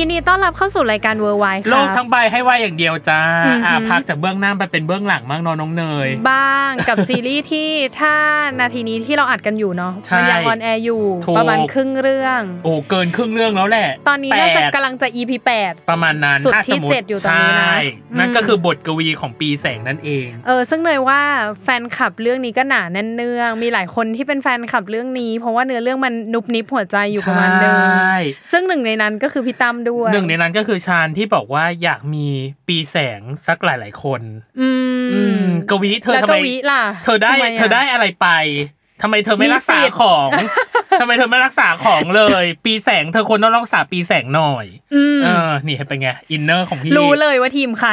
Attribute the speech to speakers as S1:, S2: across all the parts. S1: ยินดีต้อนรับเข้าสู่รายการเวอร์ไวค่ะ
S2: โลกทั้งใบให้ว่าอย่างเดียวจ้า
S1: อือหืออ่
S2: อ่าพักจากเบื้องหน้าไปเป็นเบื้องหลังบ้างเนอะน้องเนย
S1: บ้างกับซีรีส์ที่ถ้านาทีนี้ที่เราอัดกันอยู่เนาะ
S2: ใช่
S1: มัยังออนแอร์อยู่
S2: ถูก
S1: ประมาณครึ่งเรื่อง
S2: โอ้เกินครึ่งเรื่องแล้วแหละ
S1: ตอนนี้
S2: แป
S1: น่า
S2: ด
S1: จะกำลังจะ EP 8
S2: ประมาณนั้น
S1: สุด
S2: ถ้า
S1: ที่
S2: มมุ
S1: เจ็ดอยู่ตรงนี้นะ
S2: ใช่
S1: อืม
S2: นั่นก็คือบทกวีของปีแสงนั่นเอง
S1: เออซึ่งเนยว่าแฟนคลับเรื่องนี้ก็หนาแน่นเนื่อง มีหลายคนที่เป็นแฟนคลับเรื่องนี้ เพราะว่าเนื้อเรื่องมันนุบนิบหัวใจอยู่ประมาณนึง
S2: ใช่
S1: ซึ่งหนึ่งในนั้นก็คือพี่ตั้มด้วย
S2: หนึ่งในนั้นก็คือชาญที่บอกว่าอยากมีปีแสงสักหลาย ๆ คน
S1: อื
S2: อื
S1: ม
S2: มกวีเธอ
S1: แล้ว
S2: ทำไม
S1: กวีล่ะ
S2: เธอได้
S1: ทำไมอะ
S2: เธอได้อะไรไปทำไมเธอไม่
S1: มี
S2: รักษา
S1: สิทธิ์
S2: ของ ทำไมเธอไม่รักษาของเลย ปีแสงเธอควรต้องรักษาปีแสงหน่อย
S1: อืม
S2: เออนี่เป็นไงอินเนอร์ของพี่
S1: รู้เลยว่าทีมใคร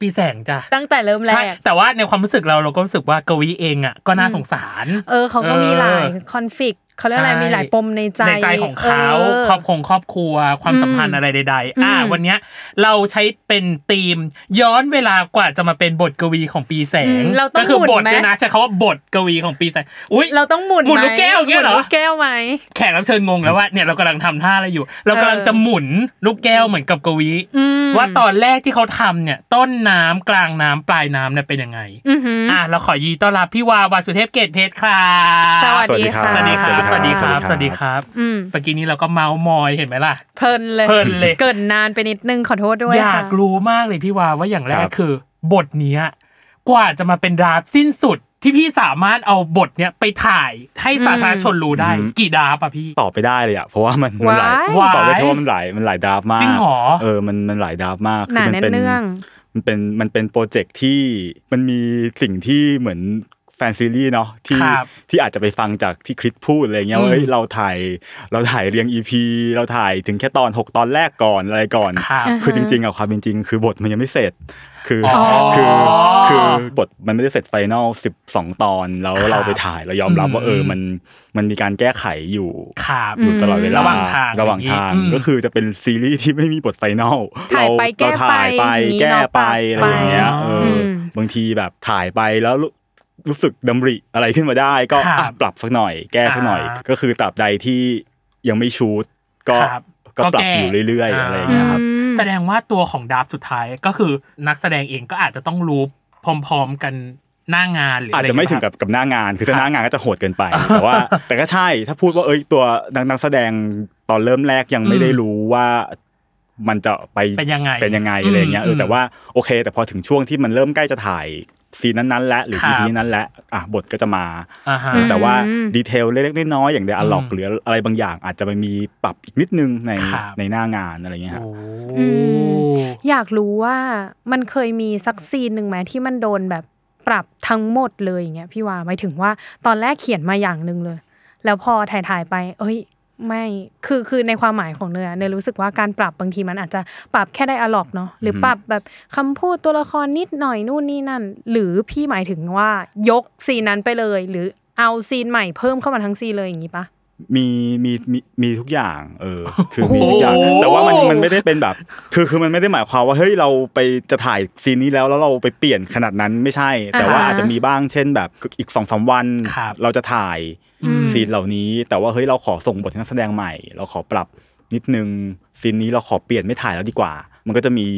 S2: ปีแสงจ้ะ
S1: ตั้งแต่เริ่มแร
S2: ใช่
S1: ก
S2: แต่ว่าในความรู้สึกเราเราก็รู้สึกว่ากวีเองอ่ะก็น่าสงสาร
S1: เออเขาก็มีหลายคอนฟ lict เขาเรียกอะไร
S2: ช่
S1: มีหลายปมในใจ
S2: ในใจของเขา
S1: เออ
S2: ครอบครองครอบครัวความสัมพันธ์อะไรใด ๆ อ่า
S1: อืม
S2: วันเนี้ยเราใช้เป็นธีม ย้อนเวลากว่าจะมาเป็นบทกวีของปีแส
S1: อื
S2: ง
S1: มเราต้อ
S2: ก็
S1: ง
S2: คื
S1: หมุน
S2: บท
S1: ไหม
S2: ด้วยนะใช้คำว่าบทกวีของปีแสงอุ้ย
S1: เราต้องหมุน
S2: หมุน
S1: ไ
S2: ลูกแก้วอย่างเงี้ยเหรอ
S1: มุนลูกแก้วไหม
S2: แขกรับเชิญงงแล้วว่าเนี่ยเรากำลังทำท่าอะไรอยู่ เรากำลังจะหมุนลูกแก้วเหมือนกับกวี
S1: อืม
S2: ว่าตอนแรกที่เขาทำเนี่ย ต้นน้ำกลางน้ำปลายน้ำเนี่ยเป็นยังไง
S1: อือหือ
S2: อ่ะเราขอยินดีต้อนรับพี่วาวาสุเทพเกตเพชรครับ
S1: สวัสดีค่ะ
S2: สวัสดีครับ ส
S1: สวั
S2: วัส
S1: ส
S2: ดี
S1: ดี
S2: ค
S1: ครั
S2: รับ
S1: บ
S2: สวัสดีครับ
S1: อืม
S2: เมื่อกี้นี้เราก็เมาส์มอยเห็นไหมล่ะ
S1: เพลินเลย
S2: เพลินเลย
S1: เกินนานไปนิดนึงขอโทษด้วย
S2: อ
S1: ค่ะ
S2: ยากรู้มากเลยพี่วาว่าอย่างแร
S3: ค
S2: ก
S3: รับ
S2: คือ บทเนี้ยกว่าจะมาเป็นดราฟสิ้นสุดที่พี่สามารถเอาบทเนี้ยไปถ่ายให้สาธารณชนรู้ได้ กี่ดราฟอะพี่
S3: ตอบไปได้เลยอ่ะเพราะว่ามัน
S1: วา
S3: หลาย
S1: ย
S2: ว้าย
S3: ตอบไปเพราะว่ามันหลายมันหลายดราฟมาก
S2: จริงเหรอ
S3: เออมันมันหลายดราฟมาก
S1: หนาแน่น
S3: เป็
S1: เนื่อง
S3: มันเป็นมันเป็นโปรเจกต์ที่มันมีสิ่งที่เหมือนแฟนซีรีส์เนาะที่
S2: ครับ
S3: ที่อาจจะไปฟังจากที่คริสพูดอะไรเงี้ย
S2: อืม
S3: ว่าเฮ้ยเราถ่ายเราถ่ายเรียง EP เราถ่ายถึงแค่ตอน 6 ตอนแรกก่อนอะไรก่อน
S2: ครับ
S3: คือจริงๆอะความเป็นจริง คือบทมันยังไม่เสร็จ คืออคือคือบทมันไม่ได้เสร็จไฟนอล12 ตอนแล้วเราไปถ่ายเรายอมรับว่าเออมันมันมีการแก้ไขอยู่
S2: ครับ
S3: อยู่ตลอดเวลา
S2: ระหว่างทาง
S3: ระหว่างทาง
S2: อย่างนี้อืม
S3: ก็คือจะเป็นซีรีส์ที่ไม่มีบทไฟนอล
S1: ถ่าย
S3: เรา
S1: ไปแก้
S3: เราถ่ายไป
S1: ไป
S3: แก้ไปอะ
S1: เนาะ
S3: ไรอย่างเงี้ยเอออ
S1: ม
S3: บางทีแบบถ่ายไปแล้วรู้รู้สึกดำริอะไรขึ้นมาได้ ก็
S2: ครับ
S3: อ่ะปรับสักหน่อย แก้สักหน่อย
S2: อ่า
S3: ก็คือตราบใดที่ยังไม่ชูตก็
S2: ครับ
S3: ก็ป
S2: ก็
S3: รับ
S2: แก้
S3: อยู่เรื่อย ๆ
S2: อ่า
S3: อะไรอย่างเงี้ยครับ
S1: อืม
S2: แสดงว่าตัวของดราฟสุดท้ายก็คือนักแสดงเองก็อาจจะต้องรู้พร้อมๆกันหน้างานหรือ
S3: อา
S2: อะ
S3: จ
S2: ไร
S3: จะไม่ถึงกับกับหน้างาน คือ
S2: ครับ
S3: ถ้าหน้างานก็จะโหดเกินไป แต่ว่า แต่ก็ใช่ ถ้าพูดว่าเอ้ยตัวนักนักแสดงตอนเริ่มแรกยังไม่ได้รู้ว่ามันจะไป
S2: เป็นยังไง
S3: เป็นยังไง
S2: อืม
S3: อะไรเงี้ยเอ
S2: อื
S3: อ
S2: ม
S3: แต่ว่าโอเค แต่พอถึงช่วงที่มันเริ่มใกล้จะถ่ายซีนนั้นๆแล้วหรือ
S2: ครับ
S3: ทีนั้นแล้วอ่ะบทก็จะมา
S2: อ่าฮะ
S3: แต่ว่า
S1: อืม
S3: ดีเทลเล็กๆน้อยๆอย่างเดียร์ล็อก
S2: อืม
S3: หรืออะไรบางอย่าง อาจจะไปมีปรับอีกนิดนึงใน
S2: ครับ
S3: ในหน้างานอะไรเงี้ยฮะ
S2: โอ้
S1: อืม อยากรู้ว่ามันเคยมีสักซีนหนึ่งไหมที่มันโดนแบบปรับทั้งหมดเลยอย่างเงี้ยพี่วาหมายถึงว่าตอนแรกเขียนมาอย่างหนึ่งเลย แล้วพอถ่ายถ่ายๆไป เอ้ย ไม่คือคือในความหมายของเนยอะเนยรู้สึกว่าการปรับบางทีมันอาจจะปรับแค่ไดอะล็อกเนาะหรือปรับแบบคำพูดตัวละครนิดหน่อยนู่นนี่นั่น หรือพี่หมายถึงว่ายกซีนนั้นไปเลย หรือเอาซีนใหม่เพิ่มเข้ามาทั้งซีนเลยอย่างงี้ปะ
S3: มีมีมีมีทุกอย่าง เออ คือมีทุกอย่าง แต่ว่ามันมันไม่ได้เป็นแบบ คือคือมันไม่ได้หมายความว่าเฮ้ยเราไปจะถ่ายซีนนี้แล้วแล้วเราไปเปลี่ยนขนาดนั้นไม่ใช่ แต่ว่า
S1: อ่าฮะ
S3: อาจจะมีบ้างเช่นแบบอีกสองสามวัน
S2: ครับ
S3: เราจะถ่ายซีนเหล่านี้ แต่ว่าเฮ้ยเราขอส่งบทให้นักแสดงใหม่ เราขอปรับนิดนึงซีนนี้เราขอเปลี่ยนไม่ถ่ายแล้วดีกว่า มันก็จะมี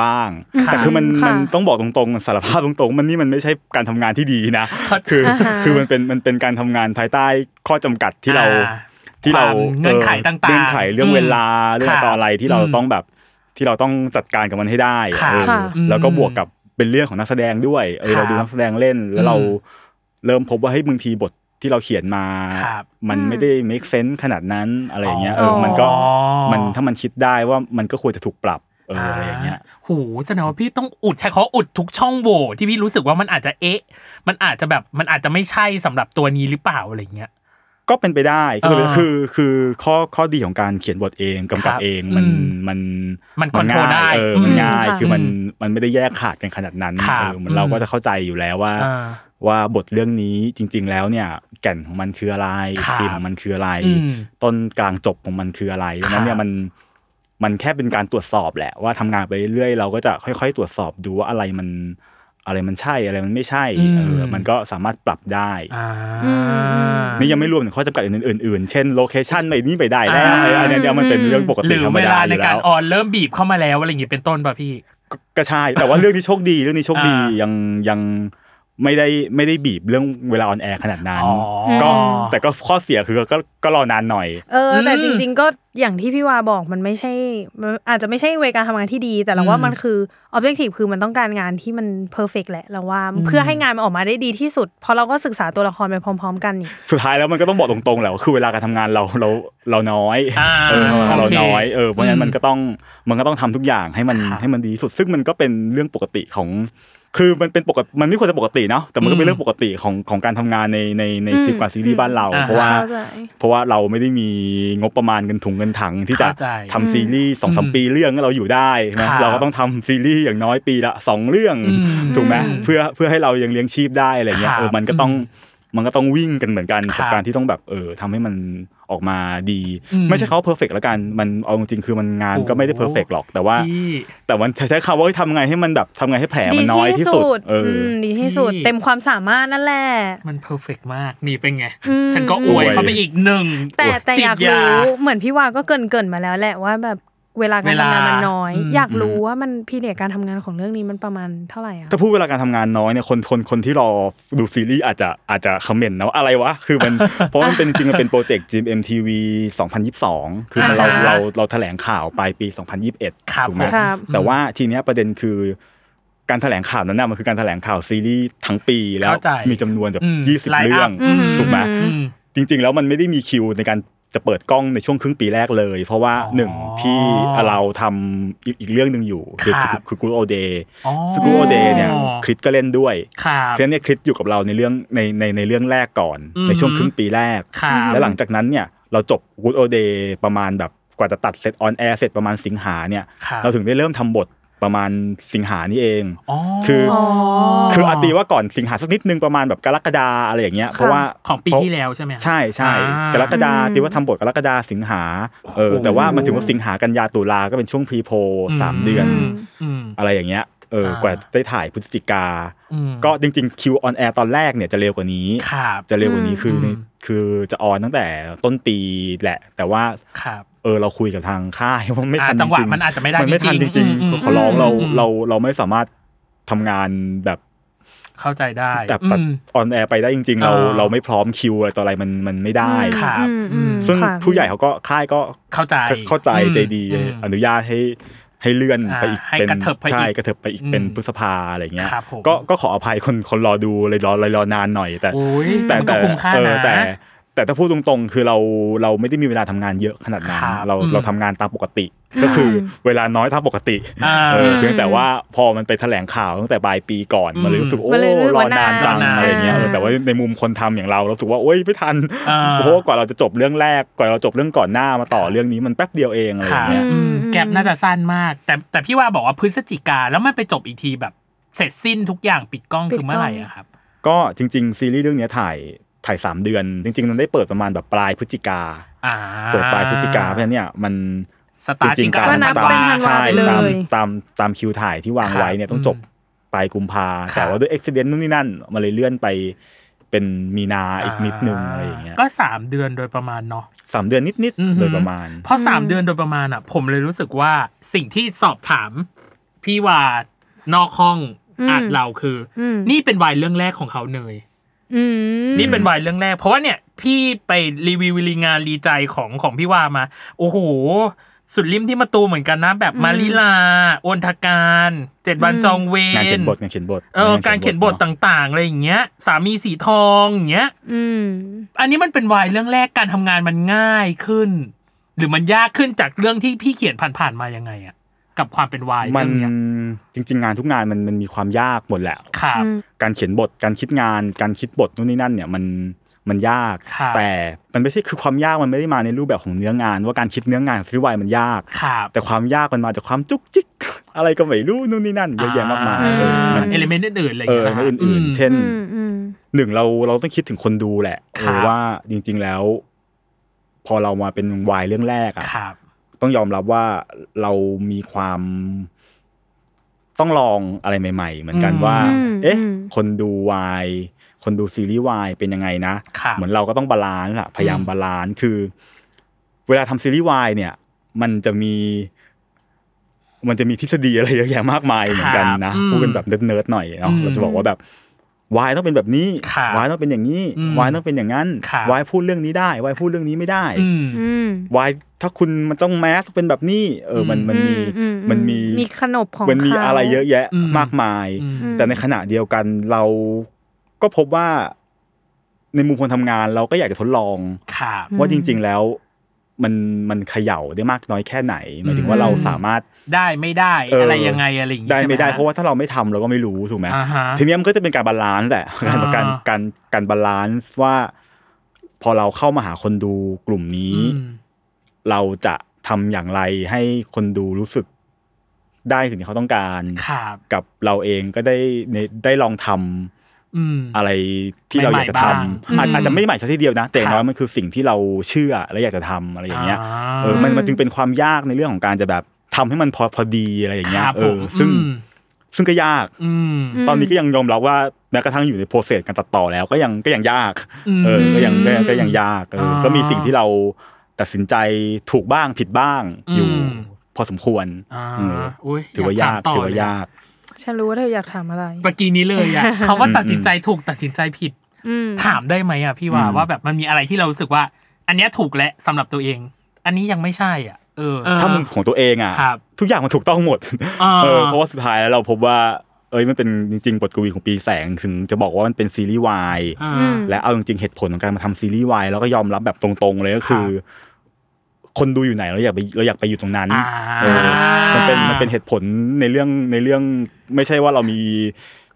S3: บ้าง
S2: ค่ะ
S3: แต่คือมัน
S1: ค่ะ
S3: มันต้องบอกตรงๆสารภาพตรงๆ มันนี่มันไม่ใช่การทำงานที่ดีนะ
S2: ครับ
S3: คืออา
S1: ฮะ
S3: คือมันเป็นมันเป็นการทำงานภายใต้ข้อจำกัดที่เรา
S2: อ่า
S3: ที่เรา
S2: ความเงื่อนไขต่างๆ
S3: เงื่อนไขเรื่องเวลา
S2: อืม
S3: เรื่องต่ออะไรที่เรา
S2: ค่ะ
S3: ต้องแบบที่เราต้องจัดการกับมันให้ได้
S2: ค่ะ
S3: เออ
S1: ค่ะ
S3: แล้วก็บวกกับเป็นเรื่องของนักแสดงด้วยเออ
S2: ครับ
S3: เราดูนักแสดงเล่น แล้วเรา
S2: อืม
S3: เริ่มพบว่าเฮ้ยบางทีบทที่เราเขียนมา
S2: ครับ
S3: มันไม่ได้ make sense ขนาดนั้นอะไรอย่างเงี้ยเออ
S1: อ๋อ
S3: มันก็
S2: อ๋อ
S3: มันถ้ามันคิดได้ว่ามันก็ควรจะถูกปรับเอออะไรอย่างเงี้ย
S2: หูแสดงว่าพี่ต้องอุดใช้เขาอุดทุกช่องโหว่ที่พี่รู้สึกว่ามันอาจจะเอ๊ะ มันอาจจะแบบมันอาจจะไม่ใช่สำหรับตัวนี้หรือเปล่าอะไรเงี้ย
S3: ก็เป็นไปได้ก็เป็นไป
S2: อ่า
S3: ได้คือคือข้อข้อดีของการเขียนบทเองกำกับ
S2: ครับ
S3: เองมัน
S2: อืม
S3: มัน
S2: มัน control
S3: ง่าย
S2: ได้
S3: เออ
S2: อืม
S3: มันง่าย
S1: ค่ะ
S3: คือมัน
S2: อื
S3: มันไม่ได้แยกขาดกันขนาดนั้น
S2: ครับ
S3: เออเหมือนเราก็
S2: อืม
S3: จะเข้าใจอยู่แล้วว่า
S2: อ่า
S3: ว่าบทเรื่องนี้จริง ๆ แล้วเนี่ยแก่นของมันคืออะไร
S2: ครับ
S3: ธีมของมันคืออะไร
S2: อืม
S3: ต้นกลางจบของมันคืออะไรดังนั้นเนี่
S2: ครับ
S3: ยมันมันแค่เป็นการตรวจสอบแหละว่าทำงานไปเรื่อยๆเราก็จะค่อย ๆ ตรวจสอบดูว่าอะไรมันอะไรมันใช่อะไรมันไม่ใช่เออมันก็สามารถปรับได้
S2: อ่า
S1: อืมอืม
S3: นี่ยังไม่รวมถึงข้อจำกัดอื่นๆ เช่นโลเคชันไปนี่ไปได้แล้ว
S2: อ่า
S3: ไอ้อันเนี้ยเดี๋ยวมันเป็นเรื่องป
S2: ห
S3: กติ
S2: รือ
S3: ธรรม
S2: เว
S3: ดา
S2: ลา
S3: อ
S2: ใน
S3: ยู่
S2: กา
S3: แล้
S2: ร
S3: ว
S2: ออนเริ่มบีบเข้ามาแล้วอะไรอย่างงี้เป็นต้นป่ะพี่
S3: ก็ใช่ แต่ว่าเรื่องนี้โชคดีเรื่องนี้โชคดี
S2: อ่ายั
S3: ยังยังไม่ได้ไม่ได้บีบเรื่องเวลาออนแอร์ขนาดนั้น
S2: อ๋อ
S3: ก็แต่ก็ข้อเสียคือก็ก็รอนานหน่อย
S1: เอออแต่
S2: ม
S1: จริง ๆ ก็อย่างที่พี่วาบอกมันไม่ใช่มันอาจจะไม่ใช่เวการทำงานที่ดี แต่เรา
S2: อืม
S1: ว่ามันคือออบเจกตีฟคือมันต้องการงานที่มันเพอร์เฟกแหละเราว่าเพื่อให้งานมันออกมาได้ดีที่สุด เพราะเราก็ศึกษาตัวละครไปพร้อม ๆ กันนี่
S3: สุดท้ายแล้วมันก็ต้องบอกตรงๆแหละว่าคือเวลาการทำงานเราเราเราน้อย
S2: อ่า
S3: เออ
S2: โอเค
S3: เราน้อยเออเพราะฉะนั้นมันก็ต้องมันก็ต้องทำทุกอย่างให้มัน
S2: ครับ
S3: ให้มันดีที่สุด ซึ่งมันก็เป็นเรื่องปกติของ คือมันเป็นปกติมันไม่ควรจะปกติเนาะแต่มันก็เป็นเรื่องปกติของของการทำงานในในใน
S1: อืม
S3: ซีรีส์กว่าซีรีส์บ้านเรา
S2: อ่า
S3: เพราะว่า
S1: เข้าใจ
S3: เพราะว่าเราไม่ได้มีงบประมาณเงินถุงเงินถังที่จะ
S2: เข้าใจ
S3: ทำซีรีส์สองสาม
S2: อืม
S3: ปีเรื่องเราอยู่ได้นะครับ เราก็ต้องทำซีรีส์อย่างน้อยปีละสองเรื่อง
S2: อืม
S3: ถูกไหมเพื่อเพื่อให้เรายังเลี้ยงชีพได้อะไรเงี้
S2: ค
S3: ย
S2: รับ
S3: เออมันก็ต้อง มันก็ต้องวิ่งกันเหมือนกัน
S2: ครั
S3: กับบ การที่ต้องแบบเออทำให้มันออกมาดี
S2: อืม
S3: ไม่ใช่เขาเพอร์เฟกแล้วกันมันเอาจริงๆคือมันงาน
S2: โอ้โห
S3: ก็ไม่ได้เพอร์เฟกหรอกแต่ว่า
S2: พี่
S3: แต่มันใช้คำว่าทำไงให้มันแบบทำไงให้แผลมันน้อยที่สุดเออ
S1: มดีที่สุด
S2: พี่
S1: เต็มความสามารถนั่นแหละ
S2: มันเพอร์เฟกมากนี่เป็นไง ฉันก็อวยเข้าไปอีกหนึ่ง
S1: แต่แต่
S2: จิ
S1: อยา
S2: า
S1: กรู้เหมือนพี่วาก็เกินเกินๆมาแล้วแหละว่าแบบเวลาการทำงานมันน้อย
S2: เวลา
S1: อยากรู้ว่ามันพีเดียการทำงานของเรื่องนี้มันประมาณเท่าไหร่อ่ะ
S3: ถ้าพูดเวลาการทำงานน้อยเนี่ยคนคนคนที่รอดูซีรีส์อาจจะอาจจะคอมเมนต์นะว่าอะไรวะคือมัน เพราะมันเป็นจริงๆมันเป็นโปรเจกต์ GMMTV 2022 คือมันเรา
S2: อ่าฮะ
S3: เราเราแถลงข่าวปลายปี
S2: ครับ
S3: 2021 ถูกไหม
S1: ครับ
S3: แต่ว่าทีเนี้ยประเด็นคือการแถลงข่าวนั้นน่ะมันคือการแถลงข่าวซีรีส์ทั้งปีแล้ว
S2: เข้าใจ
S3: มีจำนวนแบ
S2: อืม
S3: บ20
S2: line up
S3: เรื่อง
S2: อืม
S3: ถูกไหม
S2: อืม
S3: จริง ๆ แล้วมันไม่ได้มีคิวในการจะเปิดกล้องในช่วงครึ่งปีแรกเลย เพราะว่า
S2: อ๋อ
S3: หนึ่งพี่เราทำอีกอีกเรื่องหนึ่งอยู่ คือ
S2: ครับ
S3: คือกูโอเดย์
S2: อ๋อ
S3: ซึ่งกูโอเดย์เนี่ยคริสก็เล่นด้วย
S2: ครับ
S3: เพราะฉะนั้นเนี่ยคริสอยู่กับเราในเรื่องในในในเรื่องแรกก่อน ในช่วงครึ่งปีแรก
S2: ครับ
S3: แล้วหลังจากนั้นเนี่ยเราจบ Good Old Day ประมาณแบบกว่าจะตัดเสร็จออนแอร์เสร็จประมาณสิงหาเนี่ย
S2: ครับ
S3: เราถึงได้เริ่มทำบทประมาณสิงหานี่เอง
S2: อ๋อ
S3: คืออ
S1: อ๋อ
S3: คืออาตีว่าก่อนสิงหาสักนิดนึงประมาณแบบกรกฎาอะไรอย่างเงี้ยเพราะว่า
S2: ของปี
S3: เพราะ
S2: ที่แล้วใช่ไหมฮะ
S3: ใช่ใช่
S2: อ่า
S3: กรกฎาตีว่าทำบทกรกฎาสิงหาเออ
S2: โอ้โห
S3: แต่ว่ามันถึงว่าสิงหากันยาตุลาก็เป็นช่วงพรีโพสามเดือน
S2: อืม
S3: อะไรอย่างเงี้ยเออ
S2: อ่าก
S3: ว่าได้ถ่ายพฤศจิกา
S2: อืม
S3: ก็จริงๆคิวออนแอร์ตอนแรกเนี่ยจะเร็วกว่านี้
S2: ครับ
S3: จะเร็วกว่านี้คืออ
S2: ม
S3: ในคือจะออนตั้งแต่ต้นปีแหละ แต่ว่า
S2: ครับ
S3: เออเราคุยกับทางค่าย ว่าไม่ทัน
S2: อ่าจังหวะ
S3: ริๆ
S2: มันอาจจะไม่ได้
S3: มันไม่ทัน
S2: จ
S3: จ
S2: ริงๆ
S3: ริง
S2: อืมอืม
S3: ๆขอร้องเรา
S2: อืม
S3: เราเราไม่สามารถทำงานแบบ
S2: เข้าใจได้
S3: แบบ
S2: อื
S3: ตัด
S2: ม
S3: ออนแอร์ไปได้จริง ๆ เรา
S2: อ่า
S3: เราไม่พร้อมคิวอะไรต่ออะไรมันมันไม่ได้
S2: ครับ
S1: อืมอืม
S3: ซึ่ง
S1: ค่ะ
S3: ผู้ใหญ่เขาก็ค่ายก็
S2: เข้าใจ
S3: เข้าใจ
S2: อืม
S3: ใจดี
S2: อืม
S3: อนุญาตให้ให้เลื่อน
S2: อ่า
S3: ไปอีก
S2: ให้กระเถิบไปอีก
S3: ใช่กระเถิบไปอีกเป็น
S2: อืม
S3: พฤษภาอะไรเงี้ย
S2: ครับผม
S3: ก็ก็ขออภัยคนคนรอดูเลยรอเลยรอนานหน่อยแต่
S2: โอ้ย
S3: แต่
S2: มันก็
S3: แต่
S2: คุ้มค่า
S3: เออ
S2: นะ
S3: แต่แต่ถ้าพูดตรงๆ คือเราเราไม่ได้มีเวลาทำงานเยอะขนาดนั้น
S2: ครับ
S3: เรา
S2: อืม
S3: เราทำงานตามปกติ ก็คือเวลาน้อยตามปกติ
S2: อ่า
S3: เออเพียงแต่ว่าพอมันไปแถลงข่าวตั้งแต่ปลายปีก่อน
S2: อืม
S3: มันเลยรู้สึกโอ้
S1: มันเลยรู้สึก
S3: รอ
S1: ว่าน
S3: นานจัง
S2: นาน
S3: อะไรเงี้ยเออแต่ว่าในมุมคนทำอย่างเราเรารู้สึกว่าโอ๊ยไม่ทัน
S2: อ่า
S3: เพราะว่ากว่าเราจะจบเรื่องแรกกว่าเราจบเรื่องก่อนหน้ามาต่อเรื่องนี้มันแป๊บเดียวเองอะไร
S2: ค่ะ
S3: เงี้ย
S2: อืมแกลบน่าจะสั้นมาก แต่แต่พี่ว่าบอกว่าพฤศจิกาแล้วมันไปจบอีกทีแบบ เสร็จสิ้นทุกอย่างปิดกล้อง
S1: ปิด
S2: คือเมื่อไหร่
S1: กล้อง
S2: อะครับ
S3: ก็จริง ๆ ซีรีส์เรื่องเนี้ยถ่าย ถ่ายสามเดือน จริงๆมันได้เปิดประมาณแบบปลายพฤศจิกา
S2: อ่า
S3: เปิดปลายพฤศจิกาเพราะฉะนั้นเนี่ยมัน
S2: สตาร์ทจริงๆ
S3: ๆ
S2: กั
S1: ก็นับเป็นธันวา
S3: ใช่
S1: ไปเลย
S3: ตามตามตามคิวถ่ายที่วางไว้เนี่ยต้องจบปลายกุมภา
S2: ะ
S3: แต่ว่าด้วยเอ็กซิเดนต์นู่นนี่นั่นมาเลยเลื่อนไปเป็นมีนาอีกนิดนึงอะไรอย่างเงี้ย
S2: ก็สามเดือนโดยประมาณเนาะ
S3: สามเดือนนิด
S2: อือหือ
S3: ๆโดยประมาณ
S2: เพราะสามเดือนโดยประมาณอ่ะ ผมเลยรู้สึกว่าสิ่งที่สอบถามพี่วานอกห้อง
S1: อืม
S2: อาจเราคืออ
S1: ม
S2: นี่เป็นวายเรื่องแรกของเขาเนย
S1: อืม
S2: นี่เป็นวายเรื่องแรก เพราะว่าเนี่ยพี่ไปรีวิวรีงานรีใจของของพี่วามา โอ้โห สุดริมที่มาตูเหมือนกันนะ แบบมาริลาโอนทการเจ็ดวันจองเว
S3: งานเขีย
S2: ร
S3: นบทงานเขียนบท
S2: เออการเขียนบท
S3: ง
S2: ต่างๆอะไรอย่างเงี้ย สามีสีทองอย่างเงี้ย
S1: อืม
S2: อันนี้มันเป็นวายเรื่องแรกการทำงานมันง่ายขึ้น หรือมันยากขึ้นจากเรื่องที่พี่เขียนผ่านๆมายังไงอะกับความเป็นวาย
S3: มั
S2: เรื่
S3: น
S2: องเนี้ย
S3: จริง ๆ งานทุกงานมันมันมีความยากหมดแหละ
S2: ครับ
S3: การเขียนบทการคิดงาน การคิดบทนู่นนี่นั่นเนี่ยมันมันยาก
S2: ค่ะ
S3: แต่มันไม่ใช่คือความยากมันไม่ได้มาในรูปแบบของเนื้องาน ว่าการคิดเนื้องานซีรีส์วายมันยาก
S2: ครับ
S3: แต่ความยากมันมาจากความจุกจิก อะไรก็ไม่รู้นู่นนี่นั่นเยอะแยะมากมายเออมัน
S2: เอลิเมนต์อื่นๆอะไรอ
S3: เอย่าง อ
S2: เงี้ยะ
S3: อื่นๆ เช่น
S1: อืมอืม
S3: หนึ่งเราเราต้องคิดถึงคนดูแหละเอ
S2: ครั
S3: อบ ว่าจริง ๆแล้ว พอเรามาเป็นวายเรื่องแรกอะ
S2: ครับ
S3: ต้องยอมรับว่าเรามีความต้องลองอะไรใหม่ ๆ เหมือนกัน
S2: อืม
S3: ว่า
S1: อืม
S3: เอ๊ะ
S1: อืม
S3: คนดูวายคนดูซีรีส์วายเป็นยังไงนะ
S2: ครับ
S3: เหมือนเราก็ต้องบาลานซ์ล่ะพยายาม
S2: อืม
S3: บาลานซ์คือ เวลาทำซีรีส์วายเนี่ย มันจะมี มันจะมีทฤษฎีอะไรเยอะแยะมากมายเหมือนกันนะ
S2: ครับอืม
S3: พูดเป็นแบบเนิร์ดๆหน่อยเนาะ
S2: อืม
S3: เราจะบอกว่าแบบวายต้องเป็นแบบนี้
S2: ครับ
S3: วายต้องเป็นอย่างนี้
S2: อืม
S3: วายต้องเป็นอย่างนั้น
S2: ครับ
S3: วายพูดเรื่องนี้ได้วายพูดเรื่องนี้ไม่ได้
S2: อืม
S1: อืม
S3: วายถ้าคุณมันต้องแมสต้องเป็นแบบนี้เออมัน
S2: อืม
S3: มันมี
S1: อืมอืม
S3: มันมี
S1: มีขนบของ
S3: มันมี
S1: เขา
S3: อะไรเยอะแยะ
S2: อืม
S3: มากมาย
S2: อืม
S3: แต่ในขณะเดียวกันเราก็พบว่า ในมุมคนทำงานเราก็อยากจะทดลอง
S2: ครับ
S3: ว่าจริง ๆแล้ว มันมันเขย่าได้มากน้อยแค่ไหนหมายถึงว่าเราสามารถ
S2: ได้ไม่ได้
S3: เอออ
S2: อะไรยังไงอะไรอย่างงี้
S3: ได้
S2: ใช่ห
S3: ไม่ได้
S2: ฮ
S3: เพราะว่าถ้าเราไม่ทำเราก็ไม่รู้ถูกไหม
S2: อ่าฮะ
S3: ทีเนี้ยมันก็จะเป็นการบาลานซ์แหละการ
S2: อ่า
S3: การการการบาลานซ์ว่า พอเราเข้ามาหาคนดูกลุ่มนี้
S2: อืม
S3: เราจะทำอย่างไรให้คนดูรู้สึกได้สิ่งที่เขาต้องการ
S2: ครับ
S3: กับเราเองก็ได้ในได้ลองทำ
S2: อืม
S3: อะไรที่เราอยากจะท
S2: ใหม่ๆบ้าง
S3: ำอาจอาจจะไม่ใหม่ซะทีเดียวนะ แต่อย่างน้
S2: ค
S3: อ
S2: รั
S3: ย
S2: บ
S3: มันคือสิ่งที่เราเชื่อและอยากจะทำอะไรอย่างเงี้ย
S2: อ่า
S3: เออมันมันจึงเป็นความยากในเรื่องของการจะแบบทำให้มันพอพอดีอะไรอย่าง
S2: ค
S3: เงี้ย
S2: รับ
S3: เอ
S2: ผ
S3: อ
S2: ม
S3: ซึ่ง
S2: อืม
S3: ซึ่งก็ยาก
S2: อืม
S3: ตอนนี้ก็ยังยอมรับว่าแม้กระทั่งอยู่ในโปรเซสการตัดต่อแล้วก็ยังก็ยังยาก
S2: อืม
S3: เออ ก็ยังก็ยังก็ยังยากเอออ
S2: อ
S3: ก็มีสิ่งที่เราตัดสินใจถูกบ้างผิดบ้างอยู่
S2: อืม
S3: พอสมควร
S2: อ่า
S3: เออ
S2: อุ้ย
S3: ถือว่ายาก
S2: ถมต่
S3: ถือว่า
S2: เลย
S3: ยาก
S1: ฉันรู้ว่าเธออยากถามอะไร
S2: เมื่อกี้นี้เลย อะเขาว่าตัดสินใจถูกตัดสินใจผิด
S1: อืม
S2: ถามได้ไหมอะพี่ว่า
S3: อืม
S2: ว่าแบบมันมีอะไรที่เรารู้สึกว่า อันเนี้ยถูกและสำหรับตัวเอง อันนี้ยังไม่ใช่อ่ะ เออ
S3: ถ้ามุมของตัวเองอ่ะ
S2: ครับ
S3: ทุกอย่างมันถูกต้องหมด
S2: อ่า
S3: เออเพราะว่าสุดท้ายแล้วเราพบว่า เอ้ยมันเป็นจริงๆบทกวีของปีแสงถึงจะบอกว่ามันเป็นซีรีส์วาย
S2: อ่า
S3: และเอาจริงๆเหตุผลของการมาทำซีรีส์วายแล้วก็ยอมรับแบบตรงๆเลยก็คือ คนดูอยู่ไหนเราอยากไปเราอยากไปอยู่ตรงนั้น
S2: อ่า
S3: เออมันเป็นมันเป็นเหตุผลในเรื่องในเรื่องไม่ใช่ว่าเรามี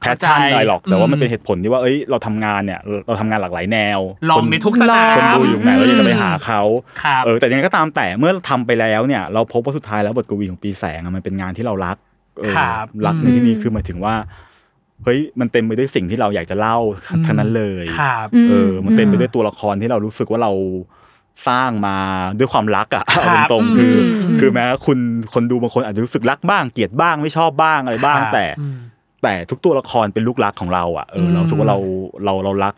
S3: แพชชั่น
S2: เข้าใจ
S3: อะไรหรอก แต่ว่ามั
S2: อื
S3: น
S2: ม
S3: เป็นเหตุผลที่ว่าเอ้ยเราทำงานเนี่ย เราทำงานหลากหลายแนว
S2: ลอง
S3: คน
S2: ในทุกสนาม
S3: คนดูอยู่ไหนเราอยากจะไปหาเขา
S2: ครับ
S3: เออแต่ยังไงก็ตามแต่เมื่อทำไปแล้วเนี่ย เราพบว่าสุดท้ายแล้วบทกวีของปีแสงอะมันเป็นงานที่เรารักเออ
S2: ครับ
S3: รักในที่นี้คือหมายถึงว่าเฮ้ยมันเต็มไปด้วยสิ่งที่เราอยากจะเล่าทั้งนั้นเลย
S2: ครับ
S3: เออ มันเต็มไปด้วยตัวละครที่เรารู้สึกว่าเราสร้างมาด้วยความรักอะ
S2: ครับ
S3: เอาตรงๆ
S2: อืม
S3: คือ คือแม้คุณคนดูบางคนอาจจะรู้สึกรักบ้างเกลียดบ้างไม่ชอบบ้างอะไรบ้าง
S2: ครับ
S3: แต่
S2: อืม
S3: แต่ทุกตัวละครเป็นลูกรักของเราอะเอออ
S2: ม
S3: เรารู้สึกว่าเราเราเรารัก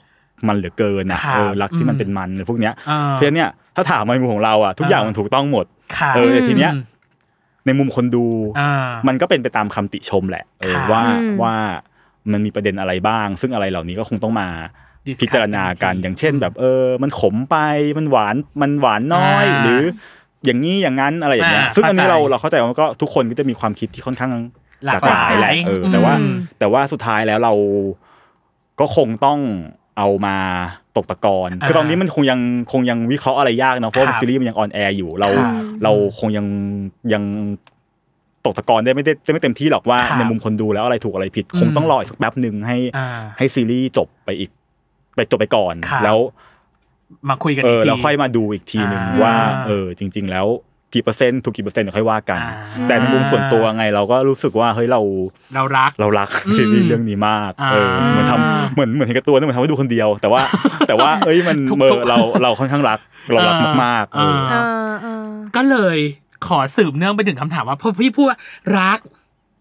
S3: มันเหลือเกินอะ
S2: ครับ
S3: เออรักที่มั
S2: อื
S3: น
S2: ม
S3: เป็นมันอะไรพวกเนี้ย
S2: อ่า
S3: เพราะฉะนั้นเนี่ยถ้าถามในมุมของเราอะทุกอย่าง
S2: อ่ามั
S3: มันถูกต้องหมด
S2: ครับ
S3: เออแต่ทีเนี้ย
S2: อืม
S3: ในมุมคนดู
S2: อ่ามั
S3: มันก็เป็นไปตามคำติชมแหละเออ
S2: ครับ
S3: ว่า
S1: อืม
S3: ว่ามันมีประเด็นอะไรบ้าง ซึ่งอะไรเหล่านี้ก็คงต้องมา
S2: Discuss
S3: พิจารณากัน
S2: กันอีกที
S3: อย่างเช่น แบบเออ มันขมไปมันหวานมันหวานน้อย
S2: อ่า
S3: หรืออย่างนี้อย่างนั้นอะไรอย่างเงี้ย
S2: อ่า
S3: ซึ่งอันนี้
S2: เข้าใจ
S3: เราเราเข้าใจว่าก็ทุกคนก็จะมีความคิดที่ค่อนข้าง
S2: หลากห
S3: แห
S2: ลา
S3: ละ
S2: ย
S3: เอออ
S2: ม
S3: แต่ว่าแต่ว่าสุดท้ายแล้วเราก็คงต้องเอามาตกตะกอนคือตอนนี้มันคงยังคงยังวิเคราะห์อะไรยากเนอะเพราะว่า
S2: ครับ
S3: ซีรีส์มันยังออนแอร์อยู่เรา
S2: ครับ
S3: เราคงยังยังตกตะกอนได้ไม่ได้ไม่เต็มที่หรอกว่า
S2: ครับ
S3: ในมุมคนดูแล้วอะไรถูกอะไรผิด
S2: อืม
S3: คงต้องรออีกสักแป๊บหนึ่งให้
S2: อ่า
S3: ให้ซีรีส์จบไปอีก ไปจบไปก่อน
S2: ครับ
S3: แล้ว
S2: มาคุยกัน
S3: เอ
S2: อีก
S3: อ
S2: ที
S3: แล้วค่อยมาดูอีกทีหนึ่ง
S2: อ่า
S3: ว่า เออ จริง ๆ แล้ว กี่เปอร์เซ็นต์ถูกกี่เปอร์เซ็นต์เดี๋ยวค่อยว่ากัน
S2: อ่า
S3: แต่ในมุมส่วนตัวไงเราก็รู้สึกว่าเฮ้ยเรา
S2: เรารัก
S3: เรารัก
S2: อืม
S3: ซีรีส์เรื่องนี้มาก
S2: อ่า
S3: เออเหมือนทำเหมือนเหมือนเห็นกับตัวนะเหมือนทำให้ดูคนเดียว แต่ว่า แต่ ว่าเอ้ยมัน
S2: ทุกๆ
S3: เออเราเราค่อนข้างรักเรารัก
S2: อ่าม
S3: มากๆเออ
S1: เออเออ
S2: ก็เลยขอสืบเนื่องไปถึงคำถามว่าพอพี่พูดว่ารัก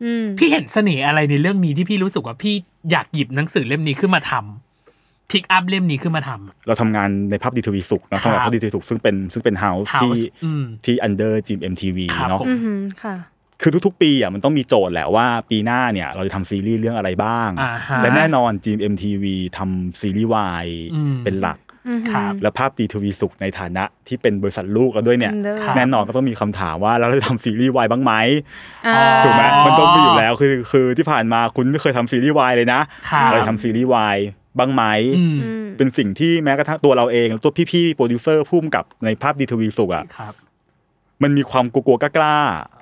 S1: อืม
S2: พี่เห็นเสน่ห์อะไรในเรื่องนี้ที่พี่รู้สึกว่าพี่อยากหยิบหนังสือเล่มนี้ขึ้นมาทำพิกอัพเล่มนี้ขึ้นมาทำ
S3: เราทำงานในภาพดีทวีสุขนะ
S2: ครั
S3: ทำ
S2: บ
S3: งานภาพดีทวีสุขซึ่งเป็นซึ่งเป็นเฮาส์ที่
S2: House อืม
S3: ที่ under gym mtv
S2: ครับ
S3: เนาะ
S2: ผม
S1: อือหือค่ะ
S3: คือทุกๆ ปีอ่ะมันต้องมีโจทย์แหละว่าปีหน้าเนี่ยเราจะทำซีรีส์เรื่องอะไรบ้าง
S2: อ่าฮะ
S3: และแน่นอน gym mtv ทำซีรีส์วาย
S2: อืม
S3: เป็นหลัก
S2: ครับ
S3: และภาพดีทวีสุขในฐานะที่เป็นบริษัทลูกเราด้วยเนี่ย
S1: Under
S2: ครับ
S3: แน่นอนก็ต้องมีคำถามว่าแล้วเราจะทำซีรีส์วายบ้างไหม
S1: อ่า
S3: ถูกไหมมันต้องมีอยู่แล้วคือคือที่ผ่านมาคุณไม่เคยทำซีรีส์วายเลยนะครับ เราจะทำซีรีส์วายบ้างไหม
S2: อืม
S3: เป็นสิ่งที่แม้กระทั่งตัวเราเองและตัวพี่ๆโปรดิวเซอร์พุ่มกับในภาพดีทวีสุกอะ
S2: ครับ
S3: มันมีความกลัวๆกล้า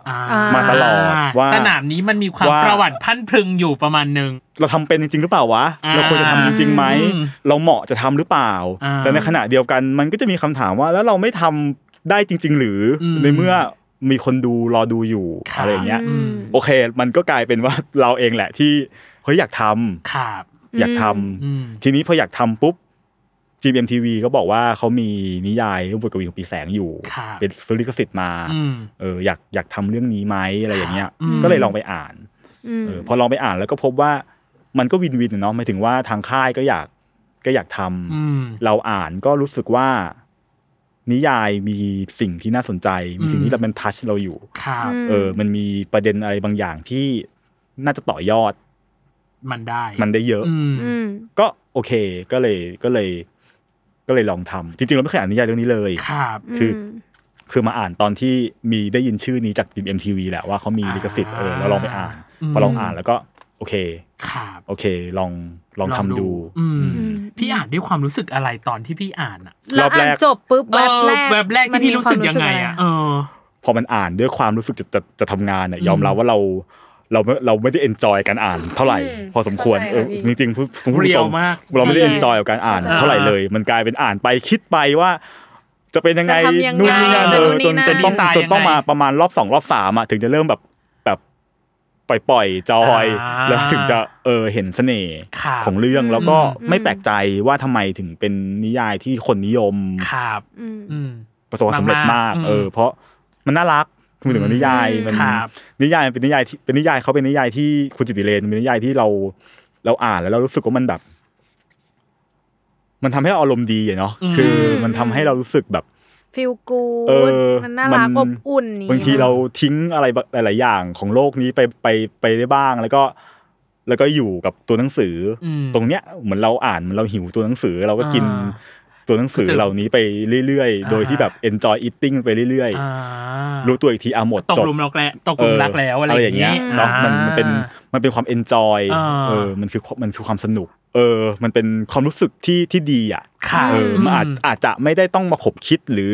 S2: อ่า
S3: มาตลอดว่า
S2: สนามนี้มันมีความ
S3: ว่า
S2: ประวัติพันพรึงอยู่ประมาณหนึ่ง
S3: ๆ เราทำเป็นจริงๆหรือเปล่าวะ
S2: อ่า
S3: เราควรจะทำจริงๆไหม
S2: อืม
S3: เราเหมาะจะทำหรือเปล่า
S2: อ่า
S3: แต่ในขณะเดียวกันมันก็จะมีคำถามว่าแล้วเราไม่ทำได้จริง ๆ หรืออ
S2: ม
S3: ในเมื่อมีคนดูรอดูอยู่
S2: ครับ
S3: อะไรอย่างเงี้ย
S1: อืม
S3: โอเค มันก็กลายเป็นว่า เราเองแหละที่เฮ้ยอยากทำ
S2: ครับ
S3: อยากทำ
S2: อืม
S3: ทีนี้พออยากทำปุ๊บ GMTV ก็บอกว่าเขามีนิยายเรื่องบทกวีของปีแสงอยู่
S2: ครับ
S3: เป็นซื้อลิขสิทธิ์มา
S2: อืม
S3: เอออยากอยากทำเรื่องนี้ไหมอะไรอย่างเงี้ย
S2: อืม
S3: ก็เลยลองไปอ่าน
S1: อืม
S3: เออพอลองไปอ่านแล้วก็พบว่ามันก็วินวินอะเนาะหมายถึงว่าทางค่ายก็อยากก็อยากทำ
S2: อืม
S3: เราอ่านก็รู้สึกว่า นิยายมีสิ่งที่น่าสนใจ มีสิ่ง
S2: อื
S3: ที่
S2: ม
S3: เราเป็นทัชเราอยู่
S2: ครับ
S3: เออ มันมีประเด็นอะไรบางอย่างที่น่าจะต่อยอด
S2: มันได้
S3: มันได้เยอะ
S2: อืม
S1: อืม
S3: ก็โอเคก็เลยก็เลย ก็เลยลองทำจริงๆเราไม่เคยอ่านนิยายเรื่องนี้เลย
S2: ครับ
S3: คืออคือมาอ่านตอนที่มีได้ยินชื่อนี้จากดิมเอ็มทีวีแหละว่าเขามี
S2: อ่า
S3: ลิขสิทธิ์เออแล้วลองไปอ่าน
S2: อืม
S3: พอลองอ่านแล้วก็ โอเค
S2: ครับ
S3: โอเค ลองลองทำดู
S2: อืม
S1: อืม
S2: พี่อ่านด้วยความรู้สึกอะไรตอนที่พี่อ่านอ่ะ
S3: ร
S1: แล้
S3: อ
S1: ว
S3: บแรก
S1: อ่านจบปุ๊บแวบแร
S2: เอก อแบบแรกที่พี่รู้สึกยังไงอ่ะ เออ
S3: พอมันอ่านด้วยความรู้สึกจะจะจะทำงานเนี่ยยอมรับว่าเราเราไม่เราไม่ได้เอนจอยการอ่านเท่าไหร่ พอสมควรเออจริงๆพูดพูด
S2: เรีย
S3: ต
S2: ว
S3: รง
S2: มาก
S3: เราไม่ได้
S1: เข้าใจ
S3: เอนจอยกับการอ่าน
S1: เข้าใจ
S3: เท่าไหร่เลย มันกลายเป็นอ่านไปคิดไปว่า จะเป็นยังไง
S1: จะทำยังไง
S3: นู่นนี่นั่น
S1: จะ
S3: เอ
S1: นู่
S3: อน
S1: นี่
S3: จนจนต้อง
S2: นั่น
S3: จนต้อง
S2: ดีไซน์ยังไง
S3: มาประมาณรอบสองรอบสามอ่ะถึงจะเริ่มแบบแบบปล่อยๆจอย
S2: อ่า
S3: แล้วถึงจะเออเห็นเสน่ห์
S2: ครับ
S3: ของเรื่องแล้วก็
S1: อืม
S3: ไม่แปลกใจว่าทำไมถึงเป็นนิยายที่คนนิยม
S2: ครับ
S1: อืม
S2: อืม
S3: ประสบความสำเร็จมาก
S2: มากๆ
S3: เออ เพราะมันน่ารักคือถึงว่านิยายมัน
S2: ครับ
S3: นิยายมันเป็นนิยายที่เป็นนิยายเขาเป็นนิยายที่คุณจิตติเรนเป็นนิยายที่เราเราอ่านแล้วเรารู้สึกว่ามันแบบ มันทำให้เราอารมณ์ดีอะเนาะ
S2: อืม
S3: คือมันทำให้เรารู้สึกแบบ
S1: ฟีลกู
S3: เอ
S1: ด
S3: อ
S1: มันน่ารัก
S3: มั
S1: อน บอุ่นอย่
S3: บางที
S1: ย
S3: เราทิ้งอะไรบางหลาย ๆ อย่างของโลกนี้ไปไปไปได้บ้างแล้วก็ แล้วก็อยู่กับตัวหนังสืออ
S2: ม
S3: ตรงเนี้ยเหมือนเราอ่านเหมือนเราหิวตัวหนังสือ เราก็กิน
S2: อ่า
S3: ตัวหนังสือเหล่านี้ไปเรื่อย ๆ โดยที่แบบ enjoy eating ไปเรื่อย
S2: อ่า
S3: ๆ รู้ตัวอีกทีอาหมด
S2: ตก
S3: จบ
S2: หลุมรักแล้วตกหลุมรักแล้วอะไรอย่างเงี้ย
S3: เนาะมันมันเป็นมันเป็นความ enjoy
S2: อ่า
S3: เออมันคือมันคือความสนุก เออ มันเป็นความรู้สึกที่ที่ดีอ่ะ
S2: ค่ะ
S3: เออมันอาจอาจจะไม่ได้ต้องมาขบคิดหรือ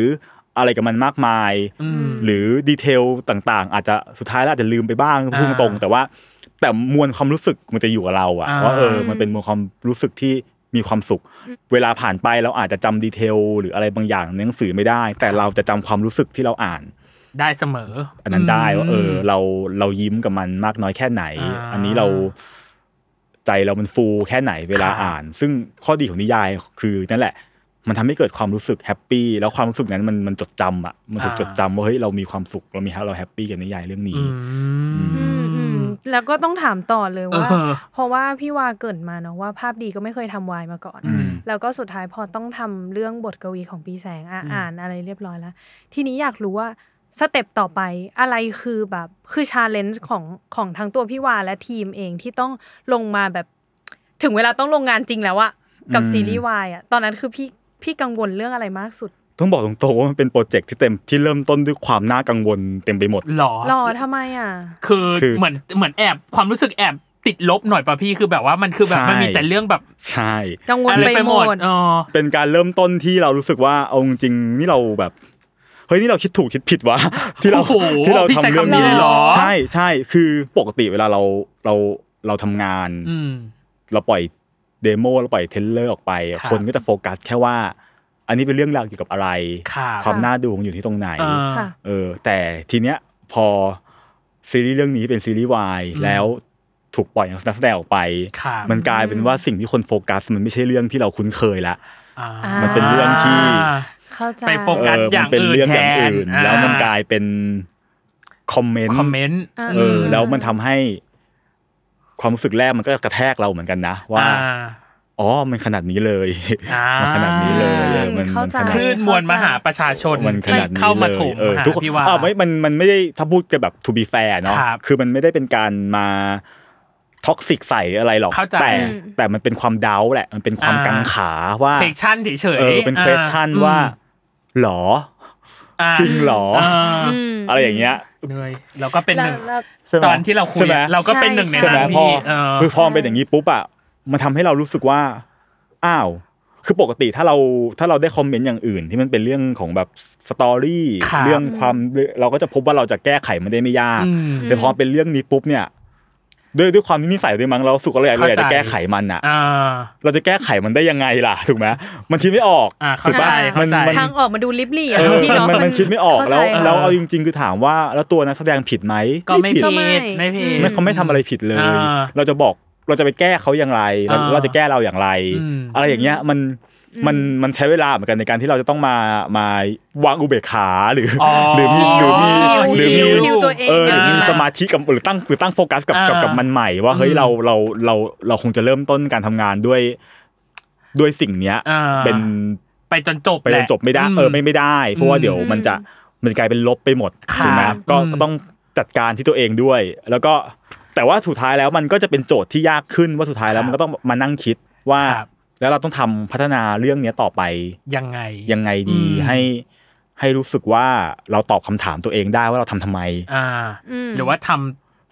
S3: อะไรกับมันมากมาย
S2: อืม
S3: หรือดีเทลต่างๆ อาจจะสุดท้ายแล้วอาจจะลืมไปบ้าง
S2: อ่า
S3: พูดตรงๆแต่ว่า แต่มวลความรู้สึกมันจะอยู่กับเราอะ
S2: อ่า
S3: ว่าเออมันเป็นมวลความรู้สึกที่มีความสุข เวลาผ่านไปเราอาจจะจำดีเทล หรืออะไรบางอย่างในหนังสือไม่ได้ แต่เราจะจำความรู้สึกที่เราอ่าน
S2: ได้เสมออั
S3: อันนั้นได้ว่าเออเราเรายิ้มกับมันมากน้อยแค่ไหน
S2: อ่า
S3: อันนี้เราใจเรามันฟูแค่ไหนเวลา
S2: ครับ
S3: อ่าน ซึ่งข้อดีของนิยายคือนั่นแหละ มันทำให้เกิดความรู้สึกแฮปปี้แล้วความรู้สึกนั้นมันมันจดจำอ่ะมันถูก
S2: อ่า
S3: จดจำว่าเฮ้ยเรามีความสุขเรามีเราแฮปปี้กับนิยายเรื่องนี้
S2: อื
S1: อืมอืม
S2: ม
S1: แล้วก็ต้องถามต่อเลยว่า
S2: เออ
S1: เพราะว่าพี่วาเกริดมาเนาะว่าภาพดีก็ไม่เคยทำวายมาก่อน
S2: อืม
S1: แล้วก็สุดท้ายพอต้องทำเรื่องบทกวีของปีแสงอ่ะอ่านอะไรเรียบร้อยแล้ว ทีนี้อยากรู้ว่าสเต็ปต่อไปอะไรคือแบบคือชาเลนจ์ของของทั้งตัวพี่วาและทีมเองที่ต้องลงมาแบบถึงเวลาต้องลงงานจริงแล้วอะกับ
S3: อืม
S1: ซีรีส์วายอะตอนนั้นคือพี่พี่กังวลเรื่องอะไรมากสุด
S3: ต้องบอกตรงๆว่ามันเป็นโปรเจกต์ที่เต็มที่เริ่มต้นด้วยความน่ากังวลเต็มไปหมด
S2: หรอ
S1: รอทำไมอะ
S2: คือ
S3: คือ
S2: เหมือนเหมือนแอบความรู้สึกแอบติดลบหน่อยป่ะพี่คือแบบว่ามันคือแบบ
S3: ใช่
S2: มันมีแต่เรื่องแบบ
S3: ใช่
S1: กังวล
S2: อะไร
S1: ไป
S2: ไป
S1: ห
S2: ห
S1: ม
S2: ม
S1: ด
S2: ดอ๋อ
S3: เป็นการเริ่มต้นที่เรารู้สึกว่าเอาจริงๆนี่เราแบบเฮ้ยนี่เราคิดถูกคิดผิดวะ ที่เรา
S2: โอ้โห
S3: ที่เรา
S2: พี่ใช้
S3: ทำเรื่อง
S2: คำนี้เล
S3: นี้
S2: ยเหรอ
S3: ใช่ใช่คือปกติเวลาเราเราเราทำงาน
S2: อืม
S3: เราปล่อยเดโมเราปล่อยเทรลเลอร์ออกไป
S2: ครับ
S3: คนก็จะโฟกัสแค่ว่า อันนี้เป็นเรื่องราวเกี่ยวกับอะไร
S2: ครับ
S3: ความน่าดูมันอยู่ที่ตรงไหน
S2: เออ
S1: ค่ะ
S3: เออแต่ทีเนี้ยพอซีรีส์เรื่องนี้เป็นซีรีส์วายแล้วถูกปล่อยนักแสดงออกไป
S2: ครับ
S3: มันกลายเป็นว่าสิ่งที่คนโฟกัส มันไม่ใช่เรื่องที่เราคุ้นเคยละ
S2: อ่า
S3: มันเป็นเรื่องที่
S1: เข้าใจ
S2: ไปโฟกัส
S3: เออ
S2: อ
S3: มั
S2: ย่าง
S3: เป็น
S2: อื่น
S3: เรื่อง
S2: แท
S3: อย่าง
S2: น
S3: อื่น
S2: อ่
S3: แล้วมันกลายเป็นคอมเมนต์
S2: คอมเมนต์
S3: เออแล้วมันทำให้ ความรู้สึกแรกมันก็กระแทกเราเหมือนกันนะว่า อ๋อ มันขนาดนี้เลย
S2: อ่ามั
S3: มันขนาดนี้เลยเออมัน
S1: เข้า
S3: มัน
S1: ใจ
S3: ขนา
S2: ค
S3: ด
S2: ลื่นมวลมหาประชาชน
S3: มันขนาดนี้
S2: ที่เข้ามา
S3: ลย
S2: ถม
S3: เออ
S2: หา
S3: ทุกคน
S2: พี่ว่า
S3: อ้าวไม่มันมันไม่ได้ถ้าพูดกันแบบ to be fair เนาะ
S2: ครับ
S3: คือมันไม่ได้เป็นการมาท็อกซิกใส่อะไรหรอก
S2: เข้าใจ
S3: แต่แต่มันเป็นความเดาแหละ มันเป็นความ
S2: อ่า
S3: กังขาว่า
S2: เพลชั่นเฉยๆ
S3: เออเป็น
S2: อ่า
S3: question
S2: อืม
S3: ว่าหรอ
S2: อ่า
S3: จริงหรอ
S2: อ่า
S3: อะไรอย่างเงี้ย
S2: เหนื่อยเราก็เป็นหนึ่ง
S1: แล้ว
S3: ใช่ไหม
S2: ตอนที่เราคุย
S3: ใช่ไหม
S2: อะเราก็เป็นหนึ่งใน
S3: ใช่ไหม
S2: นั้น
S3: พอ
S2: พี่เออ
S3: คือพอมันเป็นอย่างนี้ปุ๊บอ่ะมันทำให้เรารู้สึกว่า อ้าว คือปกติถ้าเราถ้าเราได้คอมเมนต์อย่างอื่น ที่มันเป็นเรื่องของแบบสตอรี่
S2: ครับ
S3: เรื่องความเราก็จะพบว่าเราจะแก้ไขมันได้ไม่ยาก
S2: อืม
S3: แต่พอเป็นเรื่องนี้ปุ๊บเนี่ย ด้วยด้วยความที่นิสัยด้วยมั้งเรารู้สุกเราอยากเราอยากจะ
S2: เข้าใจ
S3: แก้ไขมันอ่ะ
S2: อ่า
S3: เราจะแก้ไขมันได้ยังไงล่ะ ถูกไหมมันคิดไม่ออก
S2: อ่าเข้า
S3: ถูกปะ
S2: ใจเข้า
S3: มั
S2: ใจ
S3: มั
S1: ทางออกมาดูลิบลี่อะ
S3: เออ
S1: พี่
S3: มัน
S1: เนาะ
S3: มันมันคิดไม่ออก
S1: เข้า
S3: แล้ว
S1: ใจ
S3: แล้วเอาจริง ๆ คือถามว่าแล้วตัวนักแสดงผิดไหม
S2: ก็ไม่ผิด
S1: ก็ไม่
S2: ไม่ผิด
S3: ไม่เขาไม่ทำอะไรผิดเลย
S2: อ่า
S3: เราจะบอกเราจะไปแก้เขาอย่างไรเรา
S2: อ่า
S3: เราจะแก้เราอย่างไร
S2: อืม
S3: อะไรอย่างเงี้ยมันมันมันใช้เวลาเหมือนกันในการที่เราจะต้องมามาวางอุเบกขาหรืออหรือมีหรือมีหรือมี
S1: ฮิวฮิวตัวเอง
S3: เออหรือ
S2: นะ
S3: มีสมาธิกับหรือตั้งหรือตั้งโฟกัสกับ
S2: อ่ากั
S3: กับกับมันใหม่ว่าเฮ้ยเราเราเราเราคงจะเริ่มต้นการทำงานด้วย ด้วยสิ่งเนี้ย
S2: อ่า
S3: เป็น
S2: ไปจนจบ
S3: ไปจนจบไม่ได้ เออ
S2: แห
S3: ไม่
S2: ละ
S3: ไม่ได้เพราะว่าเดี๋ยวมันจะมันจะกลายเป็นลบไปหมดถูกไหม
S2: ครับ
S3: ก็
S2: อืม
S3: ก็ต้องจัดการที่ตัวเองด้วย แล้วก็แต่ว่าสุดท้ายแล้วมันก็จะเป็นโจทย์ที่ยากขึ้นว่าสุดท้ายแล้วมันก็ต้องมานั่งคิดว่า
S2: ครับ
S3: แล้วเราต้องทำพัฒนาเรื่องเนี้ยต่อไป
S2: ยังไง
S3: ยังไงดี
S2: อืม
S3: ให้ให้รู้สึกว่าเราตอบคำถามตัวเองได้ว่าเราทำทำไม
S2: อ่า
S1: อืม
S2: หรือว่าทำ